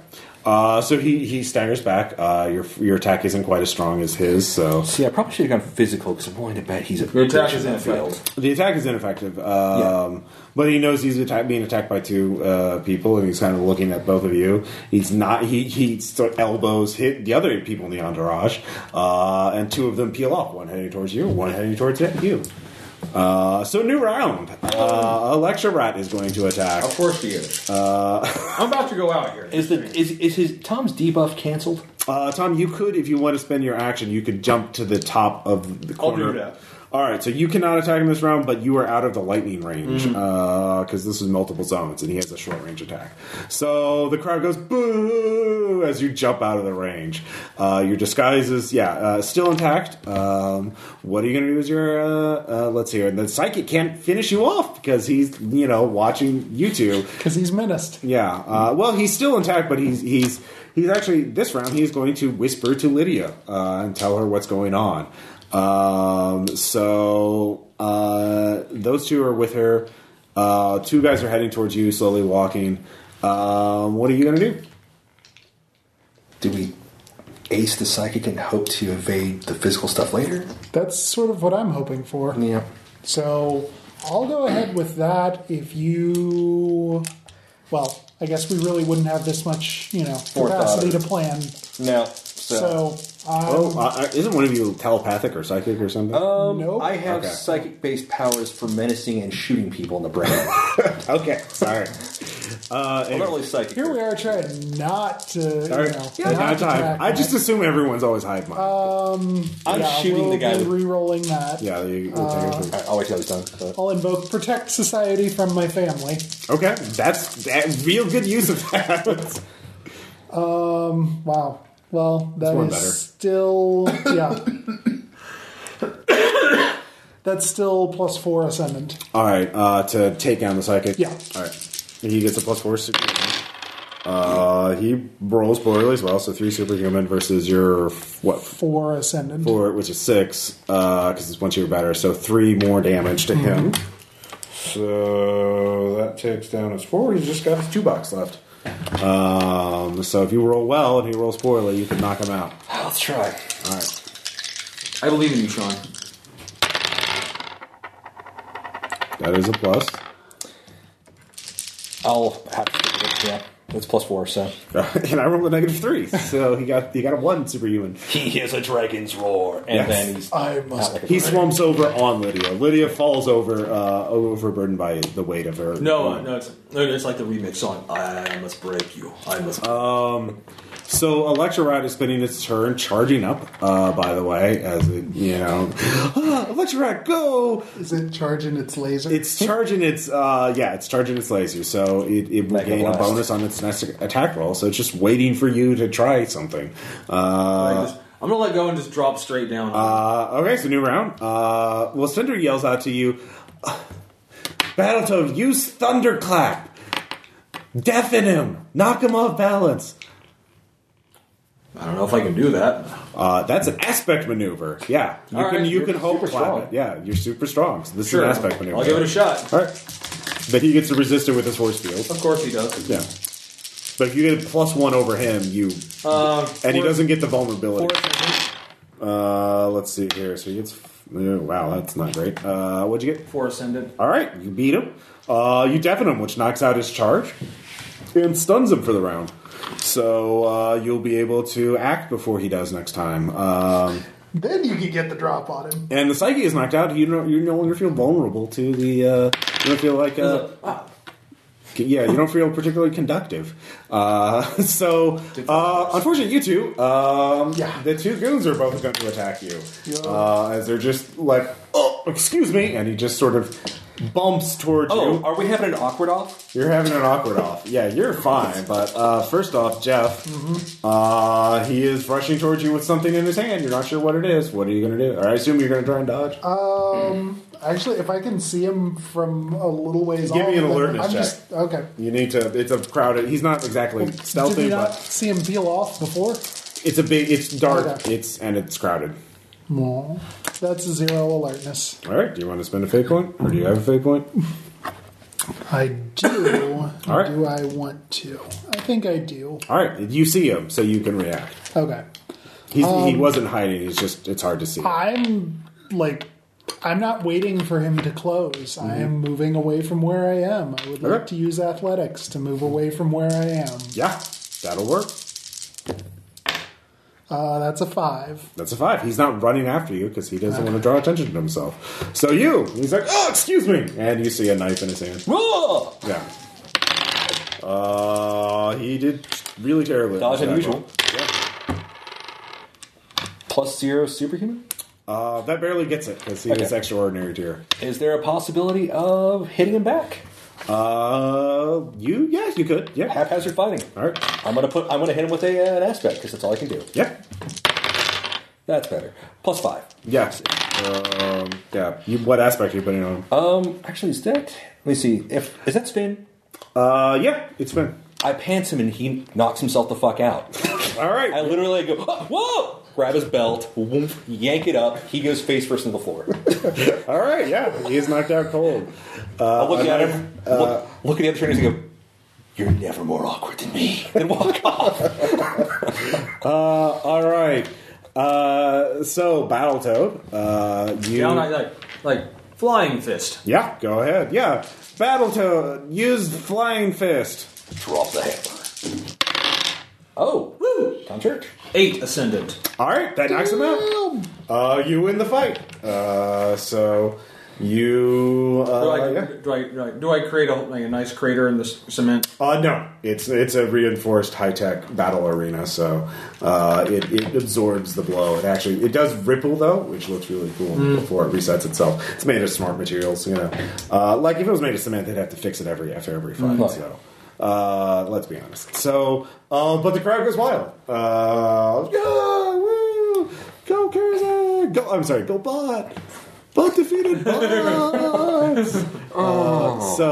[SPEAKER 1] Uh, so he, he staggers back. Uh, your your attack isn't quite as strong as his, so
[SPEAKER 7] See, I probably should have gone physical because I'm willing to bet he's a
[SPEAKER 5] Your attack is
[SPEAKER 7] bitch that
[SPEAKER 5] ineffective.
[SPEAKER 1] the attack is ineffective. Um, But he knows he's attack, being attacked by two uh, people, and he's kind of looking at both of you. He's not. He he sort of elbows hit the other people in the entourage, uh, and two of them peel off. One heading towards you, one heading towards you. Uh, so new round. Uh, Electra Rat is going to attack.
[SPEAKER 5] Of course he is.
[SPEAKER 1] Uh,
[SPEAKER 5] I'm about to go out here.
[SPEAKER 7] Is the is is his Tom's debuff canceled?
[SPEAKER 1] Uh, Tom, you could, if you want to spend your action, you could jump to the top of the corner.
[SPEAKER 5] that.
[SPEAKER 1] All right, so you cannot attack him this round, but you are out of the lightning range because this is multiple zones, and he has a short range attack. So the crowd goes boo as you jump out of the range. Uh, your disguise is yeah uh, still intact. Um, what are you going to do with your? Uh, uh, let's hear. And the psychic can't finish you off because he's you know watching you two.
[SPEAKER 2] because he's menaced.
[SPEAKER 1] Yeah. Uh, well, he's still intact, but he's he's he's actually this round he's going to whisper to Lydia uh, and tell her what's going on. Um, so uh, those two are with her. Uh, two guys are heading towards you, slowly walking. Um, what are you going to do?
[SPEAKER 3] Do we ace the psychic and hope to evade the physical stuff later?
[SPEAKER 2] That's sort of what I'm hoping for.
[SPEAKER 3] Yeah.
[SPEAKER 2] So I'll go ahead with that. If you, well, I guess we really wouldn't have this much, you know,
[SPEAKER 7] Forethought.
[SPEAKER 2] capacity to plan.
[SPEAKER 7] No.
[SPEAKER 2] So, um,
[SPEAKER 1] Oh, uh, isn't one of you telepathic or psychic or something?
[SPEAKER 3] Uh,
[SPEAKER 7] um,
[SPEAKER 2] Nope.
[SPEAKER 7] I have
[SPEAKER 1] Okay.
[SPEAKER 7] psychic-based powers for menacing and shooting people in the brain.
[SPEAKER 1] okay, sorry. Uh,
[SPEAKER 7] I'm not really psychic.
[SPEAKER 2] here we are trying not to,
[SPEAKER 1] all
[SPEAKER 2] you
[SPEAKER 1] right.
[SPEAKER 2] know,
[SPEAKER 1] Yeah,
[SPEAKER 2] not
[SPEAKER 1] not
[SPEAKER 2] to
[SPEAKER 1] time.
[SPEAKER 2] track
[SPEAKER 1] I
[SPEAKER 2] that.
[SPEAKER 1] just assume everyone's always hive mind.
[SPEAKER 7] I'm
[SPEAKER 2] Yeah,
[SPEAKER 7] shooting
[SPEAKER 2] we'll
[SPEAKER 7] the guy.
[SPEAKER 2] be
[SPEAKER 7] With,
[SPEAKER 2] re-rolling that.
[SPEAKER 1] yeah, you, you take it.
[SPEAKER 7] I always tell he's done. but-
[SPEAKER 2] I'll invoke protect society from my family.
[SPEAKER 1] Okay, that's that real good use of that.
[SPEAKER 2] Wow. Well, that
[SPEAKER 1] one
[SPEAKER 2] is
[SPEAKER 1] better.
[SPEAKER 2] still yeah. That's still plus four ascendant.
[SPEAKER 1] All right, uh, to take down the psychic.
[SPEAKER 2] Yeah.
[SPEAKER 1] All right. He gets a plus four superhuman. Uh, he rolls poorly as well, so three superhuman versus your what
[SPEAKER 2] Four ascendant.
[SPEAKER 1] four, which is six, because it's one super better. So three more damage to him. So that takes down his four. He's just got his two bucks left. Um, so if you roll well and he rolls poorly, you can knock him out.
[SPEAKER 7] Let's try.
[SPEAKER 1] All right.
[SPEAKER 5] I believe in you, Sean.
[SPEAKER 1] That is a plus.
[SPEAKER 7] I'll have to. Yeah, it's plus four. So
[SPEAKER 1] and I rolled a negative three, so he got he got a one superhuman.
[SPEAKER 7] he hears a dragon's roar, and
[SPEAKER 1] Yes.
[SPEAKER 7] then he's
[SPEAKER 2] I must-
[SPEAKER 7] out like a
[SPEAKER 1] He
[SPEAKER 7] bird.
[SPEAKER 1] swumps over on Lydia. Lydia falls over, uh, overburdened by the weight of her.
[SPEAKER 5] No, uh, no, it's, no, it's like the remix song. I must break you. I must.
[SPEAKER 1] Uh, So Electra Rat is spending its turn charging up. Uh, by the way, as it, you know, ah, Electra Rat, go!
[SPEAKER 2] Is it charging its laser?
[SPEAKER 1] It's charging its. Uh, yeah, it's charging its laser, so it, it will
[SPEAKER 7] Mega
[SPEAKER 1] gain a
[SPEAKER 7] blast.
[SPEAKER 1] bonus on its next attack roll. So it's just waiting for you to try something. Uh,
[SPEAKER 5] Like this- I'm gonna let go and just drop straight down.
[SPEAKER 1] Uh, okay, so new round. Uh, well, Cinder yells out to you, Battletoad, use Thunderclap! Deafen him! Knock him off balance!
[SPEAKER 5] I don't know if I can do that.
[SPEAKER 1] Uh, that's an aspect maneuver. Yeah, you
[SPEAKER 5] All
[SPEAKER 1] can
[SPEAKER 5] right,
[SPEAKER 1] you
[SPEAKER 5] you're
[SPEAKER 1] can hope
[SPEAKER 5] super
[SPEAKER 1] clap
[SPEAKER 5] strong.
[SPEAKER 1] it. Yeah, you're super strong. So this
[SPEAKER 5] Sure,
[SPEAKER 1] is an aspect maneuver.
[SPEAKER 5] I'll give it a shot.
[SPEAKER 1] All right, but he gets to resist it with his force field.
[SPEAKER 5] Of course he does.
[SPEAKER 1] Yeah, but if you get a plus one over him, you
[SPEAKER 5] Uh,
[SPEAKER 1] and he
[SPEAKER 5] four-
[SPEAKER 1] doesn't get the
[SPEAKER 5] four-
[SPEAKER 1] vulnerability. Uh, let's see here. So he gets. oh, Wow, that's not great. Uh, what'd you get?
[SPEAKER 5] Four ascendant.
[SPEAKER 1] All right, you beat him. Uh, you deafen him, which knocks out his charge and stuns him for the round. So uh, you'll be able to act before he does next time. Um,
[SPEAKER 2] then you can get the drop on him.
[SPEAKER 1] and the psyche is knocked out. You no, you no longer feel vulnerable to the. Uh, you don't feel like. Uh, yeah, you don't feel particularly conductive. Uh, so, uh, unfortunately, you two, um,
[SPEAKER 2] Yeah.
[SPEAKER 1] the two goons are both going to attack you.
[SPEAKER 2] Yeah.
[SPEAKER 1] Uh, as they're just like, oh, excuse me, and he just sort of bumps towards you.
[SPEAKER 7] Oh, are we having an awkward off?
[SPEAKER 1] You're having an awkward off. Yeah, you're fine. But uh, first off, Jeff,
[SPEAKER 2] Mm-hmm.
[SPEAKER 1] uh, he is rushing towards you with something in his hand. You're not sure what it is. What are you going to do? I assume you're going to try and dodge.
[SPEAKER 2] Uh, Actually, if I can see him from a little ways
[SPEAKER 1] Give
[SPEAKER 2] off,
[SPEAKER 1] me an
[SPEAKER 2] then
[SPEAKER 1] alertness
[SPEAKER 2] I'm
[SPEAKER 1] check.
[SPEAKER 2] Just, okay.
[SPEAKER 1] you need to. It's a crowded. He's not exactly
[SPEAKER 2] Did we
[SPEAKER 1] stealthy,
[SPEAKER 2] not
[SPEAKER 1] but
[SPEAKER 2] see him peel off before?
[SPEAKER 1] it's a big. It's dark.
[SPEAKER 2] Okay.
[SPEAKER 1] It's and it's crowded.
[SPEAKER 2] No. That's a zero alertness.
[SPEAKER 1] All right. Do you want to spend a fake point, or do you have a fake point?
[SPEAKER 2] I do.
[SPEAKER 1] All right.
[SPEAKER 2] Do I want to? I think I do.
[SPEAKER 1] All right, you see him, so you can react.
[SPEAKER 2] Okay.
[SPEAKER 1] He's,
[SPEAKER 2] Um,
[SPEAKER 1] he wasn't hiding. He's just it's hard to see.
[SPEAKER 2] uh, I'm like, I'm not waiting for him to close. I am moving away from where I am. I would like
[SPEAKER 1] Mm-hmm. Okay.
[SPEAKER 2] to use athletics to move away from where I am.
[SPEAKER 1] yeah, that'll work.
[SPEAKER 2] Uh, that's a five.
[SPEAKER 1] That's a five. He's not running after you because he doesn't want to draw attention to himself. So you, he's like, oh, excuse me, and you see a knife in his hand.
[SPEAKER 3] Whoa!
[SPEAKER 1] Yeah. Uh, he did really terribly.
[SPEAKER 3] Dodge
[SPEAKER 1] That
[SPEAKER 3] unusual.
[SPEAKER 1] roll. Yeah.
[SPEAKER 3] Plus zero superhuman?
[SPEAKER 1] Uh, that barely gets it because he is
[SPEAKER 3] Okay.
[SPEAKER 1] extraordinary tier.
[SPEAKER 3] Is there a possibility of hitting him back?
[SPEAKER 1] Uh, you, yeah, you could, yeah.
[SPEAKER 3] Haphazard fighting.
[SPEAKER 1] All right,
[SPEAKER 3] I'm gonna put. I'm gonna hit him with a, uh, an aspect because that's all I can do.
[SPEAKER 1] yeah,
[SPEAKER 3] That's better. Plus five.
[SPEAKER 1] yeah. Um, yeah. You, what aspect are you putting on? him?
[SPEAKER 3] Um, actually, is that? Let me see. If is that spin?
[SPEAKER 1] Uh, yeah, it's been
[SPEAKER 3] I pants him and he knocks himself the fuck out.
[SPEAKER 1] all right.
[SPEAKER 3] I literally go, "Oh, whoa! Grab his belt, whoomp, yank it up. He goes face first into the floor.
[SPEAKER 1] All right, yeah, he is knocked out cold.
[SPEAKER 3] I look at him, look, look at the other trainers, and go, "You're never more awkward than me." Then walk off.
[SPEAKER 1] All right. Uh, so Battletoad, uh, you
[SPEAKER 5] Down I like, like flying fist.
[SPEAKER 1] yeah, go ahead. Yeah, Battletoad, use flying fist.
[SPEAKER 3] Drop the hammer. Oh, woo! Concert.
[SPEAKER 5] Eight ascendant.
[SPEAKER 1] All right, that knocks him out.
[SPEAKER 2] Um,
[SPEAKER 1] Uh, you win the fight. Uh, so you
[SPEAKER 5] Do,
[SPEAKER 1] uh,
[SPEAKER 5] I,
[SPEAKER 1] yeah.
[SPEAKER 5] do, I, do, I, do I create a, like a nice crater in the c- cement?
[SPEAKER 1] Uh, no, it's it's a reinforced high tech battle arena, so uh, it, it absorbs the blow. It actually it does ripple though, which looks really cool before it resets itself. It's made of smart materials, you know. Uh, like if it was made of cement, they'd have to fix it every after every fight. So uh, let's be honest. So, uh, but the crowd goes wild. Uh, yeah, woo, go Curza! Go, I'm sorry, go Bot. Bot defeated Bot. Uh, so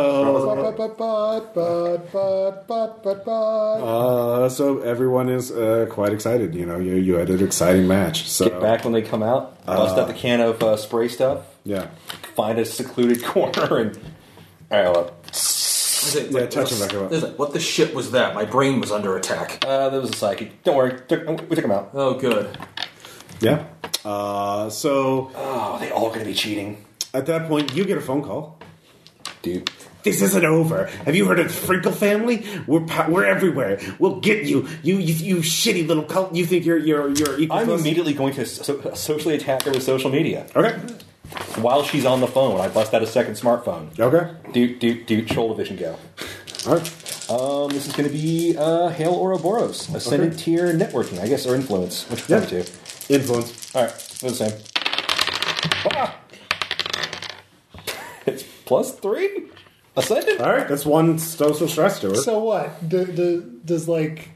[SPEAKER 2] but, but, but, but, but, but, but, but.
[SPEAKER 1] uh, so everyone is uh, quite excited. You know, you, you had an exciting match. So
[SPEAKER 3] Get back when they come out. Bust out the can of uh, spray stuff.
[SPEAKER 1] yeah,
[SPEAKER 3] Find a secluded corner and. All right, well,
[SPEAKER 5] Is it-
[SPEAKER 1] Yeah,
[SPEAKER 5] like,
[SPEAKER 1] touch him back up.
[SPEAKER 5] what, is it- what the shit was that? My brain was under attack.
[SPEAKER 3] uh, that was a psychic. Don't worry, took, we took him out.
[SPEAKER 5] Oh, good.
[SPEAKER 1] yeah. Uh, so
[SPEAKER 3] Oh, they all gonna be cheating,
[SPEAKER 1] at that point, you get a phone call.
[SPEAKER 3] dude.
[SPEAKER 1] This isn't over. Have you heard of the Frinkle family? We're po- we're everywhere. We'll get you. You you, you shitty little cult. You think you're you're you're equal
[SPEAKER 3] I'm
[SPEAKER 1] to us?
[SPEAKER 3] immediately going to so- socially attack her with social media
[SPEAKER 1] Okay.
[SPEAKER 3] while she's on the phone. I bust out a second smartphone.
[SPEAKER 1] Okay.
[SPEAKER 3] Dude, dude, dude, shoulder vision go.
[SPEAKER 1] All right.
[SPEAKER 3] Um, this is going to be uh, Hail Ouroboros, Ascendant Tier Networking, I guess, or Influence. Which
[SPEAKER 1] Yeah.
[SPEAKER 3] one two?
[SPEAKER 1] Influence.
[SPEAKER 3] All right, they're the same. Ah! It's plus three. Ascendant.
[SPEAKER 1] All right. That's one social stress to her.
[SPEAKER 2] So what? Do, do, does like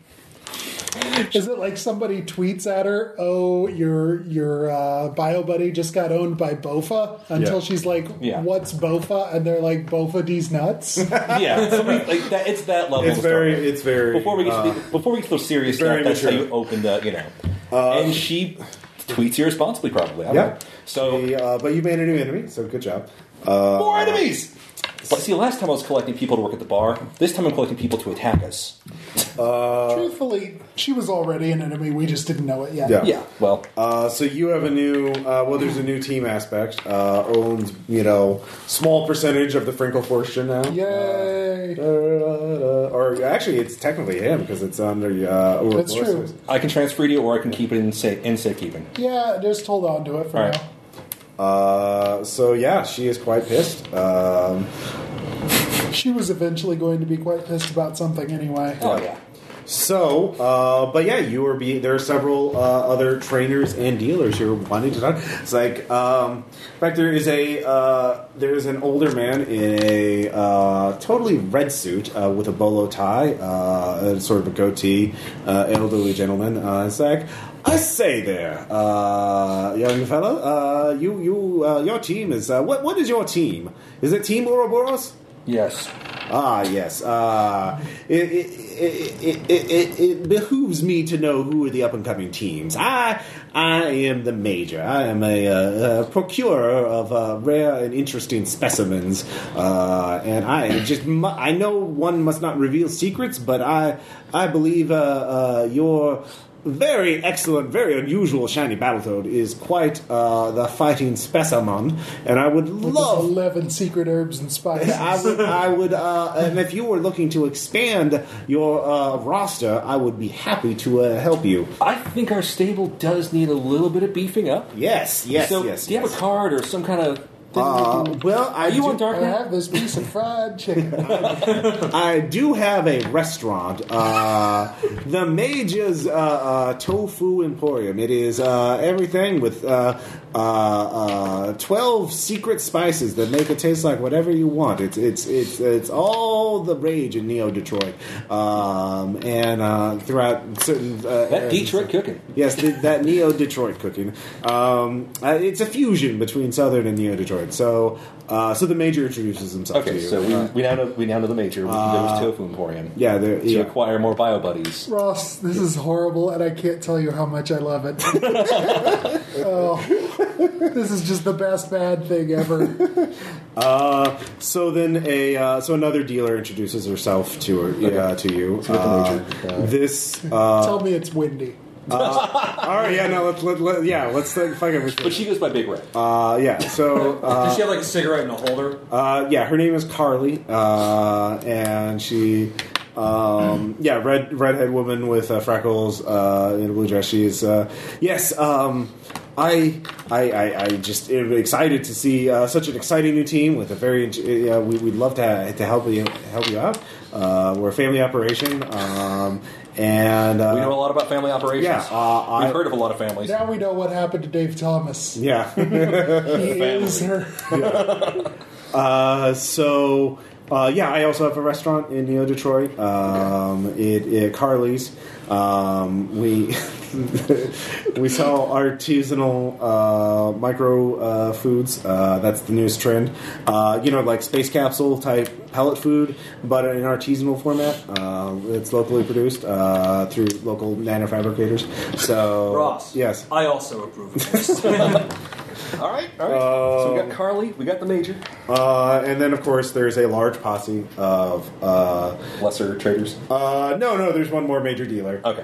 [SPEAKER 2] is it like somebody tweets at her, "Oh, your your uh, bio buddy just got owned by Bofa," until
[SPEAKER 1] Yeah.
[SPEAKER 2] she's like,
[SPEAKER 3] Yeah.
[SPEAKER 2] "What's Bofa?" and they're like, "Bofa these nuts."
[SPEAKER 3] yeah, somebody, like that. It's that level.
[SPEAKER 1] Uh, it's
[SPEAKER 3] of story.
[SPEAKER 1] very it's very uh,
[SPEAKER 3] Before we get to the, before we get to the serious
[SPEAKER 1] very
[SPEAKER 3] stuff, that's how
[SPEAKER 1] mature.
[SPEAKER 3] you open the you know. and she tweets irresponsibly, probably. I don't
[SPEAKER 1] Yeah.
[SPEAKER 3] know. So
[SPEAKER 1] The, uh, but you made a new enemy, so good job. Uh,
[SPEAKER 3] more enemies. But see, last time I was collecting people to work at the bar. This time I'm collecting people to attack us.
[SPEAKER 1] Uh,
[SPEAKER 2] Truthfully, she was already an enemy. We just didn't know it yet.
[SPEAKER 1] Yeah.
[SPEAKER 3] Yeah. Well,
[SPEAKER 1] Uh, so you have a new uh, well. There's a new team aspect. Uh, owns you know small percentage of the Frinkle fortune now.
[SPEAKER 2] Yay!
[SPEAKER 1] Da-da-da-da. Or actually, it's technically him because it's under uh, Ouroboros.
[SPEAKER 2] That's true.
[SPEAKER 3] I can transfer it to you, or I can keep it in safe in safe keeping.
[SPEAKER 1] Oh,
[SPEAKER 2] Yeah, just hold on to it for
[SPEAKER 3] All right.
[SPEAKER 2] now.
[SPEAKER 1] Uh, so yeah, she is quite pissed. Um,
[SPEAKER 2] She was eventually going to be quite pissed about something anyway.
[SPEAKER 3] Oh yeah.
[SPEAKER 1] so, uh, but yeah, you are being. There are several uh, other trainers and dealers who are wanting to talk. It's like, um, in fact, there is a uh, there is an older man in a uh, totally red suit uh, with a bolo tie, uh, and sort of a goatee, uh, elderly gentleman. Uh, it's like, I say there, uh, young fellow, uh, you you uh, your team is uh, what what is your team? Is it Team Ouroboros?
[SPEAKER 3] Yes.
[SPEAKER 1] Ah, yes. Uh, it, it, it, it, it, it behooves me to know who are the up and coming teams. I I am the major. I am a, uh, uh procurer of uh, rare and interesting specimens, uh, and I just mu- I know one must not reveal secrets, but I I believe uh, uh, your very excellent, very unusual shiny Battletoad is quite uh, the fighting specimen, and I would
[SPEAKER 2] With
[SPEAKER 1] love
[SPEAKER 2] his eleven secret herbs and spices.
[SPEAKER 1] I would, I would, uh, and if you were looking to expand your uh, roster, I would be happy to uh, help you.
[SPEAKER 7] I think our stable does need a little bit of beefing up.
[SPEAKER 1] Yes, yes,
[SPEAKER 7] so,
[SPEAKER 1] yes.
[SPEAKER 7] do you have
[SPEAKER 1] yes.
[SPEAKER 7] a card or some kind of? Thing
[SPEAKER 1] Uh,
[SPEAKER 7] we can-
[SPEAKER 1] well, I
[SPEAKER 7] are you
[SPEAKER 1] do,
[SPEAKER 7] on
[SPEAKER 2] I
[SPEAKER 7] dark net?
[SPEAKER 2] have this piece of fried chicken.
[SPEAKER 1] I do have a restaurant, uh, the Major's uh, uh, Tofu Emporium. It is uh, everything with uh, uh, uh, twelve secret spices that make it taste like whatever you want. It's it's it's it's all the rage in Neo Detroit, um, and uh, throughout certain uh,
[SPEAKER 7] That Detroit cooking.
[SPEAKER 1] Yes, the, that Neo Detroit cooking. Um, uh, it's a fusion between Southern and Neo Detroit. So, uh, so the major introduces himself to
[SPEAKER 7] Okay,
[SPEAKER 1] you. Uh,
[SPEAKER 7] so we, we now know we now know the major. We can go to Tofu Emporium.
[SPEAKER 1] yeah, there.
[SPEAKER 7] to
[SPEAKER 1] uh, yeah.
[SPEAKER 7] acquire more bio buddies.
[SPEAKER 2] Ross, this is horrible, and I can't tell you how much I love it. oh, this is just the best bad thing ever.
[SPEAKER 1] Uh, so then a uh, so another dealer introduces herself to her, uh, to you. Uh, this. Uh,
[SPEAKER 2] tell me it's windy.
[SPEAKER 1] all right, yeah, no, let's let, let, yeah, let's like, fuck
[SPEAKER 7] But
[SPEAKER 1] everything.
[SPEAKER 7] she goes by Big Red.
[SPEAKER 1] Uh, yeah, so uh,
[SPEAKER 5] Does she have like a cigarette in a holder?
[SPEAKER 1] Uh, yeah, her name is Carly, uh, and she, um, yeah, red redhead woman with uh, freckles uh, in a blue dress. She is, uh, yes, um, I, I, I, I just am excited to see uh, such an exciting new team with a very. Uh, we, we'd love to to help you help you out. Uh, we're a family operation, um, and uh,
[SPEAKER 7] we know a lot about family operations.
[SPEAKER 1] yeah, uh,
[SPEAKER 7] We've
[SPEAKER 1] I-
[SPEAKER 7] heard of a lot of families.
[SPEAKER 2] Now we know what happened to Dave Thomas.
[SPEAKER 1] yeah.
[SPEAKER 2] He is her.
[SPEAKER 1] Uh, so uh, yeah, I also have a restaurant in Neo Detroit. Um, it, it Carly's. Um, we we sell artisanal uh, micro uh, foods. Uh, that's the newest trend. Uh, you know, like space capsule type pellet food, but in artisanal format. Uh, it's locally produced uh, through local nanofabricators. So
[SPEAKER 5] Ross.
[SPEAKER 1] yes.
[SPEAKER 5] I also approve of this.
[SPEAKER 7] All right, all right. so we got Carly, we got the major,
[SPEAKER 1] Uh, and then of course there's a large posse of. Uh,
[SPEAKER 7] lesser traders.
[SPEAKER 1] Uh, no, no. There's one more major dealer.
[SPEAKER 7] Okay.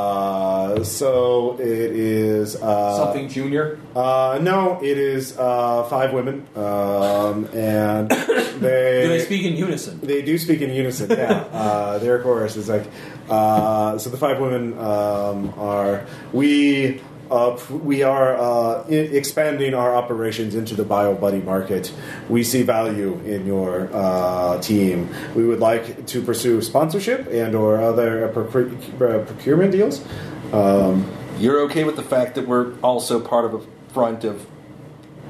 [SPEAKER 1] Uh, so it is uh,
[SPEAKER 5] Something junior.
[SPEAKER 1] Uh, no, it is uh, five women, um, and they
[SPEAKER 5] Do they speak in unison?
[SPEAKER 1] they do speak in unison. Yeah, uh, their chorus is like. Uh, so the five women um, are we. Uh, we are uh, I- expanding our operations into the bio buddy market. We see value in your uh, team. We would like to pursue sponsorship and or other uh, procure- uh, procurement deals. Um,
[SPEAKER 7] You're okay with the fact that we're also part of a front of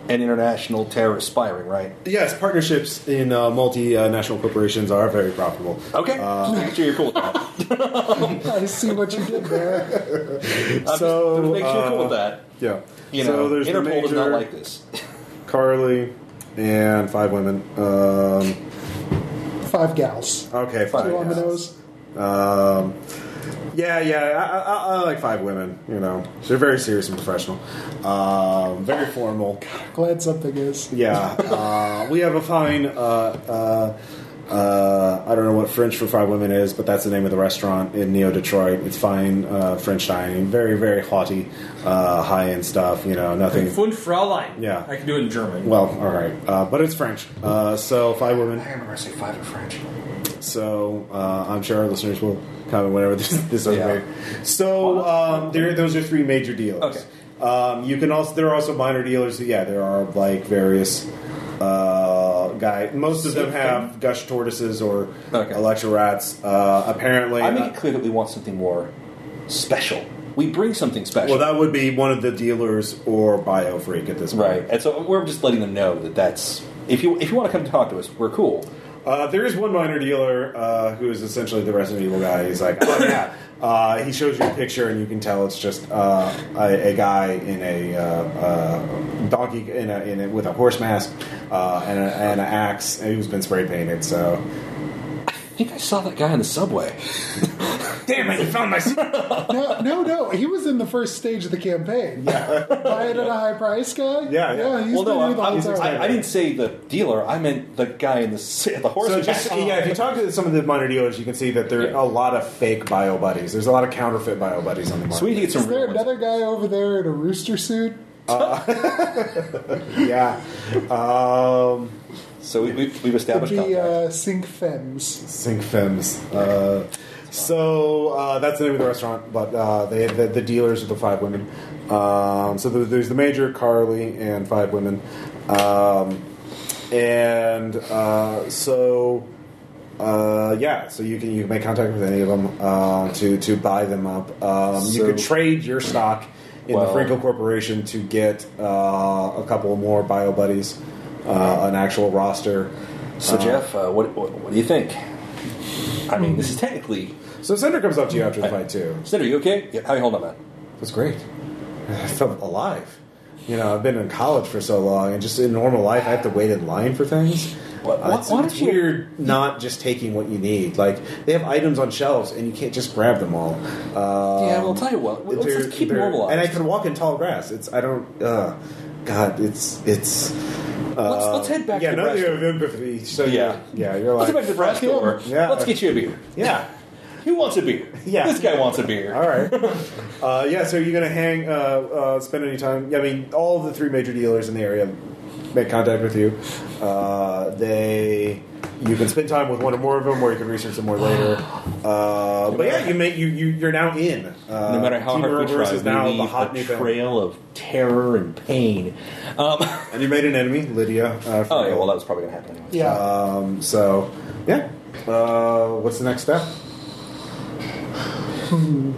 [SPEAKER 7] an international terrorist spying, right?
[SPEAKER 1] yes, partnerships in uh, multinational corporations are very profitable.
[SPEAKER 7] Okay.
[SPEAKER 1] Uh,
[SPEAKER 7] Just making sure you're cool with that.
[SPEAKER 2] I see what you did there.
[SPEAKER 7] I'm
[SPEAKER 1] So,
[SPEAKER 7] just, to make sure you're cool with
[SPEAKER 1] uh,
[SPEAKER 7] that.
[SPEAKER 1] Yeah.
[SPEAKER 7] You
[SPEAKER 1] So
[SPEAKER 7] know,
[SPEAKER 1] there's the
[SPEAKER 7] Interpol does not
[SPEAKER 1] major-
[SPEAKER 7] like this.
[SPEAKER 1] Carly, and five women. Um,
[SPEAKER 2] Five gals.
[SPEAKER 1] okay,
[SPEAKER 2] Two on the
[SPEAKER 1] fine.
[SPEAKER 2] nose.
[SPEAKER 1] Um, yeah, yeah, I, I, I like five women. You know, they're very serious and professional, um, very formal.
[SPEAKER 2] Glad something is.
[SPEAKER 1] Yeah, uh, we have a fine. Uh, uh, uh, I don't know what French for five women is, but that's the name of the restaurant in Neo Detroit. It's fine uh, French dining, very, very haughty, uh, high end stuff. You know, nothing.
[SPEAKER 5] Fun Fraulein.
[SPEAKER 1] Yeah.
[SPEAKER 5] I can do it in German.
[SPEAKER 1] Well, all right, uh, but it's French. Uh, so five women.
[SPEAKER 3] I remember I say five in French.
[SPEAKER 1] So uh, I'm sure our listeners will comment whenever this this is
[SPEAKER 7] Yeah.
[SPEAKER 1] made. So um, there, those are three major dealers.
[SPEAKER 7] Okay.
[SPEAKER 1] Um, you can also there are also minor dealers. Yeah, there are like various uh, guy. Most of them have gush tortoises or
[SPEAKER 7] Okay.
[SPEAKER 1] electro rats. Uh, apparently,
[SPEAKER 7] I make it clear that we want something more special. We bring something special.
[SPEAKER 1] well, that would be one of the dealers or bio freak at this point.
[SPEAKER 7] Right, and so we're just letting them know that that's if you if you want to come talk to us, we're cool.
[SPEAKER 1] Uh, there is one minor dealer uh, who is essentially the Resident Evil guy. He's like, oh yeah. Uh, he shows you a picture, and you can tell it's just uh, a, a guy in a uh, uh, donkey in a, in a, with a horse mask uh, and, a, and an axe, and who's been spray painted. So
[SPEAKER 3] think I saw that guy on the subway.
[SPEAKER 1] Damn it! You found my.
[SPEAKER 2] No, no, no. He was in the first stage of the campaign. Yeah. Buy it at a high price, guy.
[SPEAKER 1] Yeah, yeah.
[SPEAKER 2] yeah he's
[SPEAKER 3] well,
[SPEAKER 2] been
[SPEAKER 3] no,
[SPEAKER 2] here the
[SPEAKER 3] I,
[SPEAKER 2] whole
[SPEAKER 3] I,
[SPEAKER 2] time.
[SPEAKER 3] I, I didn't say the dealer. I meant the guy in the s- the horse.
[SPEAKER 1] So
[SPEAKER 3] was
[SPEAKER 1] just yeah, if you talk to some of the minor dealers, you can see that there are a lot of fake bio buddies. There's a lot of counterfeit bio buddies on the market.
[SPEAKER 3] So we need to get some
[SPEAKER 2] Is there
[SPEAKER 3] real ones.
[SPEAKER 2] another guy over there in a rooster suit?
[SPEAKER 1] Yeah. Um,
[SPEAKER 3] So we, we've, we've
[SPEAKER 2] Could
[SPEAKER 3] established
[SPEAKER 2] be
[SPEAKER 3] contact.
[SPEAKER 2] uh, Sink Fems.
[SPEAKER 1] Sink Fems. Uh, so uh, that's the name of the restaurant, but uh, they the, the dealers are the five women. Um, so there- there's the major, Carly, and five women, um, and uh, so. Uh, yeah, so you can you can make contact with any of them uh, to to buy them up. Um, you
[SPEAKER 3] So-
[SPEAKER 1] could trade your stock in
[SPEAKER 3] Well-
[SPEAKER 1] the Franco Corporation to get uh, a couple more bio buddies, uh, an actual roster.
[SPEAKER 3] so Jeff, uh, what, what what do you think? I
[SPEAKER 1] Hmm.
[SPEAKER 3] mean, this is technically.
[SPEAKER 1] So Cinder comes up to you after the fight too.
[SPEAKER 3] Sid, are you okay? Yeah. How you holding up, man?
[SPEAKER 1] It was great. I felt alive. You know, I've been in college for so long, and just in normal life, I have to wait in line for things.
[SPEAKER 3] What-
[SPEAKER 1] Uh,
[SPEAKER 3] why-
[SPEAKER 1] it's
[SPEAKER 3] why
[SPEAKER 1] it's
[SPEAKER 3] don't you-
[SPEAKER 1] weird not just taking what you need. Like they have items on shelves, and you can't just grab them all. Um,
[SPEAKER 3] Yeah, well, I'll tell you what, let's-
[SPEAKER 1] they're-
[SPEAKER 3] let's keep
[SPEAKER 1] they're-
[SPEAKER 3] normalized.
[SPEAKER 1] And I can walk in tall grass. It's I don't. Uh, God, it's it's. Uh,
[SPEAKER 3] Let's- let's head back
[SPEAKER 1] Yeah,
[SPEAKER 3] to the
[SPEAKER 1] none of you have empathy. So
[SPEAKER 3] Yeah.
[SPEAKER 1] yeah, you're like
[SPEAKER 3] Let's go back to the brass door.
[SPEAKER 1] Yeah.
[SPEAKER 3] Let's get you a beer.
[SPEAKER 1] yeah.
[SPEAKER 3] Who wants a beer?
[SPEAKER 1] Yeah.
[SPEAKER 3] This guy wants a beer.
[SPEAKER 1] All right. Uh, yeah. So you're gonna hang, uh, uh, spend any time? I mean, all of the three major dealers in the area make contact with you. Uh, they, you can spend time with one or more of them, or you can research them more later. Uh, but yeah, you make you, you you're now in. Uh,
[SPEAKER 3] no matter how
[SPEAKER 1] Team
[SPEAKER 3] hard we
[SPEAKER 1] Ouroboros
[SPEAKER 3] try,
[SPEAKER 1] is now
[SPEAKER 3] we
[SPEAKER 1] the
[SPEAKER 3] leave
[SPEAKER 1] hot
[SPEAKER 3] a
[SPEAKER 1] new thing.
[SPEAKER 3] trail of terror and pain. Um,
[SPEAKER 1] And you made an enemy, Lydia. Uh,
[SPEAKER 3] oh yeah, well that was probably gonna happen. Anyway.
[SPEAKER 2] Yeah.
[SPEAKER 1] Um, so yeah. Uh, what's the next step?
[SPEAKER 2] Hmm.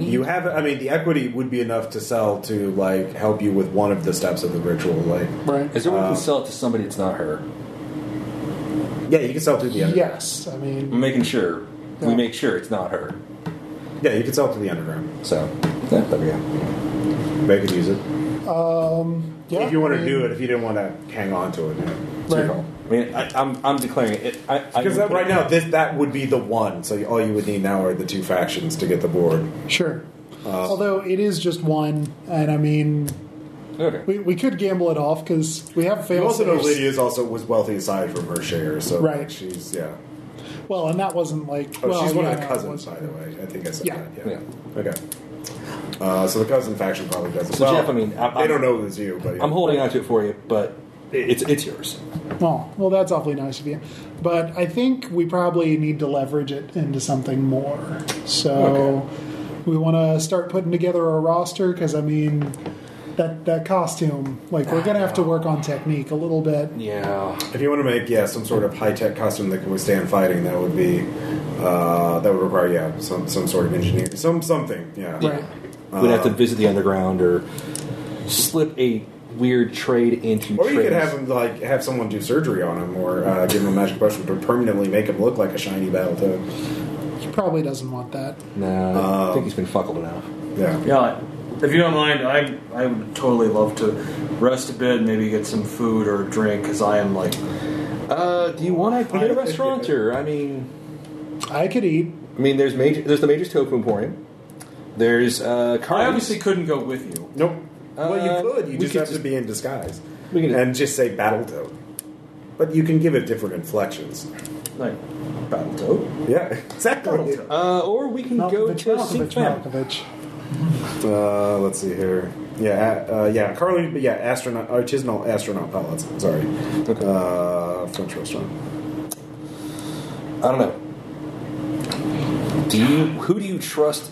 [SPEAKER 1] You have, I mean, the equity would be enough to sell to like help you with one of the steps of the ritual. Like,
[SPEAKER 2] right.
[SPEAKER 3] Is there one we can sell it to somebody that's not her?
[SPEAKER 1] yeah, you can sell to the underground.
[SPEAKER 2] Yes. I mean,
[SPEAKER 1] Mm.
[SPEAKER 3] I'm making sure we
[SPEAKER 2] Yeah.
[SPEAKER 3] make sure it's not her.
[SPEAKER 1] Yeah, you can sell to the underground.
[SPEAKER 3] So yeah, there we go.
[SPEAKER 1] They could use it
[SPEAKER 2] yeah.
[SPEAKER 1] if you want
[SPEAKER 2] I
[SPEAKER 1] to
[SPEAKER 2] mean,
[SPEAKER 1] do it. If you didn't want to hang on to it,
[SPEAKER 3] It's your
[SPEAKER 2] Right.
[SPEAKER 3] call. I mean, I, I'm I'm declaring it. I, I,
[SPEAKER 1] because that, right now this that would be the one. So you- all you would need now are the two factions to get the board.
[SPEAKER 2] Sure.
[SPEAKER 1] Uh,
[SPEAKER 2] Although it is just one, and I mean,
[SPEAKER 3] Okay.
[SPEAKER 2] we, we could gamble it off because we have
[SPEAKER 1] You
[SPEAKER 2] failed.
[SPEAKER 1] also know Lydia's also was wealthy aside from her share, so
[SPEAKER 2] Right.
[SPEAKER 1] she's yeah.
[SPEAKER 2] Well, and that wasn't like.
[SPEAKER 1] Oh,
[SPEAKER 2] well,
[SPEAKER 1] she's one
[SPEAKER 2] yeah,
[SPEAKER 1] of the
[SPEAKER 2] it
[SPEAKER 1] cousins,
[SPEAKER 2] wasn't.
[SPEAKER 1] by the way. I think I said
[SPEAKER 2] Yeah.
[SPEAKER 1] that. Yeah. Okay. Uh, so the cousin faction probably doesn't.
[SPEAKER 3] So,
[SPEAKER 1] well,
[SPEAKER 3] Jeff, I mean, I-
[SPEAKER 1] they
[SPEAKER 3] I'm-
[SPEAKER 1] don't know it's you, but
[SPEAKER 3] I'm holding on to it for you, but it's it's yours.
[SPEAKER 2] Oh, well, that's awfully nice of you. But I think we probably need to leverage it into something more. So we want to start putting together a roster because, I mean, that, that costume, like, we're going to have to work on technique a little bit.
[SPEAKER 3] Yeah.
[SPEAKER 1] If you want to make yeah some sort of high tech costume that can withstand fighting, that would be uh, that would require yeah some some sort of engineer some something yeah.
[SPEAKER 2] Right.
[SPEAKER 3] We'd have to visit the underground or slip a weird trade into.
[SPEAKER 1] Or you could
[SPEAKER 3] trades.
[SPEAKER 1] have him like have someone do surgery on him, or uh, give him a magic potion to permanently make him look like a shiny battle toad.
[SPEAKER 2] He probably doesn't want that.
[SPEAKER 3] No, I think he's been fuckled enough.
[SPEAKER 1] Yeah.
[SPEAKER 5] Yeah, like, if you don't mind, I I would totally love to rest a bit, maybe get some food or a drink, because I am like
[SPEAKER 3] Uh, do you want to get a restaurant or I mean,
[SPEAKER 2] I could eat.
[SPEAKER 3] I mean, there's major, there's the Major's Tofu Emporium. There's uh,
[SPEAKER 5] I
[SPEAKER 3] Carly's.
[SPEAKER 5] obviously couldn't go with you.
[SPEAKER 1] Nope. well,
[SPEAKER 3] Uh,
[SPEAKER 1] you could. You
[SPEAKER 3] we
[SPEAKER 1] just
[SPEAKER 3] could
[SPEAKER 1] have to
[SPEAKER 3] just-
[SPEAKER 1] be in disguise
[SPEAKER 3] We could-
[SPEAKER 1] and just say battle toad. But you can give it different inflections.
[SPEAKER 5] Like Battletoad.
[SPEAKER 1] Yeah, exactly.
[SPEAKER 5] Battletoad.
[SPEAKER 3] Uh, or we can go
[SPEAKER 2] Malkovich,
[SPEAKER 3] to Sink
[SPEAKER 2] Malkovich,
[SPEAKER 3] Fam.
[SPEAKER 2] Malkovich.
[SPEAKER 1] Uh, let's see here. Yeah, a- uh, yeah, Carly. but Yeah, astronaut, artisanal astronaut pellets. Sorry, uh, French restaurant.
[SPEAKER 3] I don't know. Do you? Who do you trust?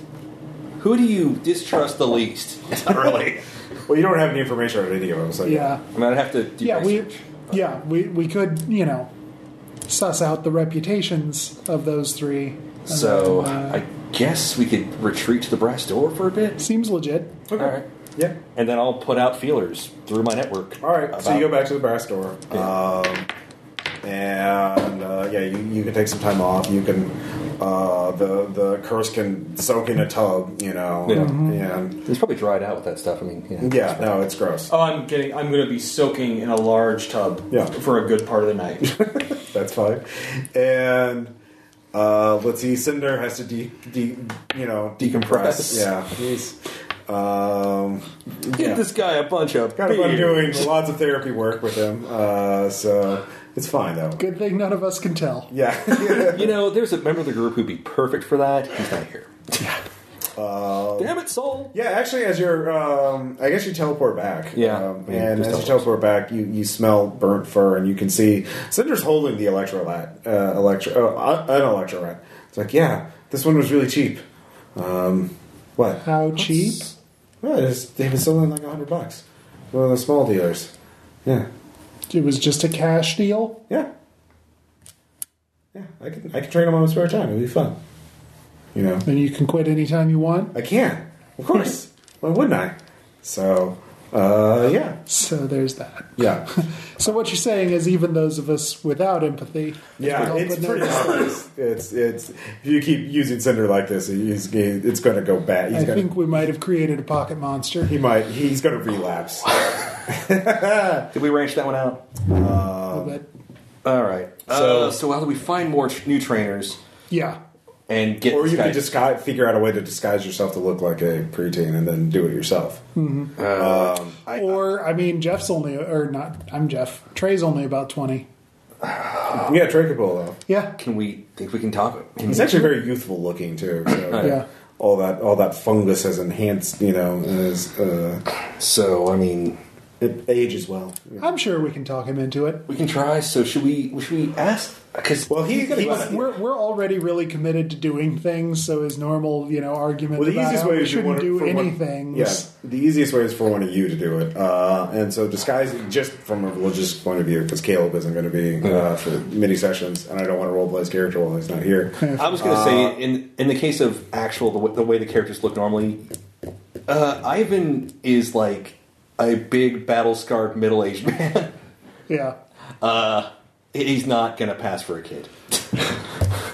[SPEAKER 3] Who do you distrust the least? Not really.
[SPEAKER 1] Well, you don't have any information on any of them, so
[SPEAKER 2] Yeah.
[SPEAKER 3] I mean, I'd have to. Do
[SPEAKER 2] Yeah, we,
[SPEAKER 3] research.
[SPEAKER 2] yeah we, we could, you know, suss out the reputations of those three. and
[SPEAKER 3] So
[SPEAKER 2] then, uh,
[SPEAKER 3] I guess we could retreat to the brass door for a bit.
[SPEAKER 2] seems legit.
[SPEAKER 1] Okay.
[SPEAKER 3] All right.
[SPEAKER 1] Yeah.
[SPEAKER 3] And then I'll put out feelers through my network.
[SPEAKER 1] All right. so you go
[SPEAKER 3] about-
[SPEAKER 1] back to the brass door,
[SPEAKER 3] Yeah.
[SPEAKER 1] um, and uh, yeah, you, you can take some time off. You can Uh, the the curse can soak in a tub, you know.
[SPEAKER 3] Yeah.
[SPEAKER 1] And
[SPEAKER 9] It's probably dried out with that stuff. I mean, yeah.
[SPEAKER 1] yeah, no, it's gross.
[SPEAKER 5] Oh, I'm getting. I'm going to be soaking in a large tub
[SPEAKER 1] Yeah.
[SPEAKER 5] for a good part of the night.
[SPEAKER 1] That's fine. And uh, let's see, Cinder has to de, de you know
[SPEAKER 9] Decompress.
[SPEAKER 1] Yeah, he's um,
[SPEAKER 3] Get this guy a bunch of
[SPEAKER 1] kind of
[SPEAKER 3] beer.
[SPEAKER 1] fun doing lots of therapy work with him. Uh, so it's fine though.
[SPEAKER 2] Good thing none of us can tell.
[SPEAKER 1] Yeah.
[SPEAKER 3] You know, there's a member of the group who'd be perfect for that. He's not here. Damn it, Soul!
[SPEAKER 1] Yeah, actually, as you're, um, I guess you teleport back.
[SPEAKER 3] Yeah.
[SPEAKER 1] um,
[SPEAKER 3] Yeah,
[SPEAKER 1] and as
[SPEAKER 3] just
[SPEAKER 1] you teleport back, you, you smell burnt fur, and you can see Cinder's holding the electrolat, uh, electro, oh, an electrolat. It's like, yeah, this one was really cheap. Um, what?
[SPEAKER 2] How cheap?
[SPEAKER 1] Well, it's, they were selling like a hundred bucks. One of the small dealers. Yeah,
[SPEAKER 2] It was just a cash deal.
[SPEAKER 1] yeah, yeah. I can I can train him on my spare time. It'd be fun. You know.
[SPEAKER 2] And you can quit anytime you want.
[SPEAKER 1] I can, of course. Why wouldn't I? So, uh, yeah,
[SPEAKER 2] So there's that.
[SPEAKER 1] yeah,
[SPEAKER 2] So what you're saying is even those of us without empathy,
[SPEAKER 1] yeah.
[SPEAKER 2] don't
[SPEAKER 1] It's
[SPEAKER 2] put
[SPEAKER 1] pretty
[SPEAKER 2] notice.
[SPEAKER 1] obvious. It's it's if you keep using Cinder like this, he's it's going to go bad. He's
[SPEAKER 2] I
[SPEAKER 1] gonna,
[SPEAKER 2] think we might have created a pocket monster.
[SPEAKER 1] he might he's going to relapse.
[SPEAKER 3] Did we range that one out?
[SPEAKER 1] Um,
[SPEAKER 2] but
[SPEAKER 3] All right.
[SPEAKER 1] Uh,
[SPEAKER 3] So,
[SPEAKER 9] So-
[SPEAKER 3] so how do we find more tr- new trainers
[SPEAKER 2] yeah,
[SPEAKER 3] and get?
[SPEAKER 1] or
[SPEAKER 3] this
[SPEAKER 1] you
[SPEAKER 3] guy-
[SPEAKER 1] could disguise, figure out a way to disguise yourself to look like a preteen, and then do it yourself.
[SPEAKER 2] Hmm. or I mean, Jeff's only or not. I'm Jeff. Trey's only about twenty.
[SPEAKER 1] Yeah, Trickable though.
[SPEAKER 2] Yeah,
[SPEAKER 3] Can we think we can talk it?
[SPEAKER 1] He's actually very youthful looking too. So
[SPEAKER 2] Yeah.
[SPEAKER 1] All that all that fungus has enhanced, you know, his uh,
[SPEAKER 3] So I mean,
[SPEAKER 1] it ages well.
[SPEAKER 2] I'm sure we can talk him into it.
[SPEAKER 3] we can try. So should we? Should we ask? Because
[SPEAKER 1] Well, he,
[SPEAKER 3] gonna
[SPEAKER 1] he
[SPEAKER 3] go out.
[SPEAKER 2] We're, we're already really committed to doing things, so his normal, you know, argument
[SPEAKER 1] Well, the
[SPEAKER 2] about
[SPEAKER 1] easiest
[SPEAKER 2] how
[SPEAKER 1] way
[SPEAKER 2] we
[SPEAKER 1] is you
[SPEAKER 2] shouldn't
[SPEAKER 1] want
[SPEAKER 2] do
[SPEAKER 1] for one-
[SPEAKER 2] anything.
[SPEAKER 1] Yeah, the easiest way is for one of you to do it, uh, and so disguise it just from a religious point of view because Caleb isn't going to be uh, for many sessions, and I don't want to roleplay his character while he's not here.
[SPEAKER 3] I was going to
[SPEAKER 1] Uh,
[SPEAKER 3] say, in in the case of actual the, w- the way the characters look normally, uh, Ivan is like a big battle scarred middle aged man.
[SPEAKER 2] yeah.
[SPEAKER 3] He's not going to pass for a kid.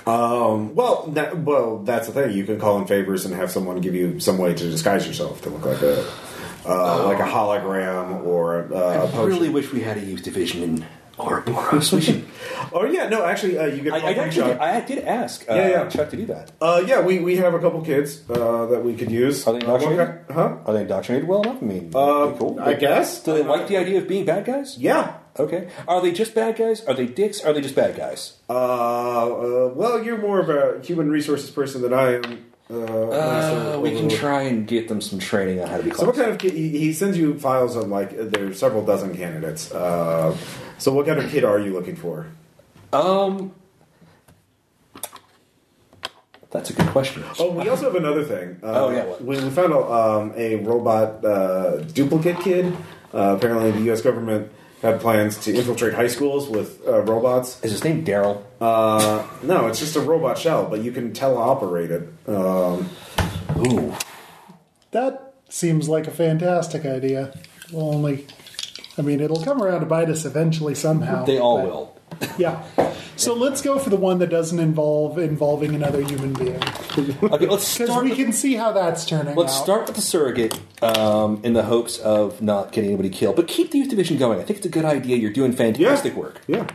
[SPEAKER 1] Um, well, that, well, that's the thing. You can call in favors and have someone give you some way to disguise yourself to look like a
[SPEAKER 3] Oh.
[SPEAKER 1] uh, like a hologram or uh, a
[SPEAKER 3] I
[SPEAKER 1] potion.
[SPEAKER 3] really wish we had a youth division in Ouroboros. we should.
[SPEAKER 1] oh yeah, no, actually, uh, you get.
[SPEAKER 3] I, I
[SPEAKER 1] called from
[SPEAKER 3] actually,
[SPEAKER 1] Chuck.
[SPEAKER 3] I did ask uh,
[SPEAKER 1] Yeah, yeah.
[SPEAKER 3] Chuck to do that.
[SPEAKER 1] uh, yeah, we, we have a couple kids uh, that we could use. Uh,
[SPEAKER 3] Are they indoctrinated?
[SPEAKER 1] One guy- Huh?
[SPEAKER 3] Are they indoctrinated well enough? I mean,
[SPEAKER 1] Uh,
[SPEAKER 3] pretty cool.
[SPEAKER 1] I guess.
[SPEAKER 3] Do they like the idea of being bad guys?
[SPEAKER 1] Yeah.
[SPEAKER 3] Okay. Are they just bad guys? Are they dicks? Are they just bad guys?
[SPEAKER 1] Uh, uh, well, you're more of a human resources person than I am. Uh,
[SPEAKER 3] Uh,
[SPEAKER 1] Master
[SPEAKER 3] we can
[SPEAKER 1] Overlord.
[SPEAKER 3] try and get them some training on how to be.
[SPEAKER 1] So what
[SPEAKER 3] Classy.
[SPEAKER 1] kind of kid? He he sends you files on like uh, there's several dozen candidates. Uh, so what kind of kid are you looking for?
[SPEAKER 3] Um, that's a good question.
[SPEAKER 1] Oh, we also have another thing. Uh,
[SPEAKER 3] Oh, yeah, what?
[SPEAKER 1] we, we found a, um, a robot uh, duplicate kid. Uh, apparently, the U.S. government had plans to infiltrate high schools with uh, robots.
[SPEAKER 3] Is his name Daryl?
[SPEAKER 1] Uh, no, it's just a robot shell, but you can teleoperate it. Um,
[SPEAKER 3] Ooh,
[SPEAKER 2] That seems like a fantastic idea. Well, only, I mean, it'll come around to bite us eventually somehow.
[SPEAKER 3] they all
[SPEAKER 2] but-
[SPEAKER 3] will.
[SPEAKER 2] Yeah. So let's go for the one that doesn't involve involving another human being.
[SPEAKER 3] Okay, let's
[SPEAKER 2] Because
[SPEAKER 3] start.
[SPEAKER 2] we
[SPEAKER 3] With,
[SPEAKER 2] can see how that's turning
[SPEAKER 3] let's
[SPEAKER 2] out.
[SPEAKER 3] start with the surrogate um, in the hopes of not getting anybody killed, but keep the youth division going. I think it's a good idea. You're doing fantastic work.
[SPEAKER 1] yeah.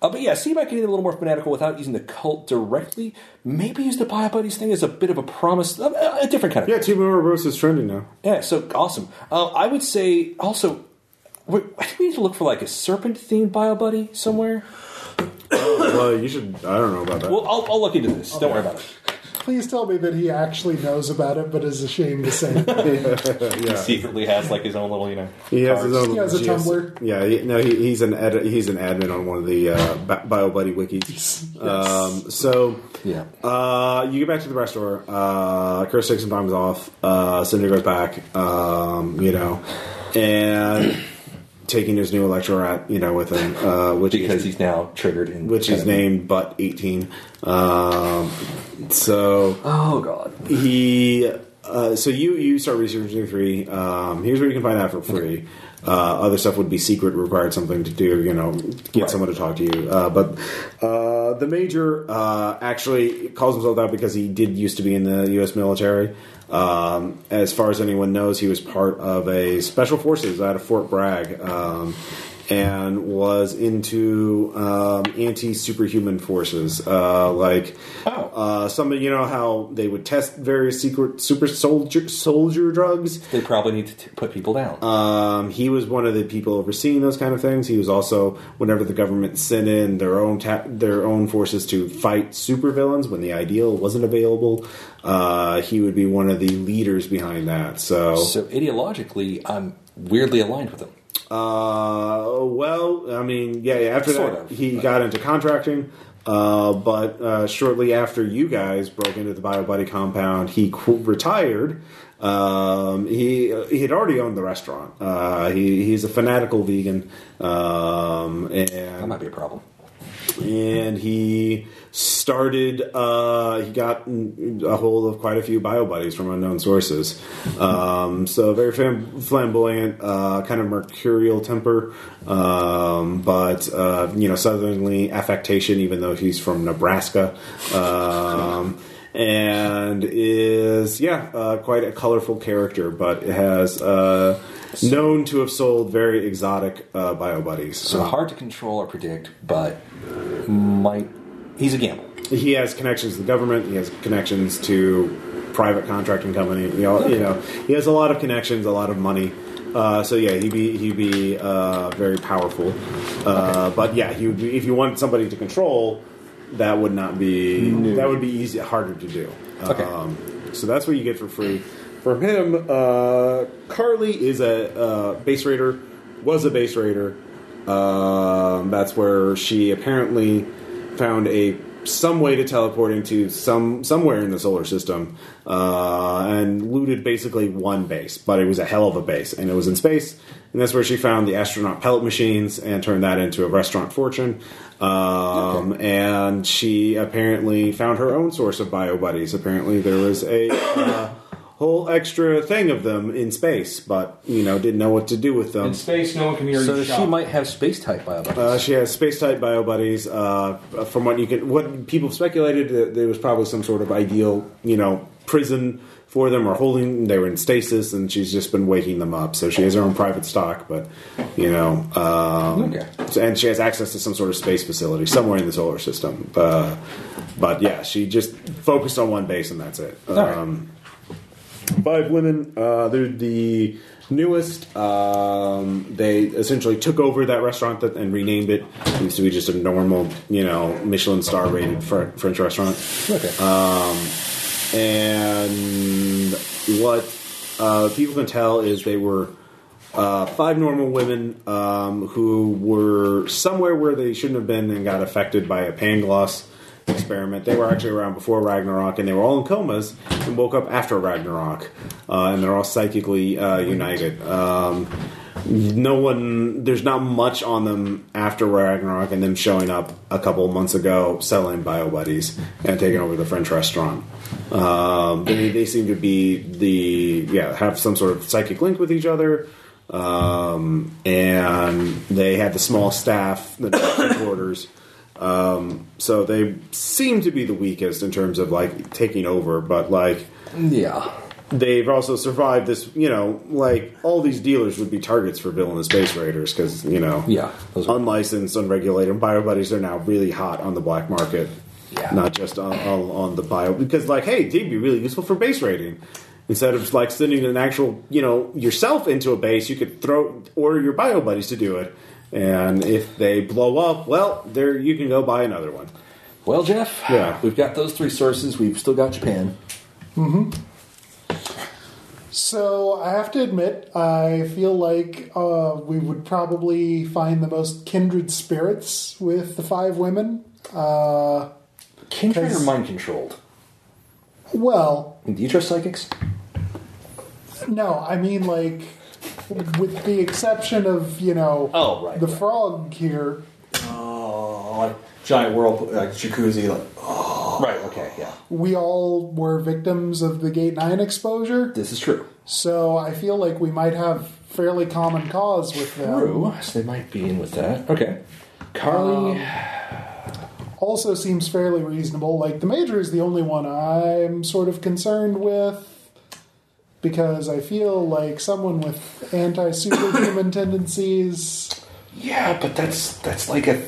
[SPEAKER 3] Uh, but yeah, see about getting a little more fanatical without using the cult directly. Maybe use the Bio Buddies thing as a bit of a promise, a, a different kind of.
[SPEAKER 1] Yeah, Timur Rose is trending now.
[SPEAKER 3] Yeah, so awesome. Uh, I would say also, we, I think we need to look for like a serpent themed Bio Buddy somewhere.
[SPEAKER 1] well, you should. I don't know about that.
[SPEAKER 3] Well, I'll, I'll look into this. Don't worry about it.
[SPEAKER 2] Please tell me that he actually knows about it, but is ashamed to say. it.
[SPEAKER 3] Secretly has like his own little, you know.
[SPEAKER 1] he has his own.
[SPEAKER 2] He has a
[SPEAKER 1] little
[SPEAKER 2] Tumblr.
[SPEAKER 1] Yeah, he, no, he, he's an ed, he's an admin on one of the uh, Bi- Bio Buddy wikis. Um, so
[SPEAKER 3] Yeah.
[SPEAKER 1] uh, you get back to the restaurant. Uh, Chris takes some time off. Uh, Cinder goes back. Um, you know, and taking his new electro rat, you know, with him, uh, which
[SPEAKER 3] Because
[SPEAKER 1] is,
[SPEAKER 3] he's now triggered and
[SPEAKER 1] which is named Butt Eighteen. Um, so
[SPEAKER 3] Oh god.
[SPEAKER 1] he Uh, so you you start researching three. Um, here's where you can find that for free. Uh, other stuff would be secret, required something to do, you know, get someone to talk to you. Uh, but uh, the major uh, actually calls himself that because he did used to be in the U.S. military. Um, as far as anyone knows, he was part of a special forces out of Fort Bragg. Um, and was into um, anti-superhuman forces, uh, like uh, some you know how they would test various secret super soldier soldier drugs.
[SPEAKER 7] They probably need to t- put people down.
[SPEAKER 3] Uh,
[SPEAKER 1] Um, he was one of the people overseeing those kind of things. He was also whenever the government sent in their own ta- their own forces to fight supervillains when the ideal wasn't available, uh, he would be one of the leaders behind that. So,
[SPEAKER 7] so ideologically, I'm weirdly aligned with them.
[SPEAKER 1] uh, well, I mean, yeah, yeah after
[SPEAKER 7] Sort
[SPEAKER 1] that,
[SPEAKER 7] of,
[SPEAKER 1] he
[SPEAKER 7] but-
[SPEAKER 1] got into contracting. Uh, but uh, shortly after you guys broke into the BioBuddy compound, he qu- retired. Um, he he had already owned the restaurant. Uh, he he's a fanatical vegan, um,
[SPEAKER 7] That
[SPEAKER 1] and
[SPEAKER 7] might be a problem.
[SPEAKER 1] and he started uh, he got a hold of quite a few bio buddies from unknown sources um, so very fam- flamboyant uh, kind of mercurial temper um, but uh, you know southernly affectation even though he's from nebraska um, and is yeah uh, quite a colorful character but has uh, known to have sold very exotic uh, bio buddies
[SPEAKER 7] So
[SPEAKER 3] Uh-huh.
[SPEAKER 7] hard to control or predict, but might he's a gamble.
[SPEAKER 1] he has connections to the government. He has connections to private contracting company. You know, you know he has a lot of connections, a lot of money. Uh, so yeah, he'd be he'd be uh, very powerful. Uh, But yeah, he would be, if you want somebody to control, that would not be that would be easy harder to do.
[SPEAKER 7] Okay.
[SPEAKER 1] Um, so that's what you get for free from him. Uh, Carly is a uh, base raider, was a base raider. Um, that's where she apparently found a some way to teleporting to some somewhere in the solar system, uh, and looted basically one base, but it was a hell of a base, and it was in space. And that's where she found the astronaut pellet machines and turned that into a restaurant fortune. Um, And she apparently found her own source of bio buddies. Apparently, there was a uh, whole extra thing of them in space, but you know didn't know what to do with them.
[SPEAKER 5] In space, no one can hear
[SPEAKER 7] So
[SPEAKER 5] you.
[SPEAKER 7] she might have space type biology.
[SPEAKER 1] Uh, she has space type bio buddies. Uh, from what you can, what people speculated, that there was probably some sort of ideal, you know, prison for them or holding. They were in stasis, and she's just been waking them up. So she has her own private stock, but you know, um,
[SPEAKER 7] Okay.
[SPEAKER 1] so- and she has access to some sort of space facility somewhere in the solar system. Uh, but yeah, she just focused on one base, and that's it.
[SPEAKER 7] right.
[SPEAKER 1] Um, Five women. Uh, they're the newest. Um, they essentially took over that restaurant that, and renamed it. It used to be just a normal, you know, Michelin star rated fr- French restaurant. Um,
[SPEAKER 7] okay.
[SPEAKER 1] And what uh, people can tell is they were uh, five normal women um, who were somewhere where they shouldn't have been and got affected by a pangloss experiment. They were actually around before Ragnarok, and they were all in comas and woke up after Ragnarok, uh, and they're all psychically uh, united. Um, no one, there's not much on them after Ragnarok and them showing up a couple months ago selling bio buddies and taking over the French restaurant. Um, they, they seem to be the yeah have some sort of psychic link with each other um, and they had the small staff, the doctor quarters. Um, so they seem to be the weakest in terms of like taking over, but like
[SPEAKER 7] yeah.
[SPEAKER 1] they've also survived this. You know, like all these dealers would be targets for villainous space raiders because you know,
[SPEAKER 7] Yeah, those are-
[SPEAKER 1] unlicensed, unregulated bio buddies are now really hot on the black market.
[SPEAKER 7] Yeah.
[SPEAKER 1] Not just on, on, on the bio because like, hey, they'd be really useful for base raiding. Instead of like sending an actual, you know, yourself into a base, you could throw order your bio buddies to do it. And if they blow up, well, there you can go buy another one.
[SPEAKER 7] Well, Jeff.
[SPEAKER 1] Yeah.
[SPEAKER 7] We've got those three sources. We've still got Japan.
[SPEAKER 2] So I have to admit, I feel like uh, we would probably find the most kindred spirits with the five women. Uh,
[SPEAKER 7] Kindred or
[SPEAKER 2] Because-
[SPEAKER 7] mind controlled?
[SPEAKER 2] well,
[SPEAKER 7] Do you trust psychics?
[SPEAKER 2] no, I mean like, with the exception of you know
[SPEAKER 7] Oh, right,
[SPEAKER 2] the
[SPEAKER 7] right.
[SPEAKER 2] frog here.
[SPEAKER 5] Oh, like giant whirlpool, like jacuzzi, like
[SPEAKER 7] Right. Okay. Yeah.
[SPEAKER 3] Yeah.
[SPEAKER 2] we all were victims of the Gate 9 exposure.
[SPEAKER 3] This is true.
[SPEAKER 2] So I feel like we might have fairly common cause with them.
[SPEAKER 3] True. So they might be in with that. Okay. Carly.
[SPEAKER 7] Um,
[SPEAKER 2] Also seems fairly reasonable. Like the major is the only one I'm sort of concerned with because I feel like someone with anti superhuman tendencies.
[SPEAKER 3] yeah, but that's that's like a.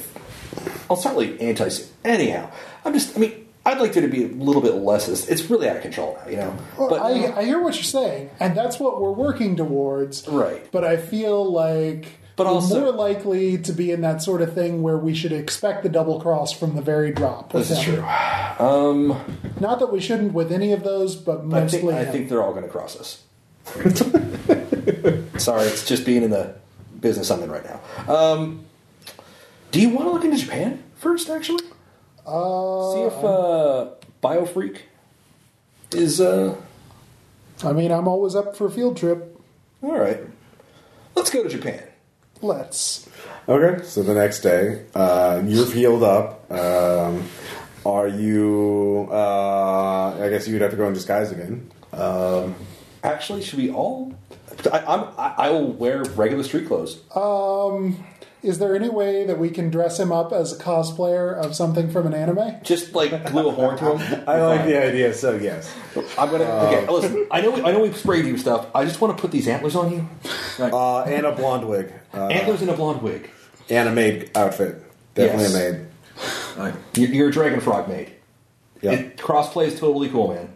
[SPEAKER 3] I'll start like anti. Anyhow, I'm just. I mean, I'd like there to be a little bit less. Of, it's really out of control now, you know. But
[SPEAKER 2] I, I hear what you're saying, and that's what we're working towards.
[SPEAKER 3] Right.
[SPEAKER 2] But I feel like
[SPEAKER 3] But
[SPEAKER 2] we're
[SPEAKER 3] also-
[SPEAKER 2] more likely to be in that sort of thing where we should expect the double cross from the very drop. with
[SPEAKER 3] this is
[SPEAKER 2] him.
[SPEAKER 3] true.
[SPEAKER 2] Not that we shouldn't with any of those, but
[SPEAKER 3] I think,
[SPEAKER 2] mostly.
[SPEAKER 3] I
[SPEAKER 2] him.
[SPEAKER 3] think they're all going to cross us. Sorry, it's just being in the business I'm in right now. Um, do you want to look into Japan first, actually? Uh, See if uh, Biofreak is. Uh,
[SPEAKER 2] I mean, I'm always up for a field trip.
[SPEAKER 3] all right. Let's go to Japan.
[SPEAKER 2] Let's.
[SPEAKER 1] Okay, so the next day, uh, you're healed up. Um, are you? Uh, I guess you'd have to go in disguise again. Um,
[SPEAKER 3] Actually, should we all? I, I'm, I, I will wear regular street clothes.
[SPEAKER 2] Is there any way that we can dress him up as a cosplayer of something from an anime?
[SPEAKER 3] Just like glue a horn to him.
[SPEAKER 1] I like the Uh, idea, so yes.
[SPEAKER 3] I'm gonna. Okay, listen. I know. I know we've sprayed you with stuff. I just want to put these antlers on you.
[SPEAKER 1] Uh, and a blonde wig, uh,
[SPEAKER 3] antlers in a blonde wig.
[SPEAKER 1] and a maid outfit. Definitely
[SPEAKER 3] Yes.
[SPEAKER 1] a maid.
[SPEAKER 3] You're, you're a dragon frog maid.
[SPEAKER 1] Yeah.
[SPEAKER 3] It, crossplay is totally cool, man.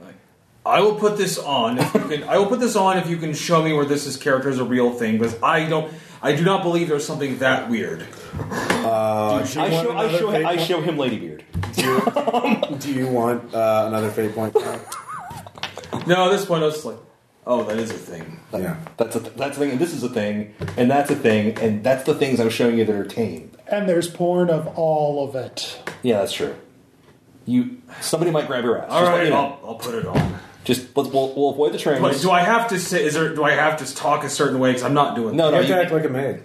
[SPEAKER 5] I will put this on if you can. I will put this on if you can show me where this is character is a real thing because I don't. I do not believe there's something that weird. Uh,
[SPEAKER 3] I
[SPEAKER 1] want
[SPEAKER 3] show, I
[SPEAKER 1] another
[SPEAKER 3] show, him, I
[SPEAKER 1] paper?
[SPEAKER 3] show him Ladybeard.
[SPEAKER 1] Do you, do you want uh, another fate point?
[SPEAKER 5] no, at this point I was just like, oh, that is a thing.
[SPEAKER 1] Yeah.
[SPEAKER 3] That's a th- that's a thing, and this is a thing, and that's a thing, and that's the things I'm showing you that are tame.
[SPEAKER 2] And there's porn of all of it.
[SPEAKER 3] Yeah, that's true. You somebody might grab your ass.
[SPEAKER 5] All
[SPEAKER 3] just let
[SPEAKER 5] right,
[SPEAKER 3] you know.
[SPEAKER 5] I'll, I'll put it on.
[SPEAKER 3] just let's we'll, we'll avoid the trains.
[SPEAKER 5] But do I have to say? Is there? Do I have to talk a certain way? Because I'm not doing.
[SPEAKER 3] no,
[SPEAKER 1] You
[SPEAKER 3] no.
[SPEAKER 1] have to
[SPEAKER 3] You,
[SPEAKER 1] act like a maid.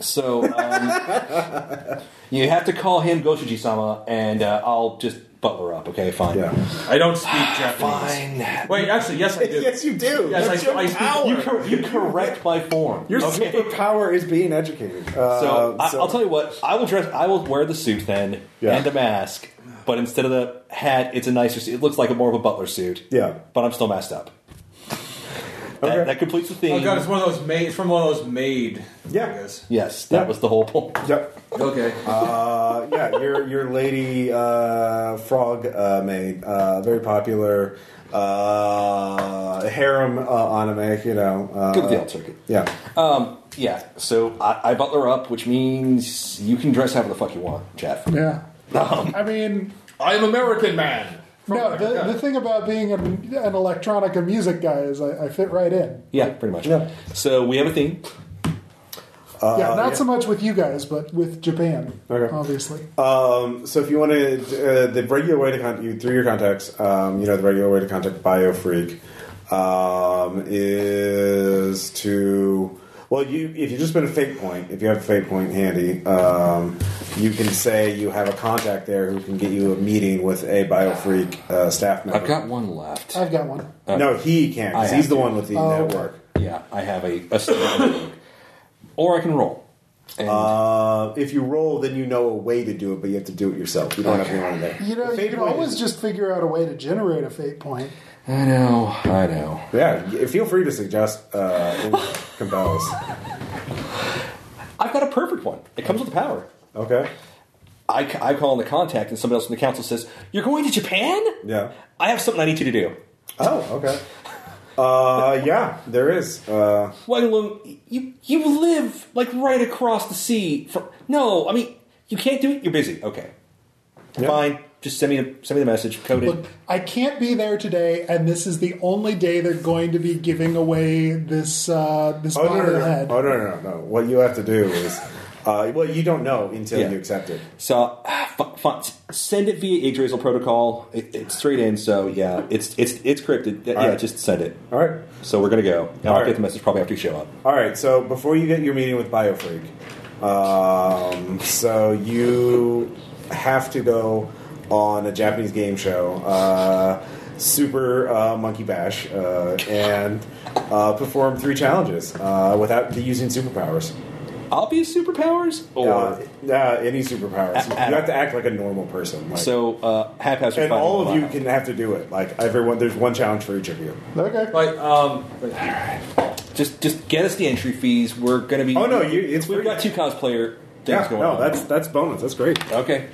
[SPEAKER 3] so um, you have to call him Goshuji-sama, and uh, I'll just butler up. Okay, fine.
[SPEAKER 1] Yeah.
[SPEAKER 5] that. I don't speak Japanese.
[SPEAKER 3] Fine.
[SPEAKER 5] Wait, actually, yes, I do.
[SPEAKER 1] you do.
[SPEAKER 5] Yes, I, I speak.
[SPEAKER 3] You, cor- you correct my form.
[SPEAKER 1] Your
[SPEAKER 3] okay?
[SPEAKER 1] superpower is being educated. Uh,
[SPEAKER 3] So, I,
[SPEAKER 1] so-
[SPEAKER 3] I'll tell you what. I will dress. I will wear the suit then
[SPEAKER 1] Yeah.
[SPEAKER 3] and a mask, but instead of the hat, it's a nicer suit. It looks like a more of a butler suit.
[SPEAKER 1] Yeah.
[SPEAKER 3] but I'm still messed up. That,
[SPEAKER 1] Okay.
[SPEAKER 3] that completes the theme.
[SPEAKER 5] Oh god, it's one of those made. It's from one of those made.
[SPEAKER 1] Yeah.
[SPEAKER 5] I guess.
[SPEAKER 3] yes, that
[SPEAKER 1] Yeah.
[SPEAKER 3] was the whole point.
[SPEAKER 1] Yep.
[SPEAKER 5] Okay.
[SPEAKER 1] Uh, yeah, your your lady uh, frog uh, maid, uh, very popular uh, harem uh, anime. You know, uh,
[SPEAKER 3] Good with the alt circuit.
[SPEAKER 1] Yeah,
[SPEAKER 3] Um, yeah. So I, I butler up, which means you can dress however the fuck you want, Jeff.
[SPEAKER 2] Yeah.
[SPEAKER 3] Um,
[SPEAKER 2] I mean,
[SPEAKER 5] I am American man.
[SPEAKER 2] no, the, the thing about being an, an electronic and music guy is I, I fit right in.
[SPEAKER 3] Yeah, pretty much.
[SPEAKER 1] Yeah.
[SPEAKER 3] So we have a theme.
[SPEAKER 2] yeah, not so much with you guys, but with Japan,
[SPEAKER 1] Uh, Okay.
[SPEAKER 2] obviously.
[SPEAKER 1] Um, so if you want to, uh, the regular way to con- you through your contacts, um, you know, the regular way to contact BioFreak um, is to. Well, you if you just spend a fate point, if you have a fate point handy, um, you can say you have a contact there who can get you a meeting with a BioFreak uh, staff member.
[SPEAKER 3] I've got one left.
[SPEAKER 2] I've got one.
[SPEAKER 1] No, he can't. 'cause
[SPEAKER 3] Uh, I
[SPEAKER 1] he's
[SPEAKER 3] have
[SPEAKER 1] the
[SPEAKER 3] to.
[SPEAKER 1] one with the
[SPEAKER 2] Oh.
[SPEAKER 1] network.
[SPEAKER 3] Yeah, I have a, a stand- or I can roll. And
[SPEAKER 1] Uh, if you roll, then you know a way to do it, but you have to do it yourself. You don't have anyone in there.
[SPEAKER 2] You know,
[SPEAKER 1] The
[SPEAKER 2] you
[SPEAKER 1] fate
[SPEAKER 2] can
[SPEAKER 1] point
[SPEAKER 2] always
[SPEAKER 1] is-
[SPEAKER 2] just figure out a way to generate a fate point.
[SPEAKER 3] I know, I know.
[SPEAKER 1] Yeah, y- feel free to suggest uh, who compels.
[SPEAKER 3] I've got a perfect one. It comes with the power.
[SPEAKER 1] Okay.
[SPEAKER 3] I, ca- I call in the contact, and somebody else from the council says, "You're going to Japan?
[SPEAKER 1] Yeah.
[SPEAKER 3] I have something I need you to do."
[SPEAKER 1] Oh, okay. Uh, yeah, there is. Uh,
[SPEAKER 3] Wang Lung, you you live like right across the sea. From no, I mean you can't do it. You're busy. Okay,
[SPEAKER 1] Yeah.
[SPEAKER 3] fine. Just send me the, send me the message. Code it.
[SPEAKER 2] Look, I can't be there today, and this is the only day they're going to be giving away this uh, this
[SPEAKER 1] oh, no, no, no.
[SPEAKER 2] bobblehead.
[SPEAKER 1] oh, no, no, no, no. What you have to do is. Uh, well, you don't know until
[SPEAKER 3] Yeah.
[SPEAKER 1] you accept it.
[SPEAKER 3] So ah, fu- fu- s- send it via Yggdrasil protocol. It, it's straight in. So yeah, it's it's it's crypted. Yeah,
[SPEAKER 1] All right.
[SPEAKER 3] just send it.
[SPEAKER 1] All right.
[SPEAKER 3] So we're gonna go. And I'll
[SPEAKER 1] All right.
[SPEAKER 3] get the message probably after you show up.
[SPEAKER 1] All right. So before you get your meeting with BioFreak, um, so you have to go on a Japanese game show, uh, Super uh, Monkey Bash, uh, and uh, performed three challenges uh, without the- using superpowers.
[SPEAKER 7] Obvious superpowers? Or.
[SPEAKER 1] Uh, uh, any superpowers.
[SPEAKER 7] A- a-
[SPEAKER 1] you have to act like a normal person. Like,
[SPEAKER 7] so, uh, haphazard
[SPEAKER 1] and
[SPEAKER 7] fighting
[SPEAKER 1] all
[SPEAKER 7] will
[SPEAKER 1] of you
[SPEAKER 7] allow.
[SPEAKER 1] can have to do it. Like everyone, there's one challenge for each of you.
[SPEAKER 2] Okay.
[SPEAKER 5] Like, um, like,
[SPEAKER 7] Just, just get us the entry fees. We're going to be.
[SPEAKER 1] Oh, no, you- it's
[SPEAKER 7] We've
[SPEAKER 1] free.
[SPEAKER 7] got two cosplayer things
[SPEAKER 1] Yeah,
[SPEAKER 7] going
[SPEAKER 1] no,
[SPEAKER 7] on.
[SPEAKER 1] that's that's bonus. That's great.
[SPEAKER 7] Okay.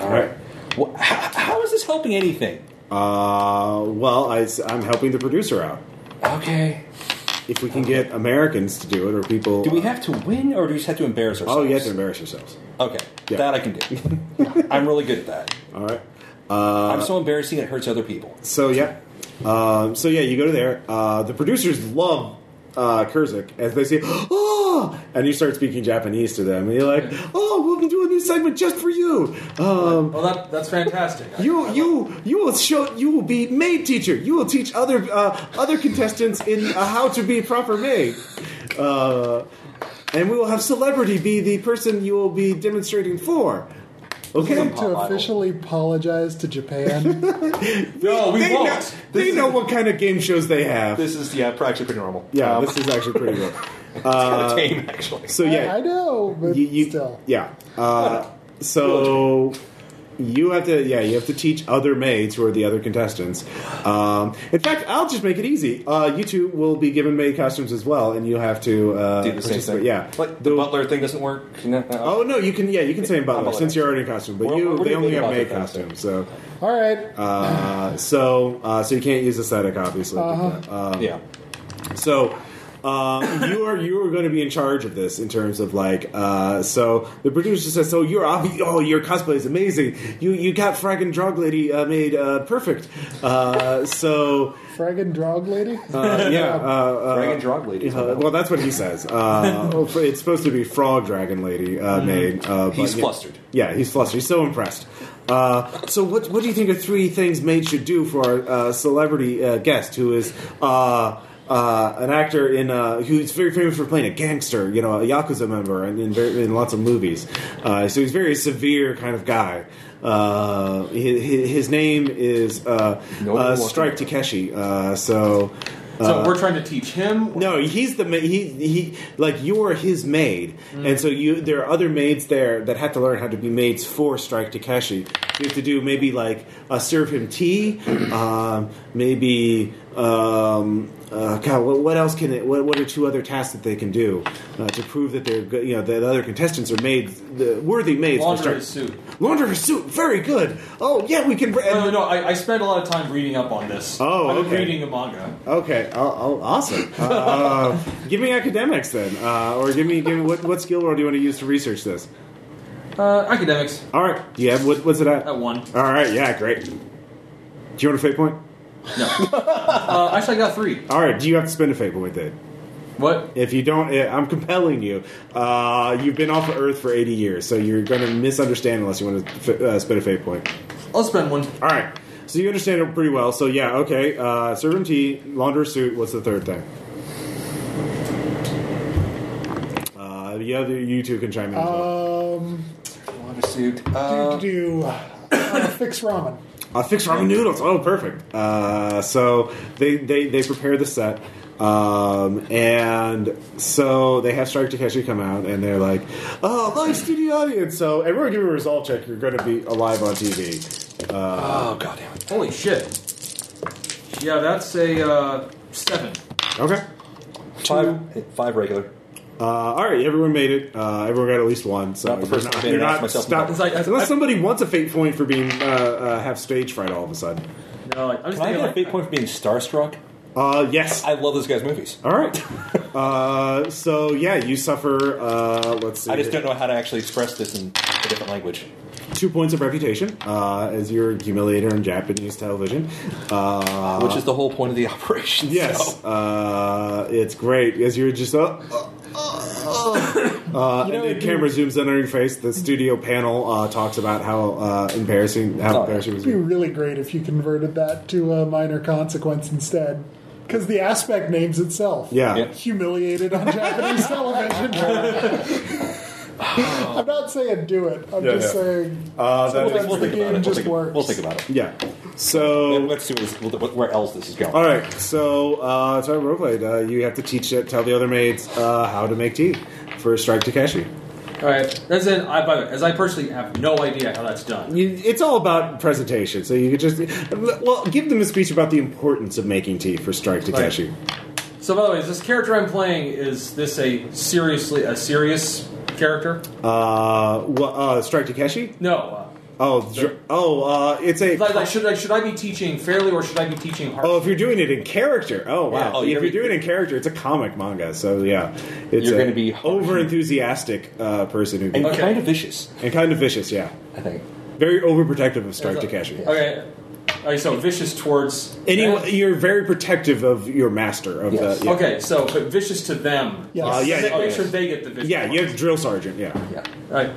[SPEAKER 1] All right.
[SPEAKER 7] Wha how, how is this helping anything?
[SPEAKER 1] Uh, well, I, am helping the producer out.
[SPEAKER 7] Okay.
[SPEAKER 1] If we can get Americans to do it or people,
[SPEAKER 7] Do we have to win, or do we just have to embarrass ourselves?
[SPEAKER 1] Oh, you have to embarrass yourselves.
[SPEAKER 7] Okay,
[SPEAKER 1] Yeah.
[SPEAKER 7] that I can do. I'm really good at that.
[SPEAKER 1] All right. Uh,
[SPEAKER 7] I'm so embarrassing it hurts other people.
[SPEAKER 1] So yeah, um, so yeah, you go to there. Uh, the producers love uh, Kurzik as they say, "Oh!" and you start speaking Japanese to them, and you're like, "Oh, we'll be doing this segment just for you. Um,
[SPEAKER 5] well, that, that's fantastic. I-
[SPEAKER 1] you, you, you will show. You will be maid teacher. You will teach other uh, other contestants in uh, how to be a proper maid." Uh, and we will have celebrity be the person you will be demonstrating for.
[SPEAKER 2] I
[SPEAKER 1] Okay,
[SPEAKER 2] need to officially apologize to Japan.
[SPEAKER 5] no, we
[SPEAKER 1] they
[SPEAKER 5] won't.
[SPEAKER 1] know, they know what kind of game shows they have.
[SPEAKER 7] This is yeah, actually pretty normal.
[SPEAKER 1] Yeah, this is actually pretty good. Uh,
[SPEAKER 7] tame actually.
[SPEAKER 1] so yeah,
[SPEAKER 2] I, I know, but
[SPEAKER 1] you, you-
[SPEAKER 2] still.
[SPEAKER 1] yeah. Uh, so you have to yeah you have to teach other maids who are the other contestants. Um, in fact, I'll just make it easy. Uh, you two will be given maid costumes as well, and you have to uh,
[SPEAKER 7] Do the same
[SPEAKER 1] participate.
[SPEAKER 7] thing.
[SPEAKER 1] Yeah,
[SPEAKER 7] like the, butler thing doesn't work. You know, uh,
[SPEAKER 1] Oh no, you can yeah you can say in butler
[SPEAKER 7] butler.
[SPEAKER 1] since you're already in costume, but
[SPEAKER 7] We're-
[SPEAKER 1] you
[SPEAKER 7] we're
[SPEAKER 1] they
[SPEAKER 7] doing
[SPEAKER 1] only have
[SPEAKER 7] butler
[SPEAKER 1] maid
[SPEAKER 7] costumes.
[SPEAKER 1] costumes, so
[SPEAKER 2] All right.
[SPEAKER 1] uh, so uh, so you can't use aesthetic obviously.
[SPEAKER 2] Uh-huh.
[SPEAKER 1] Um,
[SPEAKER 7] yeah.
[SPEAKER 1] so um, you are you are going to be in charge of this in terms of like uh, so the producer says so you're obvi- oh your cosplay is amazing you you got Frank and Drug Lady uh, made uh, perfect uh, so
[SPEAKER 2] Fraggin' Drog Lady?
[SPEAKER 1] uh, yeah uh, uh,
[SPEAKER 7] Dragon drug lady.
[SPEAKER 1] uh, well that's what he says uh, it's supposed to be Frog Dragon Lady uh, made uh,
[SPEAKER 7] Mm.
[SPEAKER 1] but,
[SPEAKER 7] He's
[SPEAKER 1] yeah.
[SPEAKER 7] flustered.
[SPEAKER 1] yeah he's flustered he's so impressed uh, so what what do you think are three things maids should do for our uh, celebrity uh, guest who is uh, uh, an actor in uh, who's very famous for playing a gangster, you know, a yakuza member, and in, very, in lots of movies. Uh, so he's a very severe kind of guy. Uh, his, his name is uh,
[SPEAKER 7] No one
[SPEAKER 1] uh,
[SPEAKER 7] will
[SPEAKER 1] Strike
[SPEAKER 7] walk away.
[SPEAKER 1] Takeshi. Uh, so.
[SPEAKER 5] So we're trying to teach him.
[SPEAKER 1] No, he's the ma- he he like you're his maid, and so you there are other maids there that have to learn how to be maids for Strike Takeshi. You have to do maybe like uh, serve him tea, um, maybe um, uh, God, what, what else can it? What, what are two other tasks that they can do uh, to prove that they're good? You know that other contestants are maids, the worthy maids. for
[SPEAKER 5] Launder
[SPEAKER 1] Strike-
[SPEAKER 5] his suit.
[SPEAKER 1] Launder his suit. Very good. Oh yeah, we can. br-
[SPEAKER 5] No, no, no. I, I spent a lot of time reading up on this.
[SPEAKER 1] Oh,
[SPEAKER 5] I've been
[SPEAKER 1] okay.
[SPEAKER 5] reading a manga.
[SPEAKER 1] Okay, I'll, I'll, awesome. Uh, Uh, give me academics then, uh, or give me give me what, what skill roll do you want to use to research this?
[SPEAKER 5] Uh, academics
[SPEAKER 1] All right, do you have what, what's it at?
[SPEAKER 5] at one.
[SPEAKER 1] All right, yeah, great. Do you want a fate point?
[SPEAKER 5] Uh, actually, I got three.
[SPEAKER 1] All right, do you have to spend a fate point then?
[SPEAKER 5] What?
[SPEAKER 1] If you don't, eh, I'm compelling you. Uh, you've been off of Earth for 80 years, so you're going to misunderstand unless you want to f- uh, spend a fate point.
[SPEAKER 5] I'll spend one.
[SPEAKER 1] All right, so you understand it pretty well. So yeah, okay. Uh, serve him tea, launder his suit. What's the third thing? Uh, the other you two can chime in. as well.
[SPEAKER 2] Um,
[SPEAKER 7] Water suit.
[SPEAKER 2] do,
[SPEAKER 7] Uh,
[SPEAKER 2] do, do. Uh, fix ramen.
[SPEAKER 1] Uh, fix ramen noodles. Oh, perfect. Uh, so they, they, they prepare the set. Um, and so they have Strike Takeshi come out, and they're like, oh, live studio audience. So everyone give a resolve check. You're going to be alive on TV.
[SPEAKER 7] oh god damn it.
[SPEAKER 5] Holy shit. Yeah, that's a uh, seven.
[SPEAKER 1] Okay.
[SPEAKER 7] Five, five regular.
[SPEAKER 1] Uh, all right, everyone made it. Uh, everyone got at least one. So
[SPEAKER 7] Not the first time I
[SPEAKER 1] you're
[SPEAKER 7] made it. I asked
[SPEAKER 1] not
[SPEAKER 7] myself
[SPEAKER 1] stop-
[SPEAKER 7] about
[SPEAKER 5] It's like- I-
[SPEAKER 1] unless
[SPEAKER 5] I-
[SPEAKER 1] somebody wants a fate point for being uh, uh, have stage fright all of a sudden.
[SPEAKER 5] No, like, I'm just
[SPEAKER 7] Can I
[SPEAKER 5] thinking
[SPEAKER 7] get a
[SPEAKER 5] like,
[SPEAKER 7] big point for being starstruck?
[SPEAKER 1] Uh, yes.
[SPEAKER 7] I love those guys' movies.
[SPEAKER 1] all right. uh, so yeah, you suffer. Uh, let's see.
[SPEAKER 7] I just don't know how to actually express this in a different language.
[SPEAKER 1] two points of reputation uh, as your accumulator in Japanese television. Uh,
[SPEAKER 7] Which is the whole point of the operation.
[SPEAKER 1] yes,
[SPEAKER 7] so.
[SPEAKER 1] uh, it's great as you're just. Uh, uh, uh,
[SPEAKER 2] You
[SPEAKER 1] and
[SPEAKER 2] know,
[SPEAKER 1] the
[SPEAKER 2] dude-
[SPEAKER 1] camera zooms in on your face. The studio panel uh, talks about how uh, embarrassing, how
[SPEAKER 7] Oh.
[SPEAKER 1] embarrassing it was.
[SPEAKER 2] It'd be really great if you converted that to a minor consequence instead. Because the aspect names itself.
[SPEAKER 1] Yeah.
[SPEAKER 7] Yeah.
[SPEAKER 2] Humiliated on Japanese television. I'm not saying do it. I'm
[SPEAKER 1] Yeah,
[SPEAKER 2] just
[SPEAKER 1] yeah.
[SPEAKER 2] saying
[SPEAKER 1] Uh, that
[SPEAKER 2] sometimes
[SPEAKER 1] is-
[SPEAKER 2] the game
[SPEAKER 3] We'll
[SPEAKER 2] just
[SPEAKER 3] think,
[SPEAKER 2] works.
[SPEAKER 3] we'll think about it.
[SPEAKER 1] yeah. So
[SPEAKER 3] Let's see where, this, what- where else this is going.
[SPEAKER 1] all right. So uh, sorry, roleplay. Uh, you have to teach it. Tell the other maids uh, how to make tea for Strike Takeshi.
[SPEAKER 5] All right. As in, I, by the way, as I personally have no idea how that's done.
[SPEAKER 1] You, it's all about presentation. So you could just well give them a speech about the importance of making tea for Strike Takeshi.
[SPEAKER 5] So, by the way, is this character I'm playing is this a seriously a serious character?
[SPEAKER 1] Uh, well, uh, Strike Takeshi.
[SPEAKER 5] No. Uh,
[SPEAKER 1] Oh, dr- oh, uh, it's a.
[SPEAKER 5] like, like, should I should I be teaching fairly or should I be teaching hard?
[SPEAKER 1] Oh, if you're doing it in character, oh wow!
[SPEAKER 3] Yeah, oh,
[SPEAKER 1] if
[SPEAKER 3] you're
[SPEAKER 1] you're
[SPEAKER 3] gonna be-
[SPEAKER 1] doing it in character, it's a comic manga, so yeah, it's
[SPEAKER 3] You're
[SPEAKER 1] a
[SPEAKER 3] gonna be-
[SPEAKER 1] over enthusiastic uh, person who
[SPEAKER 3] And
[SPEAKER 5] Okay.
[SPEAKER 3] kind of vicious,
[SPEAKER 1] and kind of vicious, yeah,
[SPEAKER 3] I think.
[SPEAKER 1] very overprotective of Strike
[SPEAKER 5] It's like-
[SPEAKER 1] Takeshi.
[SPEAKER 5] Okay. Okay, so vicious towards
[SPEAKER 1] Anyone, you're very protective of your master of
[SPEAKER 3] Yes.
[SPEAKER 1] the yeah.
[SPEAKER 5] Okay, so but vicious to them.
[SPEAKER 2] Yes. Uh,
[SPEAKER 1] yeah,
[SPEAKER 5] Make,
[SPEAKER 1] yeah.
[SPEAKER 5] make sure they get the vicious.
[SPEAKER 1] Yeah, you have drill sergeant. Yeah,
[SPEAKER 3] Yeah.
[SPEAKER 5] All right.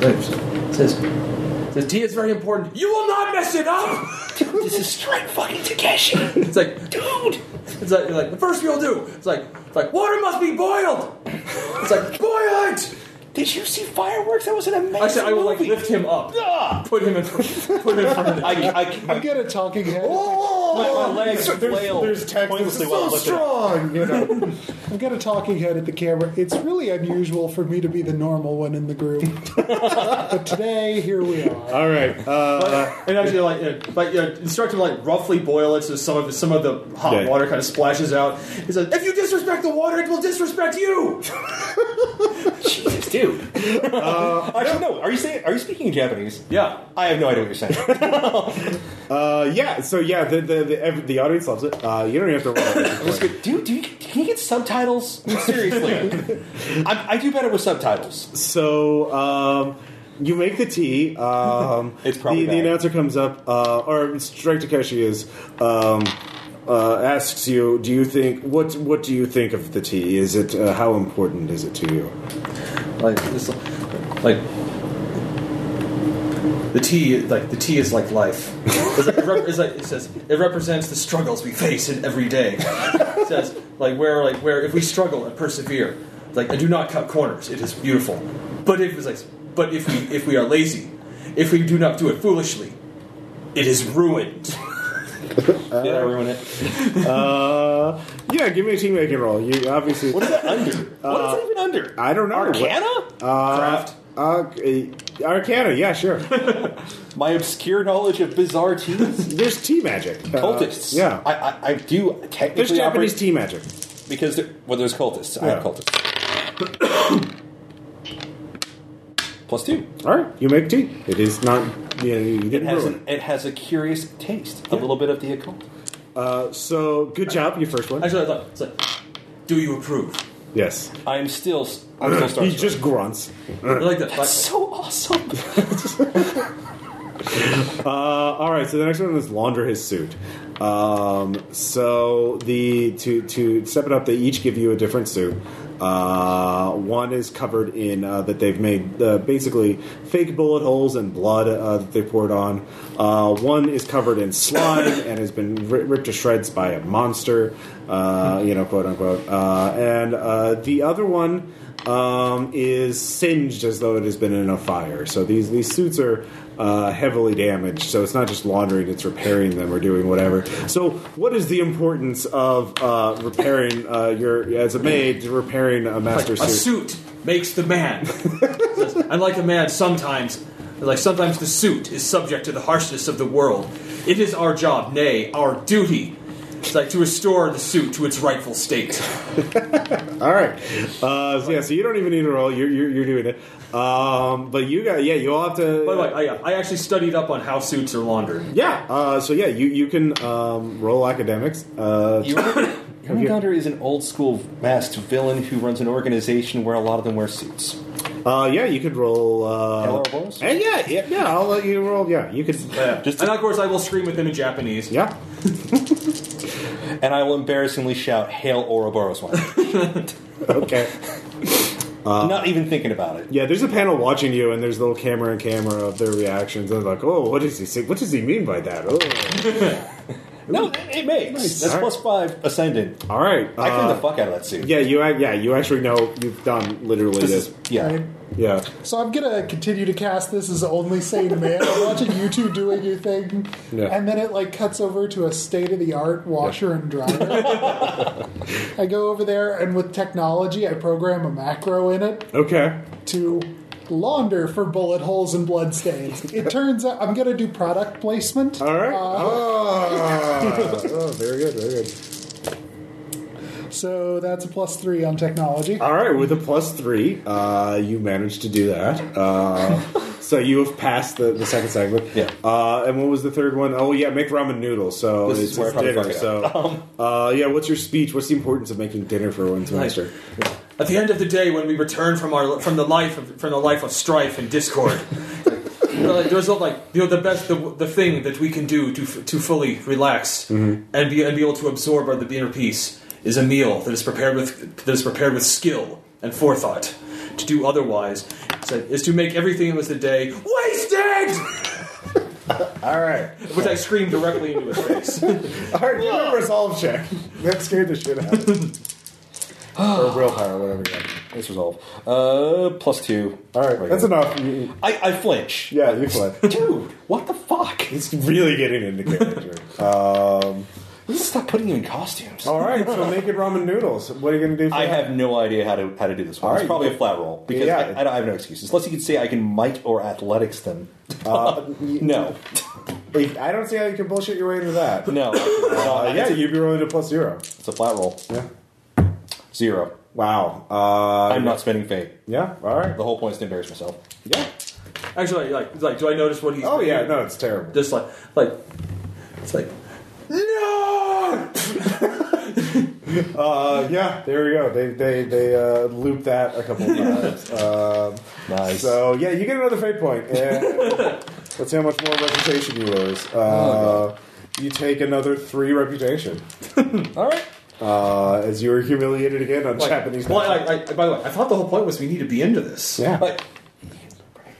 [SPEAKER 5] It says, it says tea is very important. You will not mess it up.
[SPEAKER 3] Dude, this is straight fucking Takeshi.
[SPEAKER 5] It's like, dude. It's like, like the first you'll do. It's like, it's like water must be boiled. It's like boil it.
[SPEAKER 3] Did you see fireworks? That was an amazing
[SPEAKER 5] I said I will like
[SPEAKER 3] movie.
[SPEAKER 5] lift him up,
[SPEAKER 3] Ah!
[SPEAKER 5] put him in, put him in front of the
[SPEAKER 3] I,
[SPEAKER 5] tea.
[SPEAKER 3] I,
[SPEAKER 2] I'm
[SPEAKER 3] my,
[SPEAKER 2] good at talking head.
[SPEAKER 3] my legs flail
[SPEAKER 1] there's text
[SPEAKER 3] pointlessly
[SPEAKER 1] that's
[SPEAKER 3] while
[SPEAKER 1] Oh, so
[SPEAKER 3] I'm looking at it.
[SPEAKER 2] strong, you know. I've got a talking head at the camera. It's really unusual for me to be the normal one in the group. but today, here we are.
[SPEAKER 1] all right. Uh,
[SPEAKER 5] and actually, like, you know, like you know, instruct him to, like roughly boil it so some of some of the hot
[SPEAKER 1] Yeah.
[SPEAKER 5] water kind of splashes out. He says, "If you disrespect the water, it will disrespect you."
[SPEAKER 3] Jesus, dude. Actually, no. Are you saying? Are you speaking in Japanese?
[SPEAKER 5] Yeah.
[SPEAKER 3] I have no idea what you're saying.
[SPEAKER 1] uh, yeah. So yeah, the the the, ev- the audience loves it. Uh, you don't even have to roll.
[SPEAKER 3] dude, do you, can you get subtitles? I mean, seriously, I, I do better with subtitles.
[SPEAKER 1] So um, you make the tea. Um,
[SPEAKER 3] It's probably
[SPEAKER 1] the, the
[SPEAKER 3] bad.
[SPEAKER 1] announcer comes up, uh, or Strike Takeshi is um, uh, asks you, "Do you think what? What do you think of the tea? Is it uh, how important is it to you?"
[SPEAKER 5] like this, like the tea, like the tea is like life. It's like, it, rep- it's like, it says it represents the struggles we face in every day. It says like where like where if we struggle and persevere, like and do not cut corners, it is beautiful. But if it's like but if we if we are lazy, if we do not do it foolishly, it is ruined.
[SPEAKER 3] Did I ruin it?
[SPEAKER 1] uh, yeah, give me a tea making roll. You obviously,
[SPEAKER 3] What is that under? what is that even under?
[SPEAKER 1] I don't know.
[SPEAKER 3] Arcana?
[SPEAKER 5] Craft.
[SPEAKER 1] Uh, Arcana, yeah, sure.
[SPEAKER 3] My obscure knowledge of bizarre teas.
[SPEAKER 1] There's tea magic. Uh,
[SPEAKER 3] cultists.
[SPEAKER 1] yeah.
[SPEAKER 3] I, I, I do technically
[SPEAKER 1] There's Japanese
[SPEAKER 3] operate-
[SPEAKER 1] tea magic.
[SPEAKER 3] because there, well, there's cultists. I have
[SPEAKER 1] Yeah.
[SPEAKER 3] cultists. Plus two.
[SPEAKER 1] All right, you make tea. It is not. You, know, you
[SPEAKER 3] It
[SPEAKER 1] didn't
[SPEAKER 3] has
[SPEAKER 1] ruin
[SPEAKER 3] an, it has a curious taste, a little bit of the occult.
[SPEAKER 1] Uh, so good job, you first one.
[SPEAKER 5] Actually, I thought it's like, do you approve?
[SPEAKER 1] Yes.
[SPEAKER 3] I'm still I'm still starting.
[SPEAKER 1] He just grunts.
[SPEAKER 5] Like that. Like,
[SPEAKER 3] so awesome.
[SPEAKER 1] Uh, all right, so the next one is launder his suit. Um, so the to to step it up, they each give you a different suit. Uh, one is covered in uh, that they've made uh, basically fake bullet holes and blood uh, that they poured on. Uh, one is covered in slime and has been ri- ripped to shreds by a monster, uh, you know, quote unquote. Uh, and uh, the other one um, is singed as though it has been in a fire. So these these suits are uh, heavily damaged. So it's not just laundering; it's repairing them or doing whatever. So what is the importance of uh, repairing uh, your as a maid to repairing a master
[SPEAKER 5] A
[SPEAKER 1] suit?
[SPEAKER 5] suit makes the man. Says, Unlike a man, sometimes, like sometimes the suit is subject to the harshness of the world. It is our job, nay, our duty, it's like to restore the suit to its rightful state.
[SPEAKER 1] All right. Uh, so yeah. So you don't even need to roll. You're you're, you're doing it. Um, but you got yeah. You all have to.
[SPEAKER 5] By the way, I, I actually studied up on how suits are laundered.
[SPEAKER 1] yeah. Uh, so yeah. You you can um, roll academics. Uh,
[SPEAKER 3] Irmgardner is an old school masked villain who runs an organization where a lot of them wear suits.
[SPEAKER 1] Uh, yeah, you could roll. Uh,
[SPEAKER 3] LR rolls?
[SPEAKER 1] and yeah, yeah, yeah, I'll let you roll. Yeah, you could.
[SPEAKER 3] Just
[SPEAKER 5] and of course, I will scream at them in Japanese.
[SPEAKER 1] Yeah.
[SPEAKER 3] and I will embarrassingly shout, "Hail Ouroboros!" One,
[SPEAKER 1] Okay. Uh,
[SPEAKER 3] not even thinking about it.
[SPEAKER 1] Yeah, there's a panel watching you, and there's a little camera and camera of their reactions. And like, oh, what is he saying? What does he mean by that? Oh,
[SPEAKER 3] No, it makes.
[SPEAKER 1] All
[SPEAKER 3] That's
[SPEAKER 1] right.
[SPEAKER 3] plus five ascendant.
[SPEAKER 1] All right.
[SPEAKER 3] I cleaned
[SPEAKER 1] uh,
[SPEAKER 3] the fuck out of that suit.
[SPEAKER 1] Yeah, you. Yeah, you actually know you've done literally
[SPEAKER 3] This
[SPEAKER 1] this.
[SPEAKER 3] is- yeah.
[SPEAKER 2] Right?
[SPEAKER 1] Yeah.
[SPEAKER 2] So I'm gonna continue to cast this as only sane man. I'm watching you two doing your thing,
[SPEAKER 1] Yeah.
[SPEAKER 2] and then it like cuts over to a state of the art washer and dryer. I go over there, and with technology, I program a macro in it
[SPEAKER 1] Okay.
[SPEAKER 2] to launder for bullet holes and blood stains. It turns out I'm gonna do product placement.
[SPEAKER 1] All right.
[SPEAKER 2] Uh,
[SPEAKER 1] oh. Oh, very good. Very good.
[SPEAKER 2] so that's a plus three on technology.
[SPEAKER 1] All right, with a plus three, uh, you managed to do that. Uh, so you have passed the, the second segment.
[SPEAKER 3] Yeah.
[SPEAKER 1] Uh, and what was the third one? Oh yeah, make ramen noodles. So
[SPEAKER 3] This is
[SPEAKER 1] it's,
[SPEAKER 3] where
[SPEAKER 1] it's
[SPEAKER 3] I probably Um,
[SPEAKER 1] dinner.
[SPEAKER 3] fuck it
[SPEAKER 1] So uh, yeah, what's your speech? What's the importance of making dinner for one's master?
[SPEAKER 5] At the end of the day, when we return from our from the life of from the life of strife and discord, uh, there's not like you know the best the, the thing that we can do to f- to fully relax
[SPEAKER 1] Mm-hmm.
[SPEAKER 5] and be and be able to absorb our, the inner peace is a meal that is prepared with that is prepared with skill and forethought. To do otherwise so, is to make everything that was the day wasted,
[SPEAKER 1] All right,
[SPEAKER 5] which I screamed directly into his face.
[SPEAKER 1] all right. Give me a resolve check. That scared the shit out. of me. or willpower, whatever. You have.
[SPEAKER 3] It's resolved. Uh, plus two.
[SPEAKER 1] All right,
[SPEAKER 3] Regular.
[SPEAKER 1] that's enough. You-
[SPEAKER 3] I, I flinch.
[SPEAKER 1] Yeah, you fled.
[SPEAKER 3] Dude, what the fuck?
[SPEAKER 1] It's really getting into character. um,
[SPEAKER 3] We need to stop putting you in costumes.
[SPEAKER 1] all right, so naked ramen noodles. What are you gonna do? For
[SPEAKER 3] I
[SPEAKER 1] that?
[SPEAKER 3] have no idea how to how to do this one.
[SPEAKER 1] All
[SPEAKER 3] It's
[SPEAKER 1] right.
[SPEAKER 3] probably a flat roll because
[SPEAKER 1] Yeah.
[SPEAKER 3] I, I don't I have no excuses. Unless you could say I can might or athletics them. no,
[SPEAKER 1] Like, I don't see how you can bullshit your way into that.
[SPEAKER 3] no.
[SPEAKER 1] Uh, yeah,
[SPEAKER 3] it's, a,
[SPEAKER 1] you'd be rolling a plus zero.
[SPEAKER 3] it's a flat roll.
[SPEAKER 1] Yeah.
[SPEAKER 3] Zero.
[SPEAKER 1] Wow. Uh,
[SPEAKER 3] I'm not spending fate.
[SPEAKER 1] Yeah. All right.
[SPEAKER 3] The whole point is to embarrass myself.
[SPEAKER 1] Yeah.
[SPEAKER 5] Actually, like like do I notice what he's?
[SPEAKER 1] Oh yeah. No, it's terrible.
[SPEAKER 5] Just like like it's like no.
[SPEAKER 1] Uh, yeah. There we go. They they they uh, loop that a couple of times. Um,
[SPEAKER 3] Nice.
[SPEAKER 1] So yeah, you get another fate point. And let's see how much more reputation you lose.
[SPEAKER 3] Oh,
[SPEAKER 1] Uh, you take another three reputation
[SPEAKER 3] All right.
[SPEAKER 1] uh, as you are humiliated again on Japanese.
[SPEAKER 5] Well, I, I, by the way, I thought the whole point was we need to be into this.
[SPEAKER 1] yeah.
[SPEAKER 3] Like,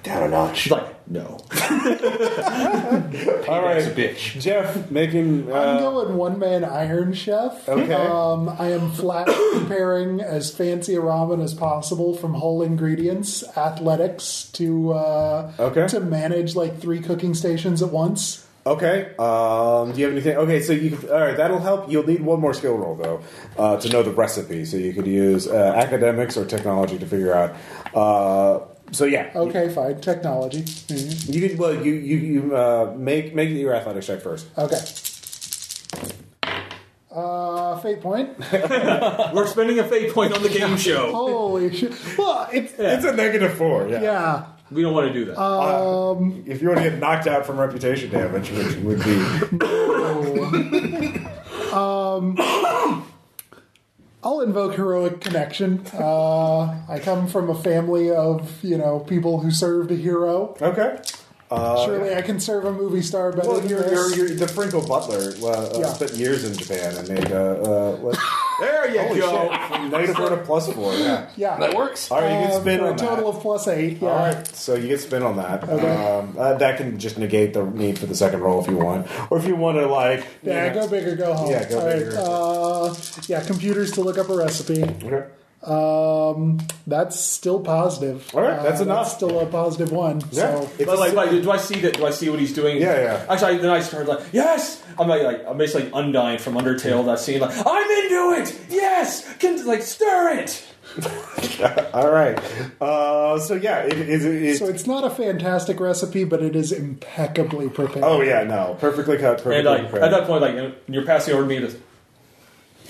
[SPEAKER 3] down a notch.
[SPEAKER 5] She's like, no.
[SPEAKER 1] All right.
[SPEAKER 3] That's a bitch.
[SPEAKER 1] Jeff making.
[SPEAKER 2] I'm
[SPEAKER 1] Uh,
[SPEAKER 2] going one man Iron Chef.
[SPEAKER 1] Okay.
[SPEAKER 2] Um, I am flat preparing as fancy a ramen as possible from whole ingredients, athletics to uh,
[SPEAKER 1] Okay.
[SPEAKER 2] to manage like three cooking stations at once.
[SPEAKER 1] Okay. Um, do you have anything? Okay, so you all right? That'll help. You'll need one more skill roll though uh, to know the recipe. So you could use uh, academics or technology to figure out. Uh, so yeah.
[SPEAKER 2] Okay, fine. Technology. Mhm.
[SPEAKER 1] You could well you you, you uh, make make your athletics check first.
[SPEAKER 2] Okay. Uh, fate point.
[SPEAKER 5] We're spending a fate point on the game show.
[SPEAKER 2] Holy shit! Well, it's
[SPEAKER 1] It's a negative four. Yeah.
[SPEAKER 2] yeah.
[SPEAKER 5] We don't want to do that.
[SPEAKER 1] Uh, If you want to get knocked out from reputation damage, which would be
[SPEAKER 2] I'll invoke heroic connection. Uh, I come from a family of you know people who served a hero.
[SPEAKER 1] okay.
[SPEAKER 2] Surely I can serve a movie star better
[SPEAKER 1] Well,
[SPEAKER 2] than
[SPEAKER 1] you're,
[SPEAKER 2] this.
[SPEAKER 1] you're, you're the Frinkle Butler uh, uh,
[SPEAKER 2] Yeah.
[SPEAKER 1] spent years in Japan and made uh, uh, what-
[SPEAKER 5] there you
[SPEAKER 1] holy
[SPEAKER 5] go.
[SPEAKER 1] shit from negative one to plus four. Yeah.
[SPEAKER 2] yeah,
[SPEAKER 7] That works.
[SPEAKER 1] All right, you
[SPEAKER 2] Uh,
[SPEAKER 1] can spin
[SPEAKER 2] for
[SPEAKER 1] on
[SPEAKER 2] a total
[SPEAKER 1] that.
[SPEAKER 2] of plus eight. Yeah.
[SPEAKER 1] All right, so you get spin on that. Um, uh, that can just negate the need for the second roll if you want, or if you want to like. you
[SPEAKER 2] Yeah,
[SPEAKER 1] know-
[SPEAKER 2] go big or go home.
[SPEAKER 1] Yeah, go
[SPEAKER 2] All right,
[SPEAKER 1] big or-
[SPEAKER 2] Uh, yeah, computers to look up a recipe.
[SPEAKER 1] Okay.
[SPEAKER 2] Um, that's still positive.
[SPEAKER 1] All right, that's
[SPEAKER 2] uh,
[SPEAKER 1] enough.
[SPEAKER 2] That's still a positive one.
[SPEAKER 1] Yeah.
[SPEAKER 2] So
[SPEAKER 1] It's
[SPEAKER 5] But like,
[SPEAKER 1] a-
[SPEAKER 5] like, do I see that? Do I see what he's doing?
[SPEAKER 1] Yeah, yeah.
[SPEAKER 5] Actually, then I started like, yes. I'm like, like I'm basically undying from Undertale. That scene, like, I'm into it. Yes, can like stir it.
[SPEAKER 1] all right. Uh, so yeah, it is. It, it,
[SPEAKER 2] so it's not a fantastic recipe, but it is impeccably prepared.
[SPEAKER 1] oh yeah, no, perfectly cut, perfectly
[SPEAKER 5] And like at
[SPEAKER 1] prepared.
[SPEAKER 5] that point, like you're passing over to me, to,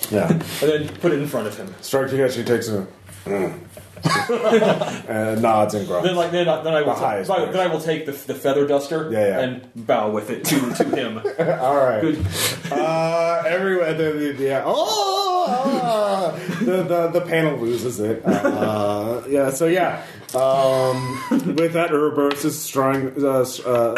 [SPEAKER 5] and
[SPEAKER 1] yeah,
[SPEAKER 5] then put it in front of him.
[SPEAKER 1] Strike Kikachi takes a mm. and nods and grunts.
[SPEAKER 5] Then like then, I- then I will
[SPEAKER 1] The highest
[SPEAKER 5] then I-
[SPEAKER 1] place.
[SPEAKER 5] then I will take the, the feather duster
[SPEAKER 1] Yeah, yeah.
[SPEAKER 5] and bow with it to to him.
[SPEAKER 1] all right.
[SPEAKER 5] Good.
[SPEAKER 1] Uh, everywhere the, the, the yeah. oh, ah! the, the the panel loses it. Uh, yeah, so yeah. Um, with that, Roberts' strong uh, s- uh,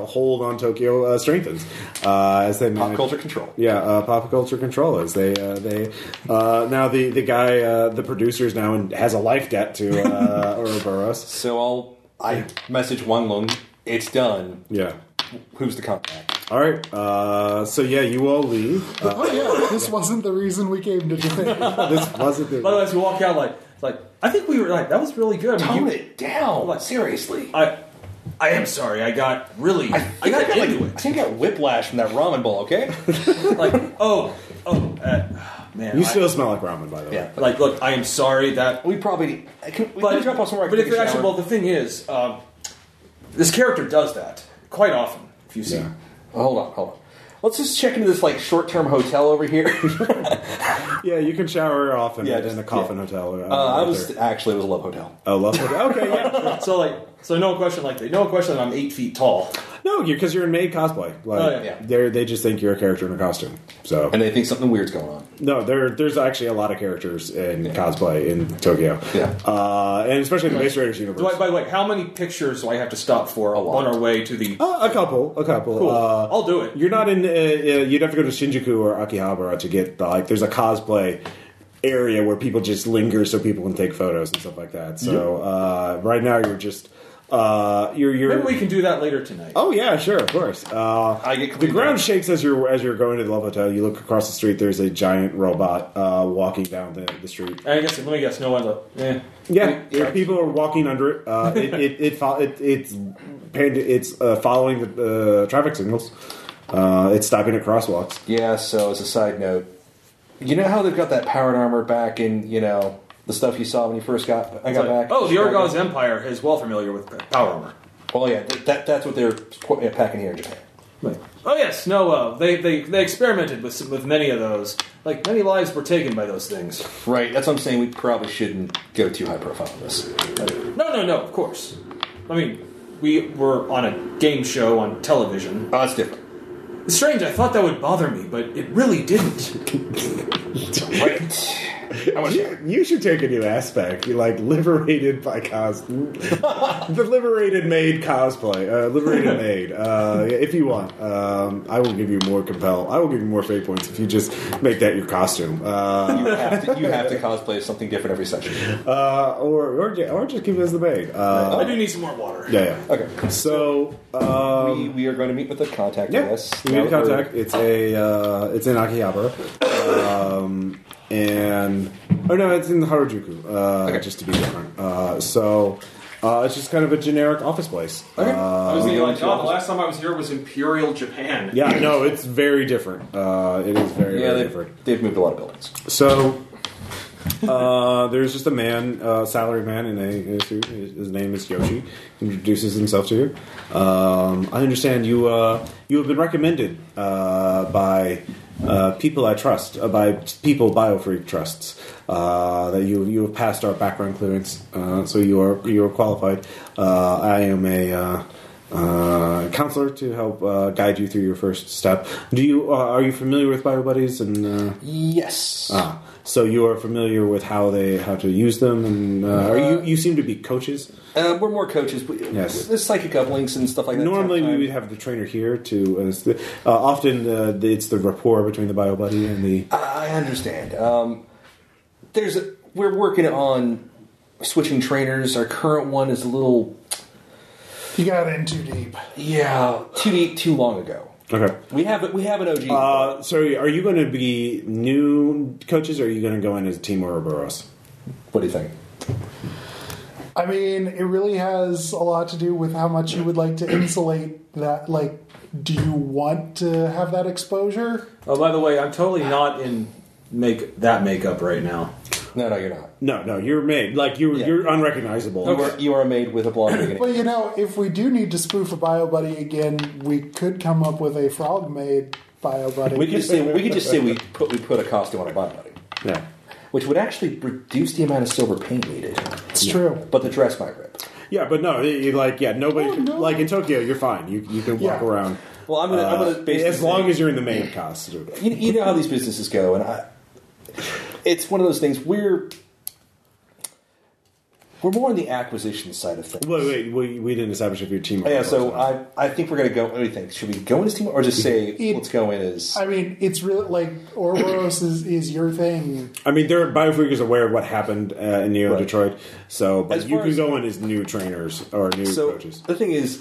[SPEAKER 1] uh, hold on Tokyo uh, strengthens uh, as they
[SPEAKER 3] Pop
[SPEAKER 1] manage.
[SPEAKER 3] culture control.
[SPEAKER 1] Yeah, uh, pop culture controllers. They uh, they uh, now the the guy uh, the producer is now and has a life debt to uh, Ouroboros.
[SPEAKER 3] So I'll I message one loan. It's done.
[SPEAKER 1] Yeah.
[SPEAKER 3] Who's the contact?
[SPEAKER 1] All right. Uh, so yeah, you all leave. Uh,
[SPEAKER 2] oh yeah, this wasn't the reason we came to Japan.
[SPEAKER 1] this wasn't the.
[SPEAKER 5] Otherwise, we walk out like it's like I think we were like that was really good. I mean,
[SPEAKER 3] Tone
[SPEAKER 5] you-
[SPEAKER 3] it down.
[SPEAKER 5] What?
[SPEAKER 3] Seriously.
[SPEAKER 5] I, I am sorry. I got really. I,
[SPEAKER 3] think
[SPEAKER 5] got
[SPEAKER 3] like,
[SPEAKER 5] into
[SPEAKER 3] I think I got whiplash from that ramen bowl. Okay.
[SPEAKER 5] it. Like oh oh uh, man.
[SPEAKER 1] You
[SPEAKER 5] I-
[SPEAKER 1] still smell like ramen, by the way.
[SPEAKER 3] yeah.
[SPEAKER 5] like look. I am sorry that.
[SPEAKER 3] We probably I can, we
[SPEAKER 5] But,
[SPEAKER 3] can jump on somewhere. I
[SPEAKER 5] but
[SPEAKER 3] can
[SPEAKER 5] if
[SPEAKER 3] take
[SPEAKER 5] you're
[SPEAKER 3] a
[SPEAKER 5] actually
[SPEAKER 3] shower.
[SPEAKER 5] well, the thing is, um, this character does that quite often. If you see,
[SPEAKER 1] Yeah.
[SPEAKER 3] hold on, hold on. Let's just check into this like short-term hotel over here.
[SPEAKER 1] Yeah, you can shower off in,
[SPEAKER 3] Yeah,
[SPEAKER 1] in
[SPEAKER 3] just-
[SPEAKER 1] the coffin
[SPEAKER 3] yeah.
[SPEAKER 1] hotel. Or,
[SPEAKER 3] Uh, I was actually it was a love hotel.
[SPEAKER 1] Oh, love hotel. Okay, yeah.
[SPEAKER 5] so like so no question like that. No question that I'm eight feet tall.
[SPEAKER 1] No, you because you're in maid cosplay. Like,
[SPEAKER 5] Oh, yeah.
[SPEAKER 1] they're- they just think you're a character in a costume. So
[SPEAKER 3] And they think something weird's going on.
[SPEAKER 1] no, there there's actually a lot of characters in cosplay in Tokyo.
[SPEAKER 3] Yeah.
[SPEAKER 1] uh, and especially in the Base Raiders universe.
[SPEAKER 5] Do I, by the way, how many pictures do I have to stop for
[SPEAKER 3] A lot. Oh.
[SPEAKER 5] on our way to the?
[SPEAKER 1] Uh, a couple, a couple. Uh,
[SPEAKER 5] I'll do it.
[SPEAKER 1] You're not in. Uh, uh, you'd have to go to Shinjuku or Akihabara to get the, like. There's a cosplay area where people just linger so people can take photos and stuff like that. So uh, right now you're just uh, you're you're.
[SPEAKER 5] Maybe we can do that later tonight.
[SPEAKER 1] Oh yeah, sure, of course. Uh,
[SPEAKER 3] I get
[SPEAKER 1] the
[SPEAKER 3] cleaned
[SPEAKER 1] ground
[SPEAKER 3] up.
[SPEAKER 1] shakes as you're as you're going to the love hotel. You look across the street. There's a giant robot uh, walking down the, the street.
[SPEAKER 5] I guess. Let me guess. No one's like, eh.
[SPEAKER 1] Yeah, there- people are walking under it. Uh, it, it, it, fo- it it's panned- it's uh, following the uh, traffic signals. Uh, it's stopping at crosswalks.
[SPEAKER 3] Yeah. So as a side note, you know how they've got that powered armor back in you know the stuff you saw when you first got I
[SPEAKER 5] It's
[SPEAKER 3] got back.
[SPEAKER 5] like, oh, the Argos Empire is well familiar with power armor.
[SPEAKER 3] Well, yeah, th- that, that's what they're qu- yeah, packing here in Japan.
[SPEAKER 5] Oh yes, no. Uh, they, they they experimented with some, with many of those. Like many lives were taken by those things.
[SPEAKER 3] Right. That's what I'm saying. We probably shouldn't go too high profile on this. Uh,
[SPEAKER 5] No, no, no. Of course. I mean, we were on a game show on television.
[SPEAKER 3] Oh, that's different.
[SPEAKER 5] It's strange. I thought that would bother me, but it really didn't.
[SPEAKER 3] Right. I want
[SPEAKER 1] You, you should take a new aspect. You're like liberated by cos, the liberated maid cosplay, uh, liberated maid. Uh, yeah, if you want, um, I will give you more compel. I will give you more fate points if you just make that your costume, uh,
[SPEAKER 3] You have, to, you have to cosplay something different every session.
[SPEAKER 1] uh, or, or ju- or just keep it as the maid. Uh,
[SPEAKER 5] I do need some more water.
[SPEAKER 1] yeah, yeah.
[SPEAKER 3] Okay.
[SPEAKER 1] So um,
[SPEAKER 3] we, we are going to meet with the contact, I
[SPEAKER 1] yeah,
[SPEAKER 3] guess.
[SPEAKER 1] we made
[SPEAKER 3] Now that we're-
[SPEAKER 1] contact. It's a uh, it's in Akihabara, um, and oh no, it's in Harajuku. Uh,
[SPEAKER 3] Okay.
[SPEAKER 1] Just to be different. Uh, so uh, it's just kind of a generic office place.
[SPEAKER 3] Okay.
[SPEAKER 1] Uh,
[SPEAKER 10] I was thinking, like, oh, the last time I was here was Imperial Japan.
[SPEAKER 1] yeah, no, it's very different. Uh, it is very,
[SPEAKER 3] Yeah,
[SPEAKER 1] very
[SPEAKER 3] they've,
[SPEAKER 1] different.
[SPEAKER 3] they've moved a lot of buildings.
[SPEAKER 1] So uh, there's just a man, uh, salary man in a, in a suit. His his name is Yoshi. He introduces himself to you. Um, I understand you uh, you have been recommended uh, by uh, people I trust, uh, by people Biofreak trusts. Uh, that you you have passed our background clearance, uh, so you are you are qualified. Uh, I am a. Uh, uh, counselor to help uh, guide you through your first step. Do you uh, are you familiar with Bio Buddies and uh,
[SPEAKER 3] Yes.
[SPEAKER 1] Ah, so you are familiar with how they how to use them, and uh, are you you seem to be coaches.
[SPEAKER 3] Uh, we're more coaches. We,
[SPEAKER 1] Yes.
[SPEAKER 3] There's psychic uplinks and stuff like that.
[SPEAKER 1] Normally, we
[SPEAKER 3] Time-
[SPEAKER 1] would have the trainer here to. Uh, uh, often, uh, the- it's the rapport between the bio buddy and the.
[SPEAKER 3] I understand. Um, there's a, we're working on switching trainers. Our current one is a little
[SPEAKER 2] you got in too deep.
[SPEAKER 3] yeah too deep too long ago.
[SPEAKER 1] Okay.
[SPEAKER 3] We have we have an OG.
[SPEAKER 1] Uh, so, are you going to be new coaches, or are you going to go in as Team Ouroboros?
[SPEAKER 3] what do you think?
[SPEAKER 2] I mean, it really has a lot to do with how much you would like to insulate that. Like, do you want to have that exposure?
[SPEAKER 5] Oh, by the way, I'm totally not in make that makeup right now.
[SPEAKER 3] No, no, you're not.
[SPEAKER 1] No, no, you're made like you.
[SPEAKER 3] Yeah.
[SPEAKER 1] You're unrecognizable.
[SPEAKER 3] You, are, you are made with a blonde wig. and-
[SPEAKER 2] But you know, if we do need to spoof a bio buddy again, we could come up with a frog made bio buddy.
[SPEAKER 3] we could just say we could just say we put we put a costume on a body,
[SPEAKER 1] Yeah.
[SPEAKER 3] which would actually reduce the amount of silver paint needed.
[SPEAKER 2] it's true.
[SPEAKER 3] But the dress might rip.
[SPEAKER 1] Yeah, but no, you- you like yeah, nobody
[SPEAKER 2] Oh, no.
[SPEAKER 1] like in Tokyo. You're fine. You you can walk
[SPEAKER 2] Yeah.
[SPEAKER 1] around.
[SPEAKER 3] Well, I'm gonna I'm
[SPEAKER 1] Uh,
[SPEAKER 3] gonna basically
[SPEAKER 1] as long
[SPEAKER 3] say-
[SPEAKER 1] as you're in the main costume.
[SPEAKER 3] you, you know how these businesses go, and I, it's one of those things. We're we're more on the acquisition side of things.
[SPEAKER 1] Wait, wait, we, we didn't establish if your team.
[SPEAKER 3] yeah, so I I think we're gonna go. What do you think? Should we go in as team or just say
[SPEAKER 2] It-
[SPEAKER 3] let's go in as?
[SPEAKER 2] I mean, it's really like Ouroboros is, is your thing.
[SPEAKER 1] I mean, their Biofreak is aware of what happened uh, in Neo
[SPEAKER 3] Right.
[SPEAKER 1] Detroit, so but
[SPEAKER 3] As
[SPEAKER 1] you
[SPEAKER 3] far
[SPEAKER 1] can
[SPEAKER 3] as-
[SPEAKER 1] go in as new trainers or new
[SPEAKER 3] so uh,
[SPEAKER 1] coaches.
[SPEAKER 3] the thing is,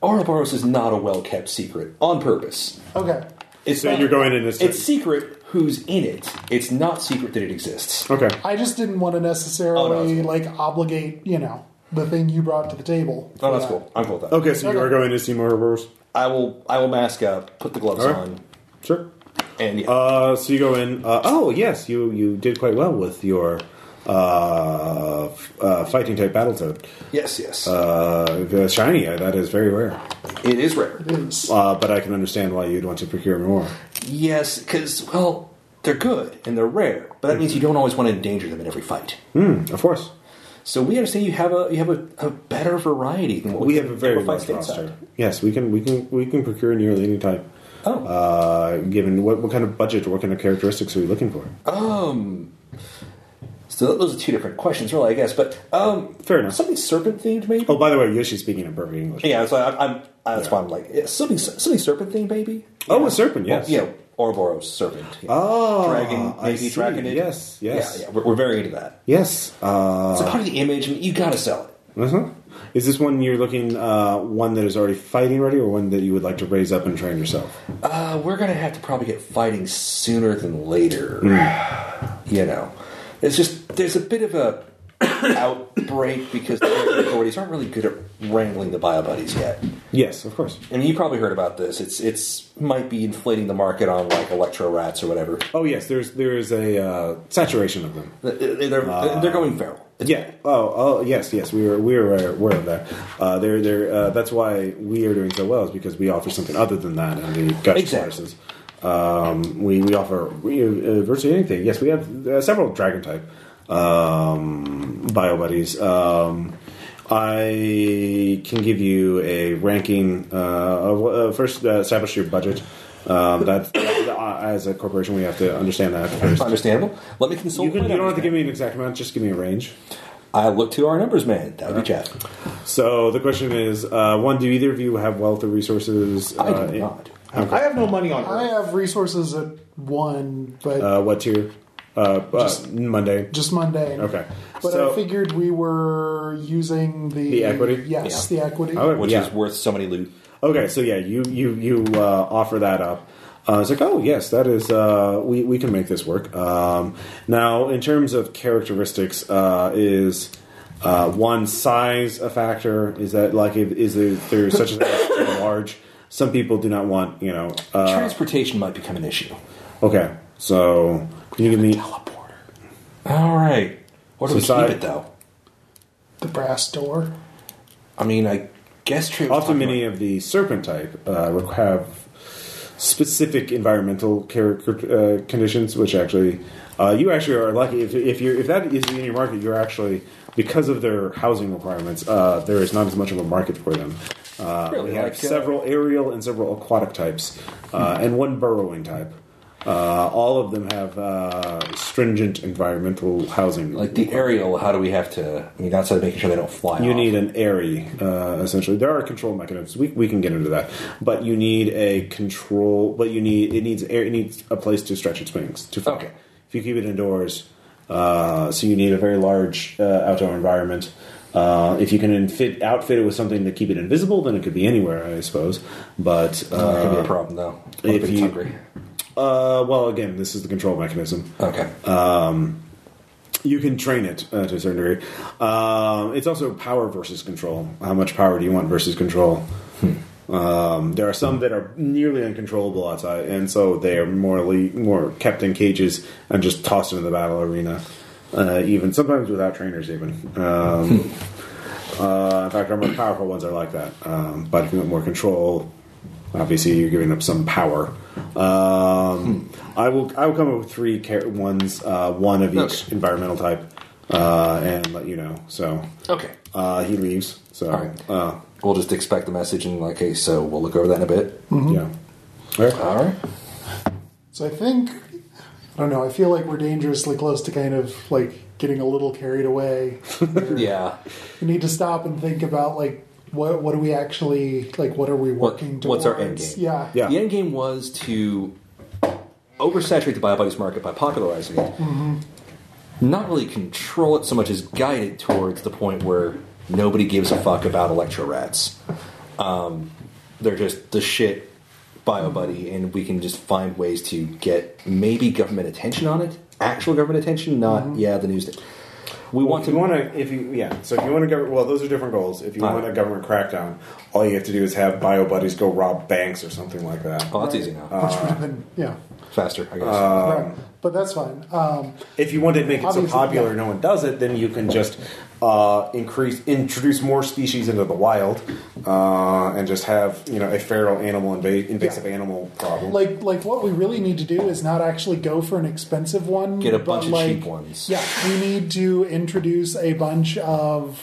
[SPEAKER 3] Ouroboros is not a well kept secret on purpose.
[SPEAKER 2] Okay.
[SPEAKER 3] It's
[SPEAKER 1] So
[SPEAKER 3] not-
[SPEAKER 1] you're going in as
[SPEAKER 3] It's secret who's in it. It's not secret that it exists.
[SPEAKER 1] okay.
[SPEAKER 2] I just didn't want to necessarily
[SPEAKER 3] it's
[SPEAKER 2] like obligate, you know, the thing you brought to the table.
[SPEAKER 3] Oh, that's cool. I'm cool with that.
[SPEAKER 1] Okay, so you
[SPEAKER 2] Okay.
[SPEAKER 1] are going to see more reverse.
[SPEAKER 3] I will. I will mask up, put the gloves
[SPEAKER 1] All right.
[SPEAKER 3] on,
[SPEAKER 1] Sure.
[SPEAKER 3] and yeah.
[SPEAKER 1] Uh, so you go in. Uh, oh yes, you you did quite well with your uh, f- uh, fighting type battle toad.
[SPEAKER 3] yes, yes.
[SPEAKER 1] Uh, the shiny uh, that is very rare.
[SPEAKER 3] it is rare.
[SPEAKER 1] Uh, but I can understand why you'd want to procure more.
[SPEAKER 3] Yes, because well, they're good and they're rare, but that means
[SPEAKER 1] Mm-hmm.
[SPEAKER 3] you don't always want to endanger them in every fight.
[SPEAKER 1] Hmm, Of course,
[SPEAKER 3] So we understand you have a you have a, a better variety than what
[SPEAKER 1] we have a
[SPEAKER 3] than
[SPEAKER 1] very
[SPEAKER 3] what
[SPEAKER 1] large
[SPEAKER 3] fights stateside.
[SPEAKER 1] roster. Yes, we can we can we can procure nearly any type.
[SPEAKER 3] Oh.
[SPEAKER 1] Uh, given what, what kind of budget or what kind of characteristics are we looking for?
[SPEAKER 3] Uh, So those are two different questions, really, I guess. But um,
[SPEAKER 1] Fair enough.
[SPEAKER 3] Something serpent themed, maybe.
[SPEAKER 1] Oh, by the way, Yoshi's speaking in perfect English.
[SPEAKER 3] Yeah, so I, I'm. I, that's why I'm like yeah, something something serpent themed, maybe.
[SPEAKER 1] Oh, a serpent, yes.
[SPEAKER 3] Well, yeah, Ouroboros serpent. Yeah.
[SPEAKER 1] Oh,
[SPEAKER 3] dragon,
[SPEAKER 1] I
[SPEAKER 3] maybe
[SPEAKER 1] see.
[SPEAKER 3] dragon.
[SPEAKER 1] Yes, yes,
[SPEAKER 3] Yeah, yeah, we're, we're very into that.
[SPEAKER 1] yes. Uh,
[SPEAKER 3] It's a part of the image. I mean, you gotta sell it.
[SPEAKER 1] uh-huh. Is this one you're looking uh, one that is already fighting ready, or one that you would like to raise up and train yourself?
[SPEAKER 3] Uh, we're gonna have to probably get fighting sooner than later. You know, it's just there's a bit of a outbreak because the local authorities aren't really good at wrangling the bio buddies yet.
[SPEAKER 1] Yes, of course.
[SPEAKER 3] I mean, you probably heard about this. It's it's might be inflating the market on like electro rats or whatever.
[SPEAKER 1] Oh, yes. There's there is a uh, saturation of them.
[SPEAKER 3] They're they're, they're going feral. It's-
[SPEAKER 1] Yeah. Oh, oh, yes, yes. We were we were aware of that. Uh, they're, they're, uh, that's why we are doing so well is because we offer something other than that and the guts
[SPEAKER 3] Exactly.
[SPEAKER 1] courses. Um, we we offer we, uh, virtually anything. Yes, we have uh, several dragon type um, bio buddies. Um, I can give you a ranking. Uh, of, uh, first, uh, establish your budget. Um, that's uh, as a corporation, we have to understand that first.
[SPEAKER 3] Understandable. Let me consult.
[SPEAKER 1] You, can,
[SPEAKER 3] my
[SPEAKER 1] you don't have to
[SPEAKER 3] numbers
[SPEAKER 1] give me
[SPEAKER 3] man.
[SPEAKER 1] an exact amount; just give me Uh, a range.
[SPEAKER 3] I look to our numbers, man. That would be Jeff.
[SPEAKER 1] So the question is: uh, One, do either of you have wealth or resources?
[SPEAKER 3] I
[SPEAKER 1] uh,
[SPEAKER 3] do not.
[SPEAKER 4] I have no money on
[SPEAKER 2] I
[SPEAKER 4] Earth.
[SPEAKER 2] have resources at one, but
[SPEAKER 1] Uh, what tier? Uh, uh, Monday.
[SPEAKER 2] just mundane.
[SPEAKER 1] Okay.
[SPEAKER 2] But
[SPEAKER 1] So-
[SPEAKER 2] I figured we were using the
[SPEAKER 1] The equity?
[SPEAKER 2] Yes, the equity.
[SPEAKER 1] Oh,
[SPEAKER 3] Which
[SPEAKER 1] yeah.
[SPEAKER 3] is worth so many loot.
[SPEAKER 1] Okay, so yeah, you you you uh, offer that up. Uh, it's like, oh yes, that is. Uh, we we can make this work. Um, now, in terms of characteristics, uh, is uh, one size a factor? Is that like if, is there, there such a thing as too large? Some people do not want you know. Uh,
[SPEAKER 3] Transportation might become an issue.
[SPEAKER 1] okay, so can you give me?
[SPEAKER 3] Teleporter. All right. What do we
[SPEAKER 1] Society-
[SPEAKER 3] keep it though?
[SPEAKER 2] The brass door.
[SPEAKER 3] I mean, I guess Trey. was
[SPEAKER 1] Often,
[SPEAKER 3] talking
[SPEAKER 1] many of the serpent type uh, requ- have specific environmental character, uh, conditions, which actually uh, you actually are lucky if, if you are if that is in your market, you're actually because of their housing requirements, uh, there is not as much of a market for them. Uh,
[SPEAKER 3] Really?
[SPEAKER 1] we have
[SPEAKER 3] Like, uh, Hmm.
[SPEAKER 1] several aerial and several aquatic types, uh, and one burrowing type. Uh, all of them have uh, stringent environmental housing.
[SPEAKER 3] Like the aerial, how do we have to? I mean, outside of making sure they don't fly.
[SPEAKER 1] You
[SPEAKER 3] off.
[SPEAKER 1] need an airy, uh, essentially. There are control mechanisms. We, we can get into that, but you need a control. But you need it needs air. It needs a place to stretch its wings to fly.
[SPEAKER 3] Okay.
[SPEAKER 1] If you keep it indoors, uh, so you need a very large uh, outdoor environment. Uh, if you can infit, outfit it with something to keep it invisible, then it could be anywhere, I suppose. But
[SPEAKER 3] Uh,
[SPEAKER 1] uh,
[SPEAKER 3] could be a problem though. What
[SPEAKER 1] if
[SPEAKER 3] if it's
[SPEAKER 1] you-
[SPEAKER 3] hungry?
[SPEAKER 1] uh, well, again, this is the control mechanism.
[SPEAKER 3] Okay.
[SPEAKER 1] you can train it uh, to a certain degree. Um, it's also power versus control. How much power do you want versus control? Um, there are some that are nearly uncontrollable outside, and so they are morally more kept in cages and just tossed into the battle arena. Uh, even sometimes without trainers, even. Um, uh, in fact, our more powerful ones are like that. Um, but if you want more control, obviously you're giving up some power. Um, I will. I will come up with three char- ones, uh, one of each
[SPEAKER 3] Okay.
[SPEAKER 1] environmental type, uh, and let you know. So
[SPEAKER 3] okay.
[SPEAKER 1] uh, he leaves. So
[SPEAKER 3] All right.
[SPEAKER 1] uh,
[SPEAKER 3] We'll just expect the message and like, hey, so we'll look over that in a bit.
[SPEAKER 1] yeah. All right.
[SPEAKER 3] All right.
[SPEAKER 2] So I think I don't know. I feel like we're dangerously close to kind of like getting a little carried away.
[SPEAKER 3] Yeah.
[SPEAKER 2] we need to stop and think about like what what do we actually like? What are we working
[SPEAKER 3] what's
[SPEAKER 2] towards?
[SPEAKER 3] our end game?
[SPEAKER 2] Yeah.
[SPEAKER 1] Yeah.
[SPEAKER 3] The end game was to oversaturate the biobuddies market by popularizing it.
[SPEAKER 2] Mm-hmm.
[SPEAKER 3] Not really control it so much as guide it towards the point where nobody gives a fuck about electro rats. Um, they're just the shit bio
[SPEAKER 2] Mm-hmm.
[SPEAKER 3] buddy and we can just find ways to get maybe government attention on it actual government attention not
[SPEAKER 2] Mm-hmm.
[SPEAKER 3] yeah the news that we
[SPEAKER 1] Well,
[SPEAKER 3] want
[SPEAKER 1] if
[SPEAKER 3] to
[SPEAKER 1] you want to, if you yeah, so if you want to government, well, those are different goals. If you
[SPEAKER 3] Fine.
[SPEAKER 1] want a government crackdown, all you have to do is have bio buddies go rob banks or something like that.
[SPEAKER 3] oh that's easy Um, now
[SPEAKER 1] uh,
[SPEAKER 2] which would have been yeah,
[SPEAKER 3] faster i guess
[SPEAKER 2] right. But that's fine. Um,
[SPEAKER 1] If you want to make it so
[SPEAKER 2] Obviously,
[SPEAKER 1] popular
[SPEAKER 2] yeah.
[SPEAKER 1] no one does it, then you can just uh, increase, introduce more species into the wild, uh, and just have you know a feral animal inva- invasive
[SPEAKER 2] Yeah.
[SPEAKER 1] animal problem.
[SPEAKER 2] like like what we really need to do is not actually go for an expensive one.
[SPEAKER 3] Get a
[SPEAKER 2] but,
[SPEAKER 3] bunch of
[SPEAKER 2] like,
[SPEAKER 3] cheap ones.
[SPEAKER 2] Yeah, we need to introduce a bunch of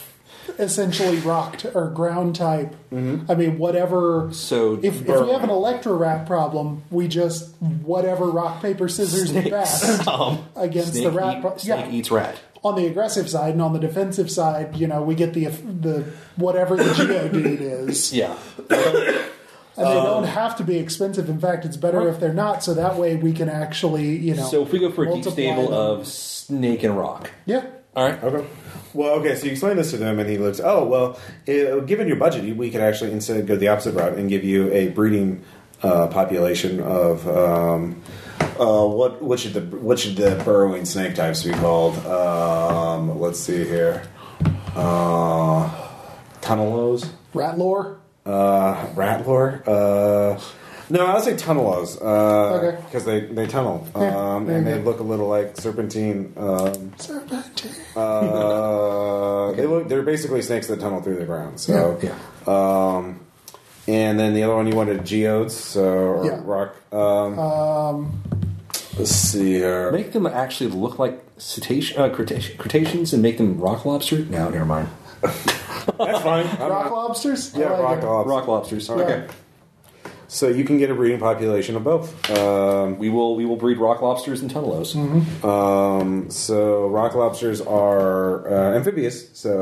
[SPEAKER 2] essentially rocked or ground type. I mean, whatever.
[SPEAKER 3] Mm-hmm. So,
[SPEAKER 2] if, if
[SPEAKER 3] burn.
[SPEAKER 2] we have an electro rat problem, we just whatever rock paper scissors and bats against
[SPEAKER 3] Um, snake,
[SPEAKER 2] the rat.
[SPEAKER 3] eat-
[SPEAKER 2] pro-
[SPEAKER 3] snake eats rat
[SPEAKER 2] on the aggressive side and on the defensive side, you know, we get the the whatever the geo dude is,
[SPEAKER 3] yeah
[SPEAKER 2] and they
[SPEAKER 3] Um,
[SPEAKER 2] don't have to be expensive. In fact, it's better if they're not, so that way we can actually, you know.
[SPEAKER 3] so if we go for a deep
[SPEAKER 2] multiply
[SPEAKER 3] stable
[SPEAKER 2] them.
[SPEAKER 3] of snake and rock
[SPEAKER 2] yeah,
[SPEAKER 3] all right
[SPEAKER 1] Okay. Well, okay. So you explain this to them, and he lives. Oh, well, eh, given your budget, you- we could actually instead go the opposite route and give you a breeding uh, population of um, uh, what? What should the what should the burrowing snake types be called? Um, let's see here. Uh, tunnelos,
[SPEAKER 2] rat lore.
[SPEAKER 1] uh, ratlor. Uh, no, I'll say tunnelos. Uh,
[SPEAKER 2] Okay.
[SPEAKER 1] Because they they tunnel,
[SPEAKER 2] Yeah,
[SPEAKER 1] um,
[SPEAKER 2] very
[SPEAKER 1] and they
[SPEAKER 2] good.
[SPEAKER 1] look a little like serpentine. Um,
[SPEAKER 2] Serpentine.
[SPEAKER 1] uh, they look, they're basically snakes that tunnel through the ground. So,
[SPEAKER 3] Yeah,
[SPEAKER 1] Um, and then the other one you wanted geodes, so or
[SPEAKER 2] Yeah.
[SPEAKER 1] rock. Um, let's see here.
[SPEAKER 3] make them actually look like cetacean, uh, Cretace- cretaceans and make them rock lobster no never mind
[SPEAKER 1] That's fine. I'm
[SPEAKER 2] Rock
[SPEAKER 1] not-
[SPEAKER 2] lobsters. I
[SPEAKER 1] yeah,
[SPEAKER 2] like
[SPEAKER 1] rock
[SPEAKER 2] it.
[SPEAKER 1] lobster.
[SPEAKER 3] rock lobsters
[SPEAKER 2] Yeah.
[SPEAKER 3] okay
[SPEAKER 1] So you can get a breeding population of both. Um,
[SPEAKER 3] we will we will breed rock lobsters and tunnelos
[SPEAKER 2] Mm-hmm.
[SPEAKER 1] um, so rock lobsters are uh, amphibious. So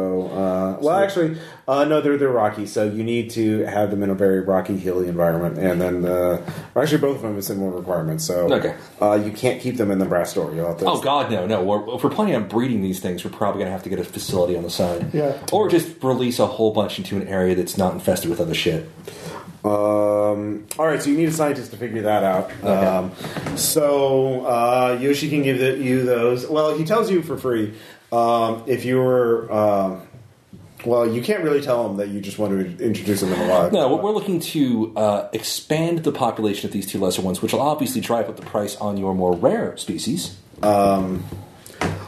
[SPEAKER 1] uh, well, actually, uh, no, they're they're rocky. So you need to have them in a very rocky, hilly environment. And then uh, or actually, both of them is similar requirements. So
[SPEAKER 3] Okay.
[SPEAKER 1] uh, you can't keep them in the brass door. You'll have to
[SPEAKER 3] Oh God, no, no. We're, if we're planning on breeding these things, we're probably going to have to get a facility on the side,
[SPEAKER 2] Yeah.
[SPEAKER 3] or just release a whole bunch into an area that's not infested with other shit.
[SPEAKER 1] Um, all right, so you need a scientist to figure that out. Um, so uh, Yoshi can give the, you those. Well, he tells you for free um, if you were. Um, well, you can't really tell him that you just want to introduce them in a lot.
[SPEAKER 3] No, we're looking to uh, expand the population of these two lesser ones, which will obviously drive up the price on your more rare species.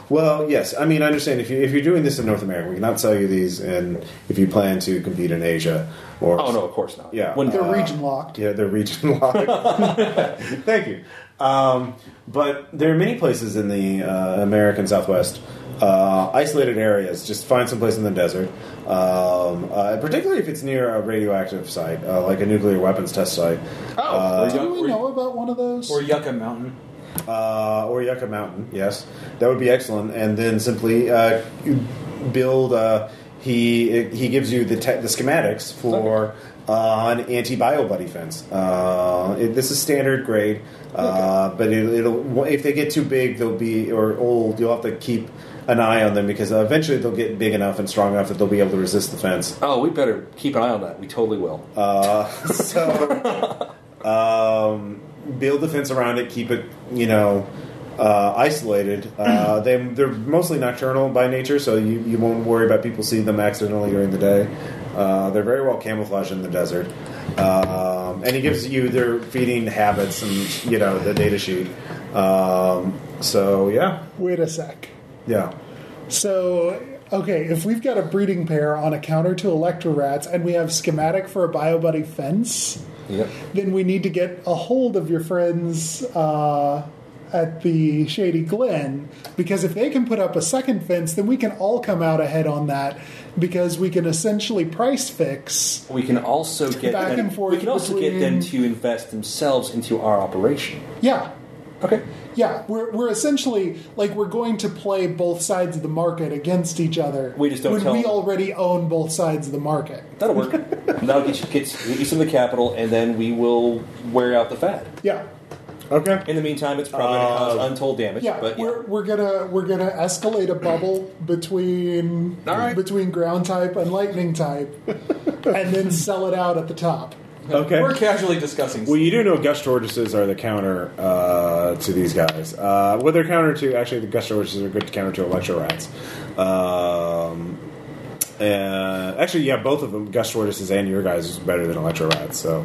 [SPEAKER 1] Well, yes. I mean, I understand if you if you're doing this in North America, we cannot sell you these, and if you plan to compete in Asia or
[SPEAKER 3] Oh no, of course not.
[SPEAKER 1] Yeah.
[SPEAKER 3] When-
[SPEAKER 2] They're region locked.
[SPEAKER 1] Yeah, they're region locked. Thank you. Um, but there are many places in the uh, American Southwest, uh, isolated areas. Just find some place in the desert, um, uh, particularly if it's near a radioactive site, uh, like a nuclear weapons test site,
[SPEAKER 3] Uh,
[SPEAKER 5] Oh,
[SPEAKER 2] Do we know about one of those?
[SPEAKER 5] or Yucca Mountain.
[SPEAKER 1] uh, or Yucca Mountain. Yes, that would be excellent. And then simply uh, build. Uh, he he gives you the te- the schematics for. Uh, an anti-bio buddy fence. Uh, it, this is standard grade, uh, but it, it'll if they get too big, they'll be or old. You'll have to keep an eye on them because eventually they'll get big enough and strong enough that they'll be able to resist the fence.
[SPEAKER 3] Oh, we better keep an eye on that. We totally will.
[SPEAKER 1] Uh, so, um, build a fence around it, keep it, you know, uh, isolated. Uh, they, they're mostly nocturnal by nature, so you, you won't worry about people seeing them accidentally during the day. Uh, they're very well camouflaged in the desert. Um, and it gives you their feeding habits and, you know, the data sheet. Um, so, yeah.
[SPEAKER 2] Wait a sec.
[SPEAKER 1] Yeah.
[SPEAKER 2] So, okay, if we've got a breeding pair on a counter to Electrorats and we have schematic for a BioBuddy fence,
[SPEAKER 3] Yep.
[SPEAKER 2] then we need to get a hold of your friends uh, at the Shady Glen because if they can put up a second fence, then we can all come out ahead on that because we can essentially price fix.
[SPEAKER 3] We can also get
[SPEAKER 2] Back
[SPEAKER 3] them,
[SPEAKER 2] and forth
[SPEAKER 3] we can also get them
[SPEAKER 2] between-
[SPEAKER 3] to invest themselves into our operation.
[SPEAKER 2] Yeah.
[SPEAKER 3] Okay.
[SPEAKER 2] Yeah, we're, we're essentially like we're going to play both sides of the market against each other.
[SPEAKER 3] We just don't
[SPEAKER 2] when
[SPEAKER 3] tell
[SPEAKER 2] we
[SPEAKER 3] them.
[SPEAKER 2] already own both sides of the market.
[SPEAKER 3] That'll work. That'll get you, get, get you some of the capital, and then we will wear out the fat.
[SPEAKER 2] Yeah.
[SPEAKER 1] Okay.
[SPEAKER 3] In the meantime, it's probably going to cause untold damage.
[SPEAKER 2] Uh, Yeah,
[SPEAKER 3] but
[SPEAKER 2] we're we're gonna we're gonna escalate a bubble between
[SPEAKER 3] All right.
[SPEAKER 2] between ground type and lightning type, and then sell it out at the top.
[SPEAKER 1] Okay.
[SPEAKER 5] We're casually discussing.
[SPEAKER 1] Well, you do know gush tortoises are the counter uh, to these guys. Uh, well, they're counter to actually the gush tortoises are good counter to electro rats. Um, uh, actually, yeah, both of them, gush tortoises and your guys, is better than electro rats. So,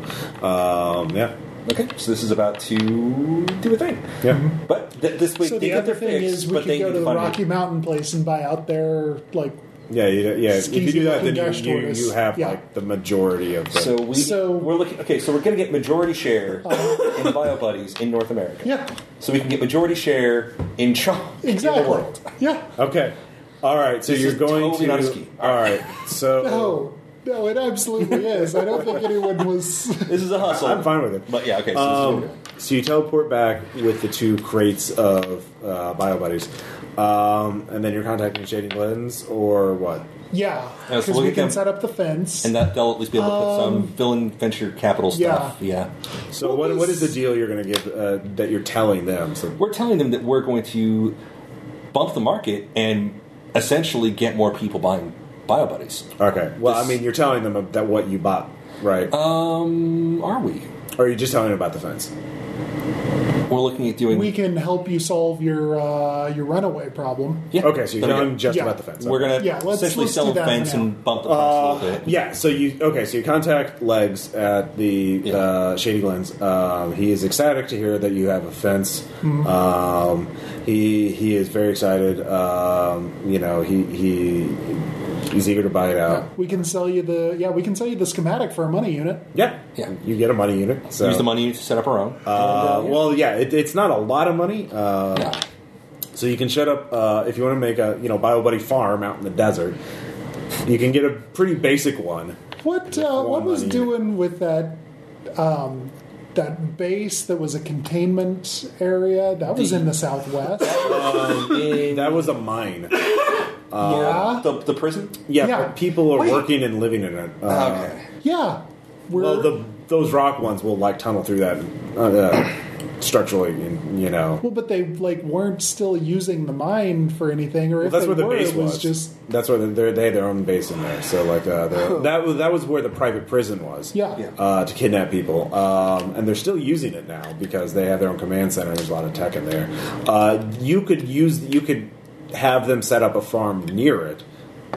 [SPEAKER 1] um, yeah,
[SPEAKER 3] okay. So this is about to do a thing.
[SPEAKER 1] yeah.
[SPEAKER 3] But th- this week
[SPEAKER 2] So
[SPEAKER 3] they
[SPEAKER 2] the
[SPEAKER 3] got
[SPEAKER 2] other
[SPEAKER 3] their
[SPEAKER 2] thing
[SPEAKER 3] fix,
[SPEAKER 2] is we
[SPEAKER 3] but they
[SPEAKER 2] could go
[SPEAKER 3] need
[SPEAKER 2] to
[SPEAKER 3] to
[SPEAKER 2] the
[SPEAKER 3] find
[SPEAKER 2] Rocky Mountain place and buy out their like.
[SPEAKER 1] Yeah, you, yeah. If you do that, then
[SPEAKER 2] Skeezy-looking
[SPEAKER 1] you, you,
[SPEAKER 2] Gash
[SPEAKER 1] you have
[SPEAKER 2] tortoise.
[SPEAKER 1] like the majority of the.
[SPEAKER 3] So we
[SPEAKER 2] So- Oh.
[SPEAKER 3] we're looking okay. So we're going to get majority share in bio buddies in North America.
[SPEAKER 2] Yeah,
[SPEAKER 3] So we can get majority share in China.
[SPEAKER 2] exactly.
[SPEAKER 3] In the world.
[SPEAKER 2] Yeah.
[SPEAKER 1] okay, all right. So
[SPEAKER 3] This
[SPEAKER 1] you're
[SPEAKER 3] is
[SPEAKER 1] going
[SPEAKER 3] totally
[SPEAKER 1] to
[SPEAKER 3] not a ski.
[SPEAKER 1] all right. So
[SPEAKER 2] No, Oh, no, it absolutely is. I don't think anyone was.
[SPEAKER 3] This is a hustle.
[SPEAKER 1] I'm fine with it.
[SPEAKER 3] But yeah, okay. So
[SPEAKER 1] Um, so you teleport back with the two crates of uh, bio buddies, um, and then you're contacting Shading Lens or what?
[SPEAKER 2] Yeah,
[SPEAKER 3] Yeah, so
[SPEAKER 2] because
[SPEAKER 3] we'll
[SPEAKER 2] we
[SPEAKER 3] get
[SPEAKER 2] can
[SPEAKER 3] them-
[SPEAKER 2] set up the fence.
[SPEAKER 3] and that they'll at least be able to put
[SPEAKER 2] um,
[SPEAKER 3] some villain venture capital stuff. Yeah.
[SPEAKER 1] So what, what is the deal you're going to give uh, that you're telling them? So
[SPEAKER 3] We're telling them that we're going to bump the market and essentially get more people buying bio buddies.
[SPEAKER 1] okay, well I
[SPEAKER 3] This- Uh,
[SPEAKER 1] mean you're telling them that what you bought, right?
[SPEAKER 3] Um, are we?
[SPEAKER 1] or are you just telling them about the fence?
[SPEAKER 3] We're looking at doing.
[SPEAKER 2] We can help you solve your uh, your runaway problem.
[SPEAKER 3] yeah.
[SPEAKER 1] Okay, so you're
[SPEAKER 3] Then we
[SPEAKER 1] telling
[SPEAKER 3] get-
[SPEAKER 1] them just
[SPEAKER 2] Yeah.
[SPEAKER 1] about the fence.
[SPEAKER 3] We're gonna
[SPEAKER 2] Yeah, let's-
[SPEAKER 3] essentially
[SPEAKER 2] let's
[SPEAKER 3] sell
[SPEAKER 2] do
[SPEAKER 3] the
[SPEAKER 2] that for
[SPEAKER 3] fence
[SPEAKER 2] now.
[SPEAKER 3] and bump the
[SPEAKER 1] Uh,
[SPEAKER 3] price a little bit.
[SPEAKER 1] Yeah, so you okay? So you contact Legs at the
[SPEAKER 3] Yeah.
[SPEAKER 1] uh, Shady Glens. Um, he is ecstatic to hear that you have a fence. Um, he he is very excited. Um, you know he he he's eager to buy it out.
[SPEAKER 2] We can sell you the yeah. We can sell you the schematic for a money unit.
[SPEAKER 1] Yeah,
[SPEAKER 3] Yeah.
[SPEAKER 1] You get a money unit. So
[SPEAKER 3] Use the money to set up our own.
[SPEAKER 1] Uh, Well, yeah, it, it's not a lot of money. Uh,
[SPEAKER 3] Yeah.
[SPEAKER 1] So you can shut up uh, if you want to make a you know bio buddy farm out in the desert. You can get a pretty basic one.
[SPEAKER 2] What uh, what
[SPEAKER 1] one
[SPEAKER 2] was
[SPEAKER 1] money
[SPEAKER 2] doing with that um, that base that was a containment area that was in the southwest?
[SPEAKER 1] That was a mine.
[SPEAKER 2] yeah,
[SPEAKER 3] the, the prison.
[SPEAKER 1] Yeah,
[SPEAKER 2] Yeah.
[SPEAKER 1] but people are
[SPEAKER 3] Wait.
[SPEAKER 1] working and living in it. Uh,
[SPEAKER 3] okay.
[SPEAKER 2] yeah. We're,
[SPEAKER 1] Well, the, those rock ones will like tunnel through that uh, uh, structurally, and you know.
[SPEAKER 2] Well, but they like weren't still using the mine for anything, or
[SPEAKER 1] Well,
[SPEAKER 2] if
[SPEAKER 1] that's
[SPEAKER 2] they
[SPEAKER 1] where the
[SPEAKER 2] were,
[SPEAKER 1] base
[SPEAKER 2] it was,
[SPEAKER 1] was.
[SPEAKER 2] just Oh.
[SPEAKER 1] That's where they they had their own base in there. So like uh, the- that was that was where the private prison was.
[SPEAKER 2] Yeah. Yeah.
[SPEAKER 1] Uh, to kidnap people, um, and they're still using it now because they have their own command center. There's a lot of tech in there. Uh, you could use you could have them set up a farm near it.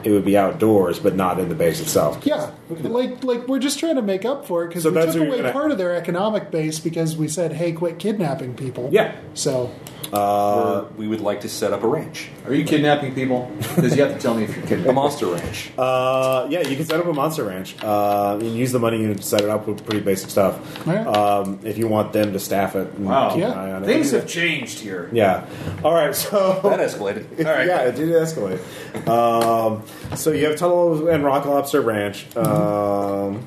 [SPEAKER 1] It would be outdoors, but not in the base itself.
[SPEAKER 2] yeah, like like we're just trying to make up for it because
[SPEAKER 1] So
[SPEAKER 2] we
[SPEAKER 1] that's
[SPEAKER 2] took
[SPEAKER 1] where you're
[SPEAKER 2] away
[SPEAKER 1] gonna-
[SPEAKER 2] part of their economic base because we said, hey, quit kidnapping people.
[SPEAKER 1] Yeah.
[SPEAKER 2] So
[SPEAKER 1] uh,
[SPEAKER 3] We're- we would like to set up a ranch,
[SPEAKER 5] Are you kidnapping people? Because you have to tell me if you're
[SPEAKER 3] a
[SPEAKER 5] kidnapping.
[SPEAKER 3] monster ranch.
[SPEAKER 1] Uh, yeah, you can set up a monster ranch. Uh, you can use the money unit to set it up with pretty basic stuff.
[SPEAKER 2] Alright.
[SPEAKER 1] Um, if you want them to staff it, and
[SPEAKER 5] Wow.
[SPEAKER 1] keep an
[SPEAKER 2] Yeah.
[SPEAKER 1] eye on it.
[SPEAKER 5] Things have changed here.
[SPEAKER 1] Yeah. All right. So
[SPEAKER 3] that escalated. All right.
[SPEAKER 1] yeah, it did escalate. Um, so you have Tunnel and Rock Lobster Ranch um,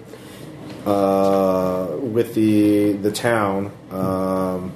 [SPEAKER 1] uh, with the the town, um,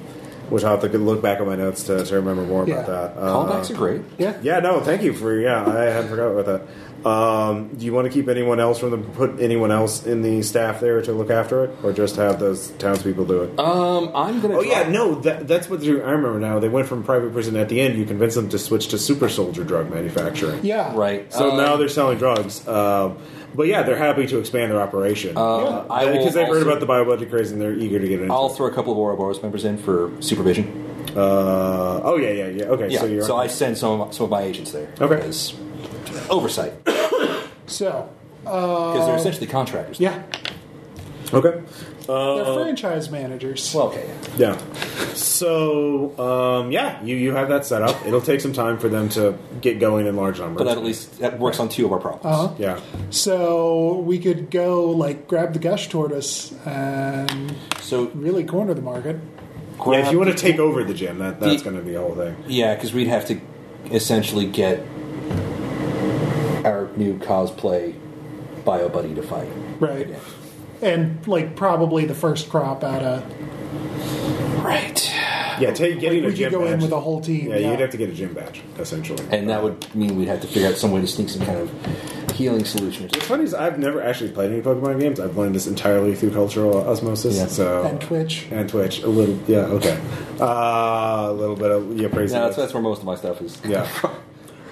[SPEAKER 1] which I'll have to look back at my notes to, to remember more
[SPEAKER 2] Yeah.
[SPEAKER 1] about that. Uh,
[SPEAKER 3] Callbacks are great.
[SPEAKER 2] yeah,
[SPEAKER 1] yeah, no, thank you for yeah. I had forgot about that. Um, do you want to keep anyone else from the put anyone else in the staff there to look after it, or just have those townspeople do it?
[SPEAKER 3] Um, I'm gonna.
[SPEAKER 1] oh
[SPEAKER 3] draw-
[SPEAKER 1] yeah, no, that, that's what they're- I remember now. They went from private prison at the end. You convinced them to switch to super soldier drug manufacturing.
[SPEAKER 2] yeah,
[SPEAKER 3] Right.
[SPEAKER 1] So
[SPEAKER 3] Um,
[SPEAKER 1] now they're selling drugs. Um, but yeah, they're happy to expand their operation
[SPEAKER 3] um, I will
[SPEAKER 1] because they've heard
[SPEAKER 3] also-
[SPEAKER 1] about the biologic craze and they're eager to get into.
[SPEAKER 3] I'll
[SPEAKER 1] it.
[SPEAKER 3] throw a couple of Ouroboros members in for supervision.
[SPEAKER 1] Uh, oh yeah, yeah, yeah. Okay,
[SPEAKER 3] Yeah.
[SPEAKER 1] so you're
[SPEAKER 3] So, I send some of, some of my agents there.
[SPEAKER 1] Okay.
[SPEAKER 3] As oversight because
[SPEAKER 2] So
[SPEAKER 3] they're essentially contractors.
[SPEAKER 2] Uh, yeah,
[SPEAKER 1] okay.
[SPEAKER 2] they're
[SPEAKER 1] Uh,
[SPEAKER 2] franchise managers.
[SPEAKER 3] Well, okay.
[SPEAKER 1] Yeah. So um, yeah, you, you have that set up. It'll take some time for them to get going in large numbers.
[SPEAKER 3] But that at least that works on two of our problems.
[SPEAKER 2] Uh-huh.
[SPEAKER 1] yeah.
[SPEAKER 2] So we could go like grab the gush tortoise and
[SPEAKER 3] So
[SPEAKER 2] really corner the market.
[SPEAKER 1] Yeah, if you want
[SPEAKER 3] to.
[SPEAKER 1] to take over the gym, that, that's
[SPEAKER 3] The-
[SPEAKER 1] going to be the whole thing.
[SPEAKER 3] Yeah, because we'd have to essentially get our new cosplay bio buddy to fight.
[SPEAKER 2] Right. And like probably the first crop out of
[SPEAKER 3] Right.
[SPEAKER 1] Yeah, take getting
[SPEAKER 2] we
[SPEAKER 1] a gym
[SPEAKER 2] could go
[SPEAKER 1] badge.
[SPEAKER 2] in with a whole team.
[SPEAKER 1] yeah, you'd have to get a gym badge essentially.
[SPEAKER 3] And that would mean we'd have to figure out some way to sneak some kind of healing solution.
[SPEAKER 1] What's funny is I've never actually played any Pokemon games. I've learned this entirely through cultural osmosis.
[SPEAKER 3] Yeah.
[SPEAKER 1] So
[SPEAKER 2] And Twitch.
[SPEAKER 1] and Twitch a little. Yeah, okay. Uh, a little bit of yeah, praise.
[SPEAKER 3] No, that's, that's where most of my stuff is.
[SPEAKER 1] yeah.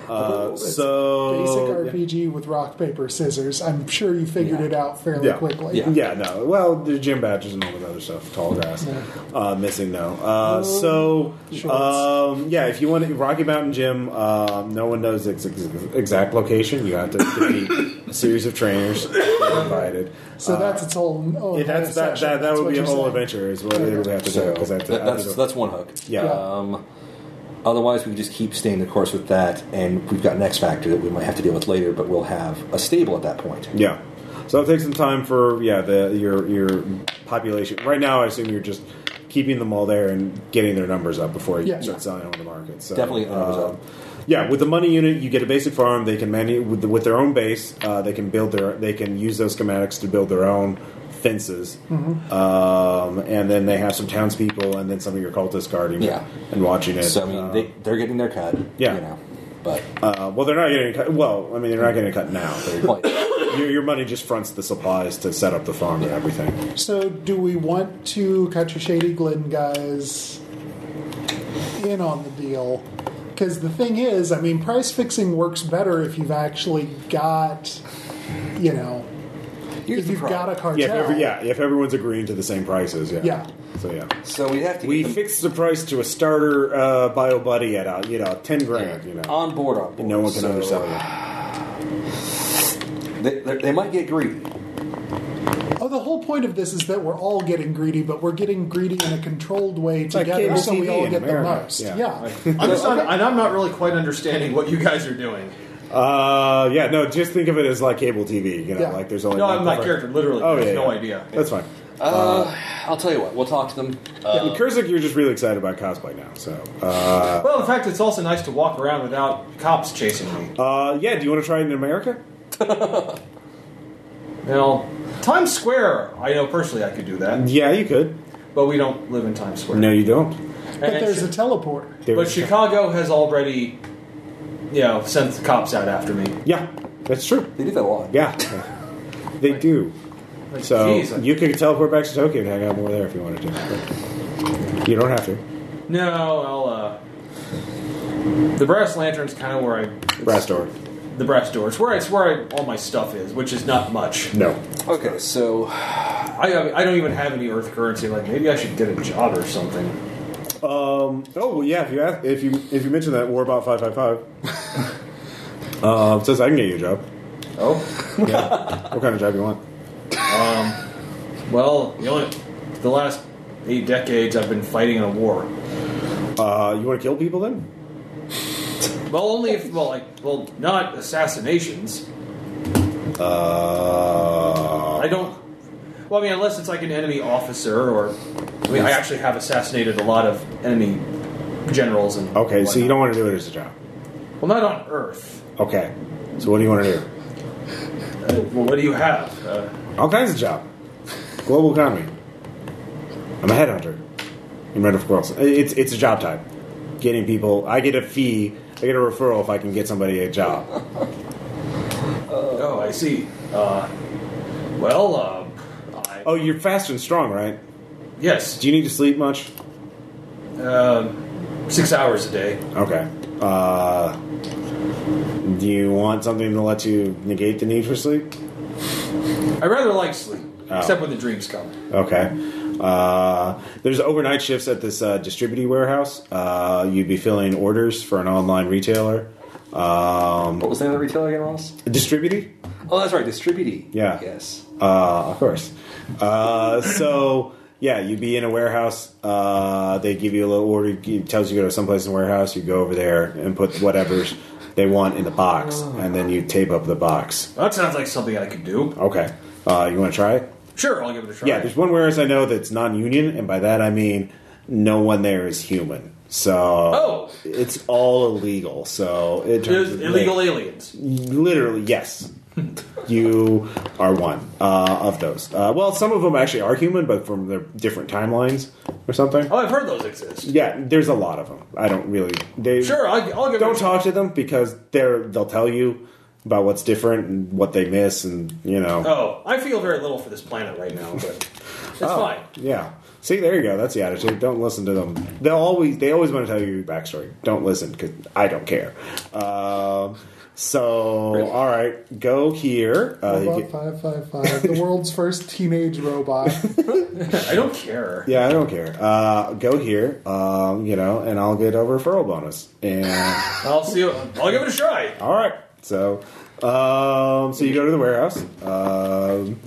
[SPEAKER 1] Uh,
[SPEAKER 2] It's
[SPEAKER 1] so
[SPEAKER 2] Basic RPG with rock, paper, scissors. I'm sure you figured it out fairly
[SPEAKER 1] Oh, Yeah.
[SPEAKER 2] quickly.
[SPEAKER 3] Yeah.
[SPEAKER 1] Yeah, no. Well, the gym badges and all that other stuff. Tall grass. Uh, missing, no. Uh, so, um, yeah, if you want to, Rocky Mountain Gym, um, no one knows its ex- exact location. You have to defeat a series of trainers that are invited.
[SPEAKER 2] So that's its whole. Oh,
[SPEAKER 1] Yeah, that's, Uh, that,
[SPEAKER 2] session.
[SPEAKER 1] that, that
[SPEAKER 2] That's
[SPEAKER 1] would
[SPEAKER 2] what
[SPEAKER 1] be a
[SPEAKER 2] you're
[SPEAKER 1] whole
[SPEAKER 2] saying.
[SPEAKER 1] adventure, is what it would have to
[SPEAKER 3] So
[SPEAKER 1] do. Because
[SPEAKER 3] that- that's that's one hook.
[SPEAKER 1] yeah.
[SPEAKER 2] yeah.
[SPEAKER 3] Um, otherwise, we just keep staying the course with that, and we've got an X factor that we might have to deal with later, but we'll have a stable at that point.
[SPEAKER 1] Yeah. So it'll take some time for yeah the your your population. Right now, I assume you're just keeping them all there and getting their numbers up before you
[SPEAKER 2] Yeah.
[SPEAKER 1] start selling them on the market. So, uh,
[SPEAKER 3] Definitely get the numbers up.
[SPEAKER 1] Yeah, with the money unit, you get a basic farm. They can manage with, with their own base. Uh, they can build their they can use those schematics to build their own fences. Um, and then they have some townspeople, and then some of your cultists guarding
[SPEAKER 3] Yeah.
[SPEAKER 1] it and watching it.
[SPEAKER 3] So I mean,
[SPEAKER 1] Uh,
[SPEAKER 3] they, they're getting their cut.
[SPEAKER 1] Yeah.
[SPEAKER 3] You know, but
[SPEAKER 1] uh, well, they're not getting cut. Well, I mean, they're not getting cut now. They're-
[SPEAKER 3] point.
[SPEAKER 1] your, your money just fronts the supplies to set up the farm and everything.
[SPEAKER 2] So, do we want to cut your Shady Glen guys in on the deal? Because the thing is, I mean, price fixing works better if you've actually got, you know,
[SPEAKER 3] Here's
[SPEAKER 2] if
[SPEAKER 3] the
[SPEAKER 2] you've
[SPEAKER 3] problem.
[SPEAKER 2] got a cartel.
[SPEAKER 1] Yeah, if every, yeah, if everyone's agreeing to the same prices, yeah.
[SPEAKER 2] Yeah.
[SPEAKER 1] So yeah,
[SPEAKER 3] so we have to
[SPEAKER 1] we
[SPEAKER 3] get them
[SPEAKER 1] fixed the price to a starter uh, bio buddy at a you know ten grand, you know,
[SPEAKER 3] on board. On board.
[SPEAKER 1] and no one can
[SPEAKER 3] So
[SPEAKER 1] undersell you.
[SPEAKER 3] They, they- they might get greedy.
[SPEAKER 2] Oh, the whole point of this is that we're all getting greedy, but we're getting greedy in a controlled way
[SPEAKER 1] like
[SPEAKER 2] together,
[SPEAKER 1] cable
[SPEAKER 2] so we
[SPEAKER 1] TV
[SPEAKER 2] all
[SPEAKER 1] in
[SPEAKER 2] get the
[SPEAKER 1] America,
[SPEAKER 2] most.
[SPEAKER 1] yeah.
[SPEAKER 5] I'm just not, and I'm not really quite understanding what you guys are doing.
[SPEAKER 1] Uh, yeah, no, just think of it as like cable TV, you know,
[SPEAKER 2] Yeah.
[SPEAKER 1] like there's only
[SPEAKER 5] No,
[SPEAKER 1] one
[SPEAKER 5] I'm not
[SPEAKER 1] prefer-
[SPEAKER 5] character. Literally,
[SPEAKER 1] Oh
[SPEAKER 5] there's
[SPEAKER 1] yeah,
[SPEAKER 5] no
[SPEAKER 1] yeah.
[SPEAKER 5] idea.
[SPEAKER 1] That's fine.
[SPEAKER 3] I'll tell you what. We'll talk to them. Uh,
[SPEAKER 5] Uh,
[SPEAKER 1] Yeah, and Kurzik, you're just really excited about cosplay now, so uh,
[SPEAKER 5] Well, in fact, it's also nice to walk around without cops chasing me.
[SPEAKER 1] uh, yeah. Do you want to try it in America?
[SPEAKER 5] Now, Times Square, I know personally I could do that,
[SPEAKER 1] Yeah, you could.
[SPEAKER 5] but we don't live in Times Square.
[SPEAKER 1] No, you don't.
[SPEAKER 5] And
[SPEAKER 2] But there's
[SPEAKER 5] Chi-
[SPEAKER 2] a teleporter.
[SPEAKER 1] There
[SPEAKER 5] but
[SPEAKER 1] is-
[SPEAKER 5] Chicago has already, you know, sent the cops out after me.
[SPEAKER 1] yeah, that's true.
[SPEAKER 3] They do that a lot.
[SPEAKER 1] Yeah, they do.
[SPEAKER 5] Like,
[SPEAKER 1] So
[SPEAKER 5] geez, I-
[SPEAKER 1] you could teleport back to Tokyo and hang out more there if you wanted to. But you don't have to.
[SPEAKER 5] no, I'll. Uh, the brass lantern's kind of where I. it's-
[SPEAKER 1] Brass door.
[SPEAKER 5] The brass door. It's where I, it's where I, all my stuff is, which is not much.
[SPEAKER 1] No.
[SPEAKER 3] Okay. So
[SPEAKER 5] I I don't even have any Earth currency. Like maybe I should get a job or something.
[SPEAKER 1] Um. Oh well, yeah. If you ask, if you if you mention that Warbot five five five, um, says I can get you a job.
[SPEAKER 5] Oh,
[SPEAKER 1] Yeah. what kind of job you want?
[SPEAKER 5] well, the only the last eight decades I've been fighting in a war.
[SPEAKER 1] Uh, you want to kill people then?
[SPEAKER 5] Well, only if well, like well, not assassinations.
[SPEAKER 1] Uh.
[SPEAKER 5] I don't. Well, I mean, unless it's like an enemy officer or. I mean, I actually have assassinated a lot of enemy generals and.
[SPEAKER 1] Okay. So you
[SPEAKER 5] whatnot.
[SPEAKER 1] don't want to do it as a job.
[SPEAKER 5] Well, not on Earth.
[SPEAKER 1] Okay. So what do you want to do?
[SPEAKER 5] Uh, well, what do you have? Uh,
[SPEAKER 1] All kinds of job. Global economy. I'm a headhunter. In Red of course. It's it's a job type. Getting people I get a fee, I get a referral if I can get somebody a job.
[SPEAKER 5] oh, I see. Uh, well, uh, I,
[SPEAKER 1] Oh, you're fast and strong, right?
[SPEAKER 5] yes,
[SPEAKER 1] Do you need to sleep much?
[SPEAKER 5] um, six hours a day.
[SPEAKER 1] Okay. Uh do you want something to let you negate the need for sleep?
[SPEAKER 5] I rather like sleep,
[SPEAKER 1] Oh.
[SPEAKER 5] except when the dreams come.
[SPEAKER 1] Okay. Uh, there's overnight shifts at this uh, distributing warehouse. Uh, you'd be filling orders for an online retailer. Um,
[SPEAKER 3] what was the name of the retailer again, Ross?
[SPEAKER 1] distributee?
[SPEAKER 3] Oh, that's right. Distributee.
[SPEAKER 1] Yeah.
[SPEAKER 3] Yes.
[SPEAKER 1] Uh, of course. Uh, so yeah, you'd be in a warehouse. Uh, they give you a little order. It tells you to go to someplace in the warehouse. You go over there and put whatever they want in the box, and then you tape up the box.
[SPEAKER 5] Well, that sounds like something I could do.
[SPEAKER 1] Okay. Uh, you want to try it?
[SPEAKER 5] Sure, I'll give it a try.
[SPEAKER 1] Yeah. There's one warehouse I know that's non-union, and by that I mean no one there is human. So
[SPEAKER 5] Oh.
[SPEAKER 1] it's all illegal. So it
[SPEAKER 5] There's illegal aliens.
[SPEAKER 1] literally yes you are one uh, of those uh, well some of them actually are human but from their different timelines or something
[SPEAKER 5] Oh, I've heard those exist.
[SPEAKER 1] yeah there's a lot of them i don't really they
[SPEAKER 5] Sure, I'll, I'll give it.
[SPEAKER 1] don't
[SPEAKER 5] a
[SPEAKER 1] talk to them because they're they'll tell you about what's different and what they miss, and you know.
[SPEAKER 5] Oh, I feel very little for this planet right now, but it's
[SPEAKER 1] Oh,
[SPEAKER 5] fine.
[SPEAKER 1] Yeah. See, there you go. That's the attitude. Don't listen to them. They'll always they always want to tell you your backstory. Don't listen because I don't care. Um, so all right, go here. Uh, you
[SPEAKER 2] Robot
[SPEAKER 1] get-
[SPEAKER 2] 555, the world's first teenage robot.
[SPEAKER 5] I don't care.
[SPEAKER 1] yeah, I don't care. Uh, go here. Um, you know, and I'll get a referral bonus. And
[SPEAKER 5] I'll see. I'll give it a try.
[SPEAKER 1] all right, so um, so you go to the warehouse. Um,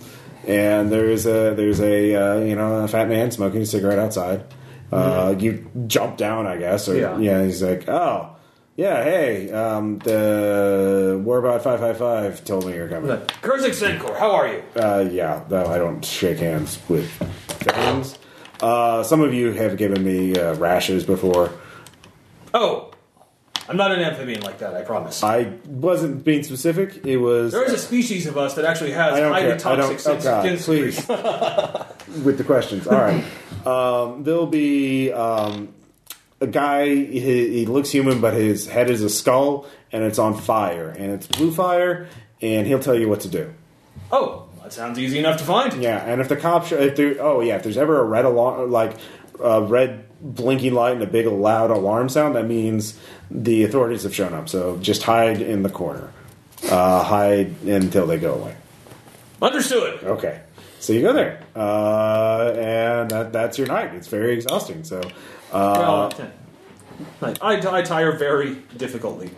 [SPEAKER 1] and there's a there's a uh, you know a fat man smoking a cigarette outside. Uh, You jump down, I guess, or
[SPEAKER 5] Yeah.
[SPEAKER 1] yeah. He's like, oh, yeah, hey, um, the Warbot five five five told me you're coming.
[SPEAKER 5] Kurzik Senkor, how are you?
[SPEAKER 1] Uh, yeah, though I don't shake hands with things. Uh, some of you have given me uh, rashes before.
[SPEAKER 5] Oh, I'm not an amphibian like that. I promise.
[SPEAKER 1] I wasn't being specific. It was
[SPEAKER 5] There is a species of us that actually has
[SPEAKER 1] I don't
[SPEAKER 5] highly
[SPEAKER 1] care. I
[SPEAKER 5] toxic
[SPEAKER 1] don't. Oh God!
[SPEAKER 5] skin
[SPEAKER 1] Please, with the questions. All right. Um, there'll be um, a guy. He, he looks human, but his head is a skull, and it's on fire, and it's blue fire, and he'll tell you what to do.
[SPEAKER 5] Oh, that sounds easy enough to find.
[SPEAKER 1] Yeah, and if the cops, sh- if there, oh yeah, if there's ever a red alarm, like a red blinking light and a big loud alarm sound, that means the authorities have shown up. So just hide in the corner. Uh, hide until they go away.
[SPEAKER 5] Understood.
[SPEAKER 1] Okay. So you go there, uh, and that, that's your night. It's very exhausting. So, uh,
[SPEAKER 5] well, like, I, I tire very difficultly.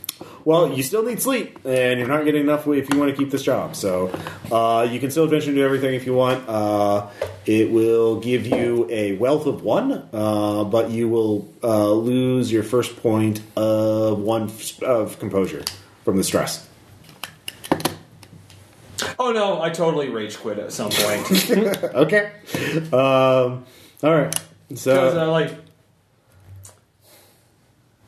[SPEAKER 1] well, you still need sleep, and you're not getting enough if you want to keep this job. So, uh, you can still adventure and do everything if you want. Uh, it will give you a wealth of one, uh, but you will uh, lose your first point of one f- of composure from the stress.
[SPEAKER 5] Oh no, I totally rage quit at some point.
[SPEAKER 1] Uh, Okay. Um, all right. So.
[SPEAKER 5] Because I like.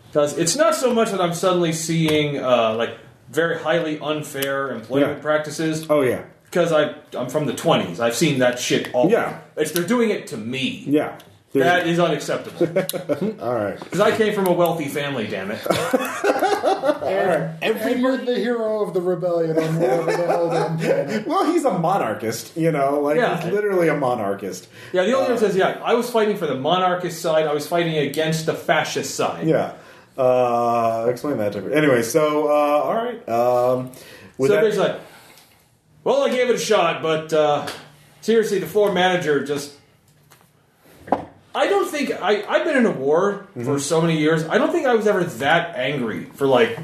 [SPEAKER 5] Because it's not so much that I'm suddenly seeing uh, like very highly unfair employment
[SPEAKER 1] Yeah.
[SPEAKER 5] practices.
[SPEAKER 1] oh yeah.
[SPEAKER 5] Because I I'm from the 20s. I've seen that shit all.
[SPEAKER 1] Yeah.
[SPEAKER 5] It's they're doing it to me.
[SPEAKER 1] Yeah. There's-
[SPEAKER 5] That is unacceptable. Because
[SPEAKER 1] all right.
[SPEAKER 5] I came from a wealthy family, damn it.
[SPEAKER 2] and you're the hero of the rebellion on whatever the hell damn planet.
[SPEAKER 1] Well, he's a monarchist, you know, like
[SPEAKER 5] Yeah.
[SPEAKER 1] he's literally a monarchist.
[SPEAKER 5] Yeah, the only
[SPEAKER 1] Uh,
[SPEAKER 5] difference is, yeah, I was fighting for the monarchist side, I was fighting against the fascist side.
[SPEAKER 1] Yeah. Uh, explain that to me. Anyway, so uh, all right. Um, with
[SPEAKER 5] so
[SPEAKER 1] that-
[SPEAKER 5] basically, like, well, I gave it a shot, but uh, seriously, the floor manager just. I don't think I, I've been in a war
[SPEAKER 1] Mm-hmm.
[SPEAKER 5] for so many years. I don't think I was ever that angry for like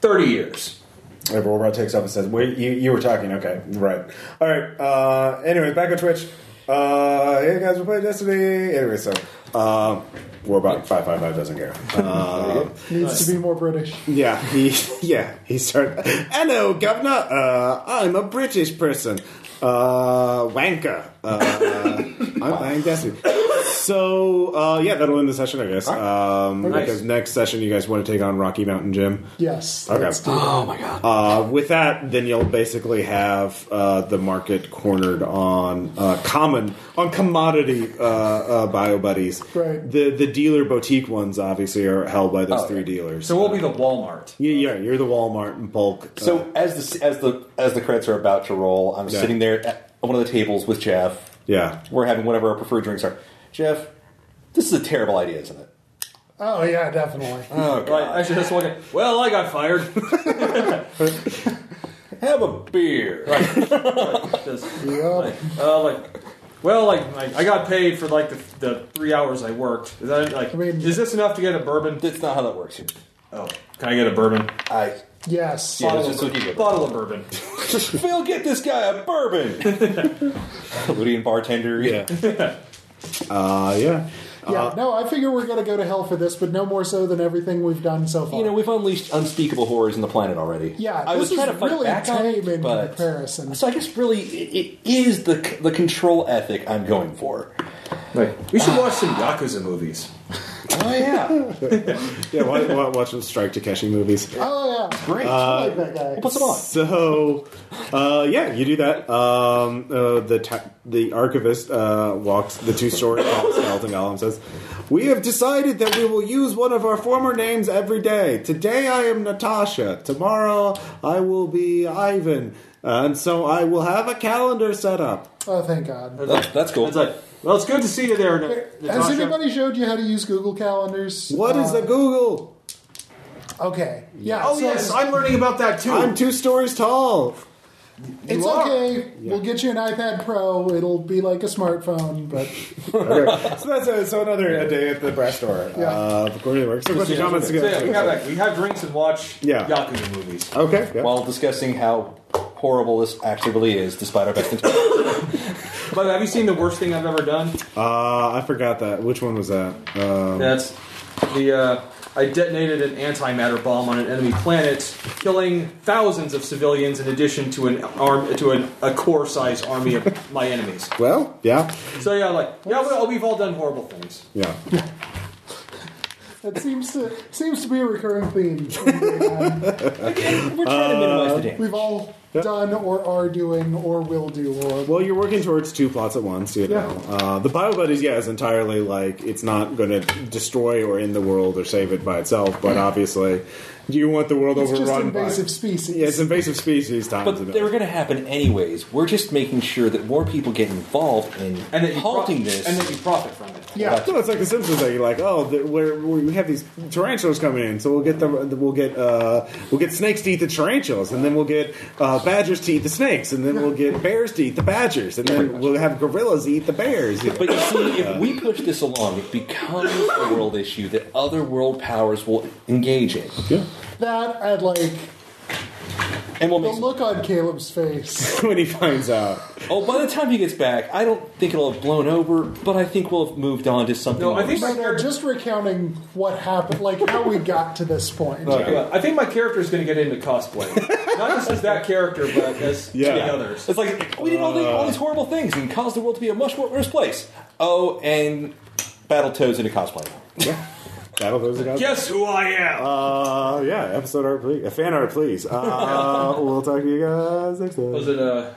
[SPEAKER 5] thirty years.
[SPEAKER 1] Hey, Robot takes up and says, "Wait, you, you were talking, okay? Right. All right. Uh, anyway, back on Twitch. Uh, hey guys, we're playing Destiny. Anyway, so um, Robot five five five doesn't care. Uh,
[SPEAKER 2] Needs to be more British.
[SPEAKER 1] yeah, he yeah he started. Hello, governor. Uh, I'm a British person. Uh, wanker. Uh, I'm playing Destiny. So uh, yeah, that'll end the session, I guess. Um,
[SPEAKER 2] Okay.
[SPEAKER 1] Because next session, you guys want to take on Rocky Mountain Gym.
[SPEAKER 2] Yes.
[SPEAKER 1] Okay.
[SPEAKER 2] let's do that.
[SPEAKER 3] Oh,
[SPEAKER 1] Uh, with that, then you'll basically have uh, the market cornered on uh, common on commodity uh, uh, bio buddies.
[SPEAKER 2] Right.
[SPEAKER 1] The the dealer boutique ones obviously are held by those three dealers.
[SPEAKER 5] So we'll be the Walmart.
[SPEAKER 1] Yeah, yeah, you're the Walmart and bulk. uh,
[SPEAKER 3] So as the as the as the credits are about to roll, I'm
[SPEAKER 1] Yeah.
[SPEAKER 3] sitting there at one of the tables with Jeff.
[SPEAKER 1] yeah,
[SPEAKER 3] We're having whatever our preferred drinks are. Jeff, this is a terrible idea, isn't it?
[SPEAKER 2] Oh, yeah, definitely.
[SPEAKER 1] Oh,
[SPEAKER 5] Right, actually, that's one guy. Well, I got fired.
[SPEAKER 3] Have a beer.
[SPEAKER 5] Right. right. Just,
[SPEAKER 2] Yep.
[SPEAKER 5] uh, like, well, like, like, I got paid for like the, the three hours I worked. Is that like?
[SPEAKER 2] I mean-
[SPEAKER 5] is this enough to get a bourbon?
[SPEAKER 3] That's not how that works here.
[SPEAKER 5] Oh, can I get a bourbon?
[SPEAKER 3] I
[SPEAKER 2] Yes.
[SPEAKER 3] Yeah.
[SPEAKER 5] Bottle
[SPEAKER 3] let's
[SPEAKER 5] of
[SPEAKER 3] just look
[SPEAKER 5] bourbon.
[SPEAKER 3] at it.
[SPEAKER 5] Bottle of bourbon.
[SPEAKER 3] Phil, get this guy a bourbon. Ludian bartender.
[SPEAKER 1] yeah, uh, yeah.
[SPEAKER 2] Yeah, no, I figure we're gonna go to hell for this, but no more so than everything we've done so far.
[SPEAKER 3] You know, we've unleashed unspeakable horrors in the planet already.
[SPEAKER 2] yeah,
[SPEAKER 3] I
[SPEAKER 2] this
[SPEAKER 3] was
[SPEAKER 2] is
[SPEAKER 3] trying to fight
[SPEAKER 2] really
[SPEAKER 3] back on it,
[SPEAKER 2] tame in
[SPEAKER 3] but
[SPEAKER 2] comparison.
[SPEAKER 3] so I guess really it, it is the c- the control ethic I'm going for.
[SPEAKER 5] We should watch some yakuza movies.
[SPEAKER 3] Oh yeah,
[SPEAKER 1] Yeah, watch, watch, watch some Strike Takeshi movies.
[SPEAKER 2] Oh yeah,
[SPEAKER 3] great.
[SPEAKER 2] I like that guy.
[SPEAKER 3] What's it Uh, on?
[SPEAKER 1] So, uh, yeah, you do that. Um, uh, the ta- the archivist uh, walks the two story walks down to Malcolm and says, We have decided that we will use one of our former names every day. Today I am Natasha. Tomorrow I will be Ivan. And so I will have a calendar set up.
[SPEAKER 2] Oh, thank God.
[SPEAKER 3] That's, that's cool.
[SPEAKER 5] It's like, well, it's good to see you there, Na-
[SPEAKER 2] Has
[SPEAKER 5] Natasha.
[SPEAKER 2] anybody showed you how to use Google Calendars?
[SPEAKER 1] What is
[SPEAKER 2] Uh,
[SPEAKER 1] a Google?
[SPEAKER 2] Okay. Yeah.
[SPEAKER 5] Oh
[SPEAKER 2] so
[SPEAKER 5] yes,
[SPEAKER 2] it's-
[SPEAKER 5] I'm learning about that too.
[SPEAKER 1] I'm two stories tall.
[SPEAKER 2] It's
[SPEAKER 5] You are.
[SPEAKER 2] okay. We'll get you an iPad Pro. It'll be like a smartphone, but
[SPEAKER 1] Okay. so that's a, so another uh, day at the brass door.
[SPEAKER 2] Yeah.
[SPEAKER 1] Uh, according to work. So,
[SPEAKER 5] So,
[SPEAKER 1] questions,
[SPEAKER 5] yeah,
[SPEAKER 1] comments
[SPEAKER 5] so, yeah, we, have,
[SPEAKER 1] together.
[SPEAKER 5] like, we have drinks and watch
[SPEAKER 1] Yeah.
[SPEAKER 5] Yakuza movies.
[SPEAKER 1] Okay. yeah.
[SPEAKER 3] While discussing how horrible this actually really is, despite our best intentions.
[SPEAKER 5] But have you seen the worst thing I've ever done?
[SPEAKER 1] Uh, I forgot that. Which one was that? Um,
[SPEAKER 5] That's the uh, I detonated an antimatter bomb on an enemy planet, killing thousands of civilians in addition to an arm to an, a core size army of my enemies.
[SPEAKER 1] well, yeah,
[SPEAKER 5] So yeah, like yeah, well, we've all done horrible things.
[SPEAKER 1] yeah.
[SPEAKER 2] that seems to seems to be a recurring theme.
[SPEAKER 3] We're trying to minimize the damage.
[SPEAKER 2] We've all done or are doing or will do or
[SPEAKER 1] Well, you're working towards two plots at once, you know.
[SPEAKER 2] Yeah.
[SPEAKER 1] Uh, the Bio Buddies, yeah, is entirely like it's not going to destroy or end the world or save it by itself, but obviously, you want the world
[SPEAKER 2] it's just
[SPEAKER 1] overrun
[SPEAKER 2] invasive
[SPEAKER 1] by
[SPEAKER 2] species.
[SPEAKER 1] yeah, it's invasive species times. a
[SPEAKER 3] But they
[SPEAKER 1] million.
[SPEAKER 3] were going to happen anyways. We're just making sure that more people get involved in
[SPEAKER 5] And that you pro-
[SPEAKER 3] halting this.
[SPEAKER 5] and that you profit from it.
[SPEAKER 2] Yeah.
[SPEAKER 1] No, it's like the Simpsons thing. You're like, oh, the, we're, we have these tarantulas coming in, so we'll get the we'll get uh, we'll get snakes to eat the tarantulas, and then we'll get uh, badgers to eat the snakes, and then we'll get bears to eat the badgers, and then we'll have gorillas eat the bears. you know.
[SPEAKER 3] But you see, if we push this along, it becomes a world issue that other world powers will engage in.
[SPEAKER 2] That I'd like
[SPEAKER 3] And we'll
[SPEAKER 2] the
[SPEAKER 3] make.
[SPEAKER 2] look on Caleb's face.
[SPEAKER 1] when he finds out,
[SPEAKER 3] Oh, by the time he gets back, I don't think it'll have blown over, but I think we'll have moved on to something.
[SPEAKER 5] No, I
[SPEAKER 3] else.
[SPEAKER 5] think
[SPEAKER 2] No, no, just recounting what happened, like how we got to this point.
[SPEAKER 5] Yeah, I think my character is going to get into cosplay. Not just as that character, but as
[SPEAKER 1] Yeah.
[SPEAKER 5] many others.
[SPEAKER 3] It's like we did all, the, all these horrible things and caused the world to be a much worse place. Oh, and Battletoads into cosplay.
[SPEAKER 1] that'll those guys.
[SPEAKER 5] Guess who I am?
[SPEAKER 1] Uh, yeah, episode art, please. Uh, fan art, please. Uh, we'll talk to you guys next time.
[SPEAKER 5] Was it uh,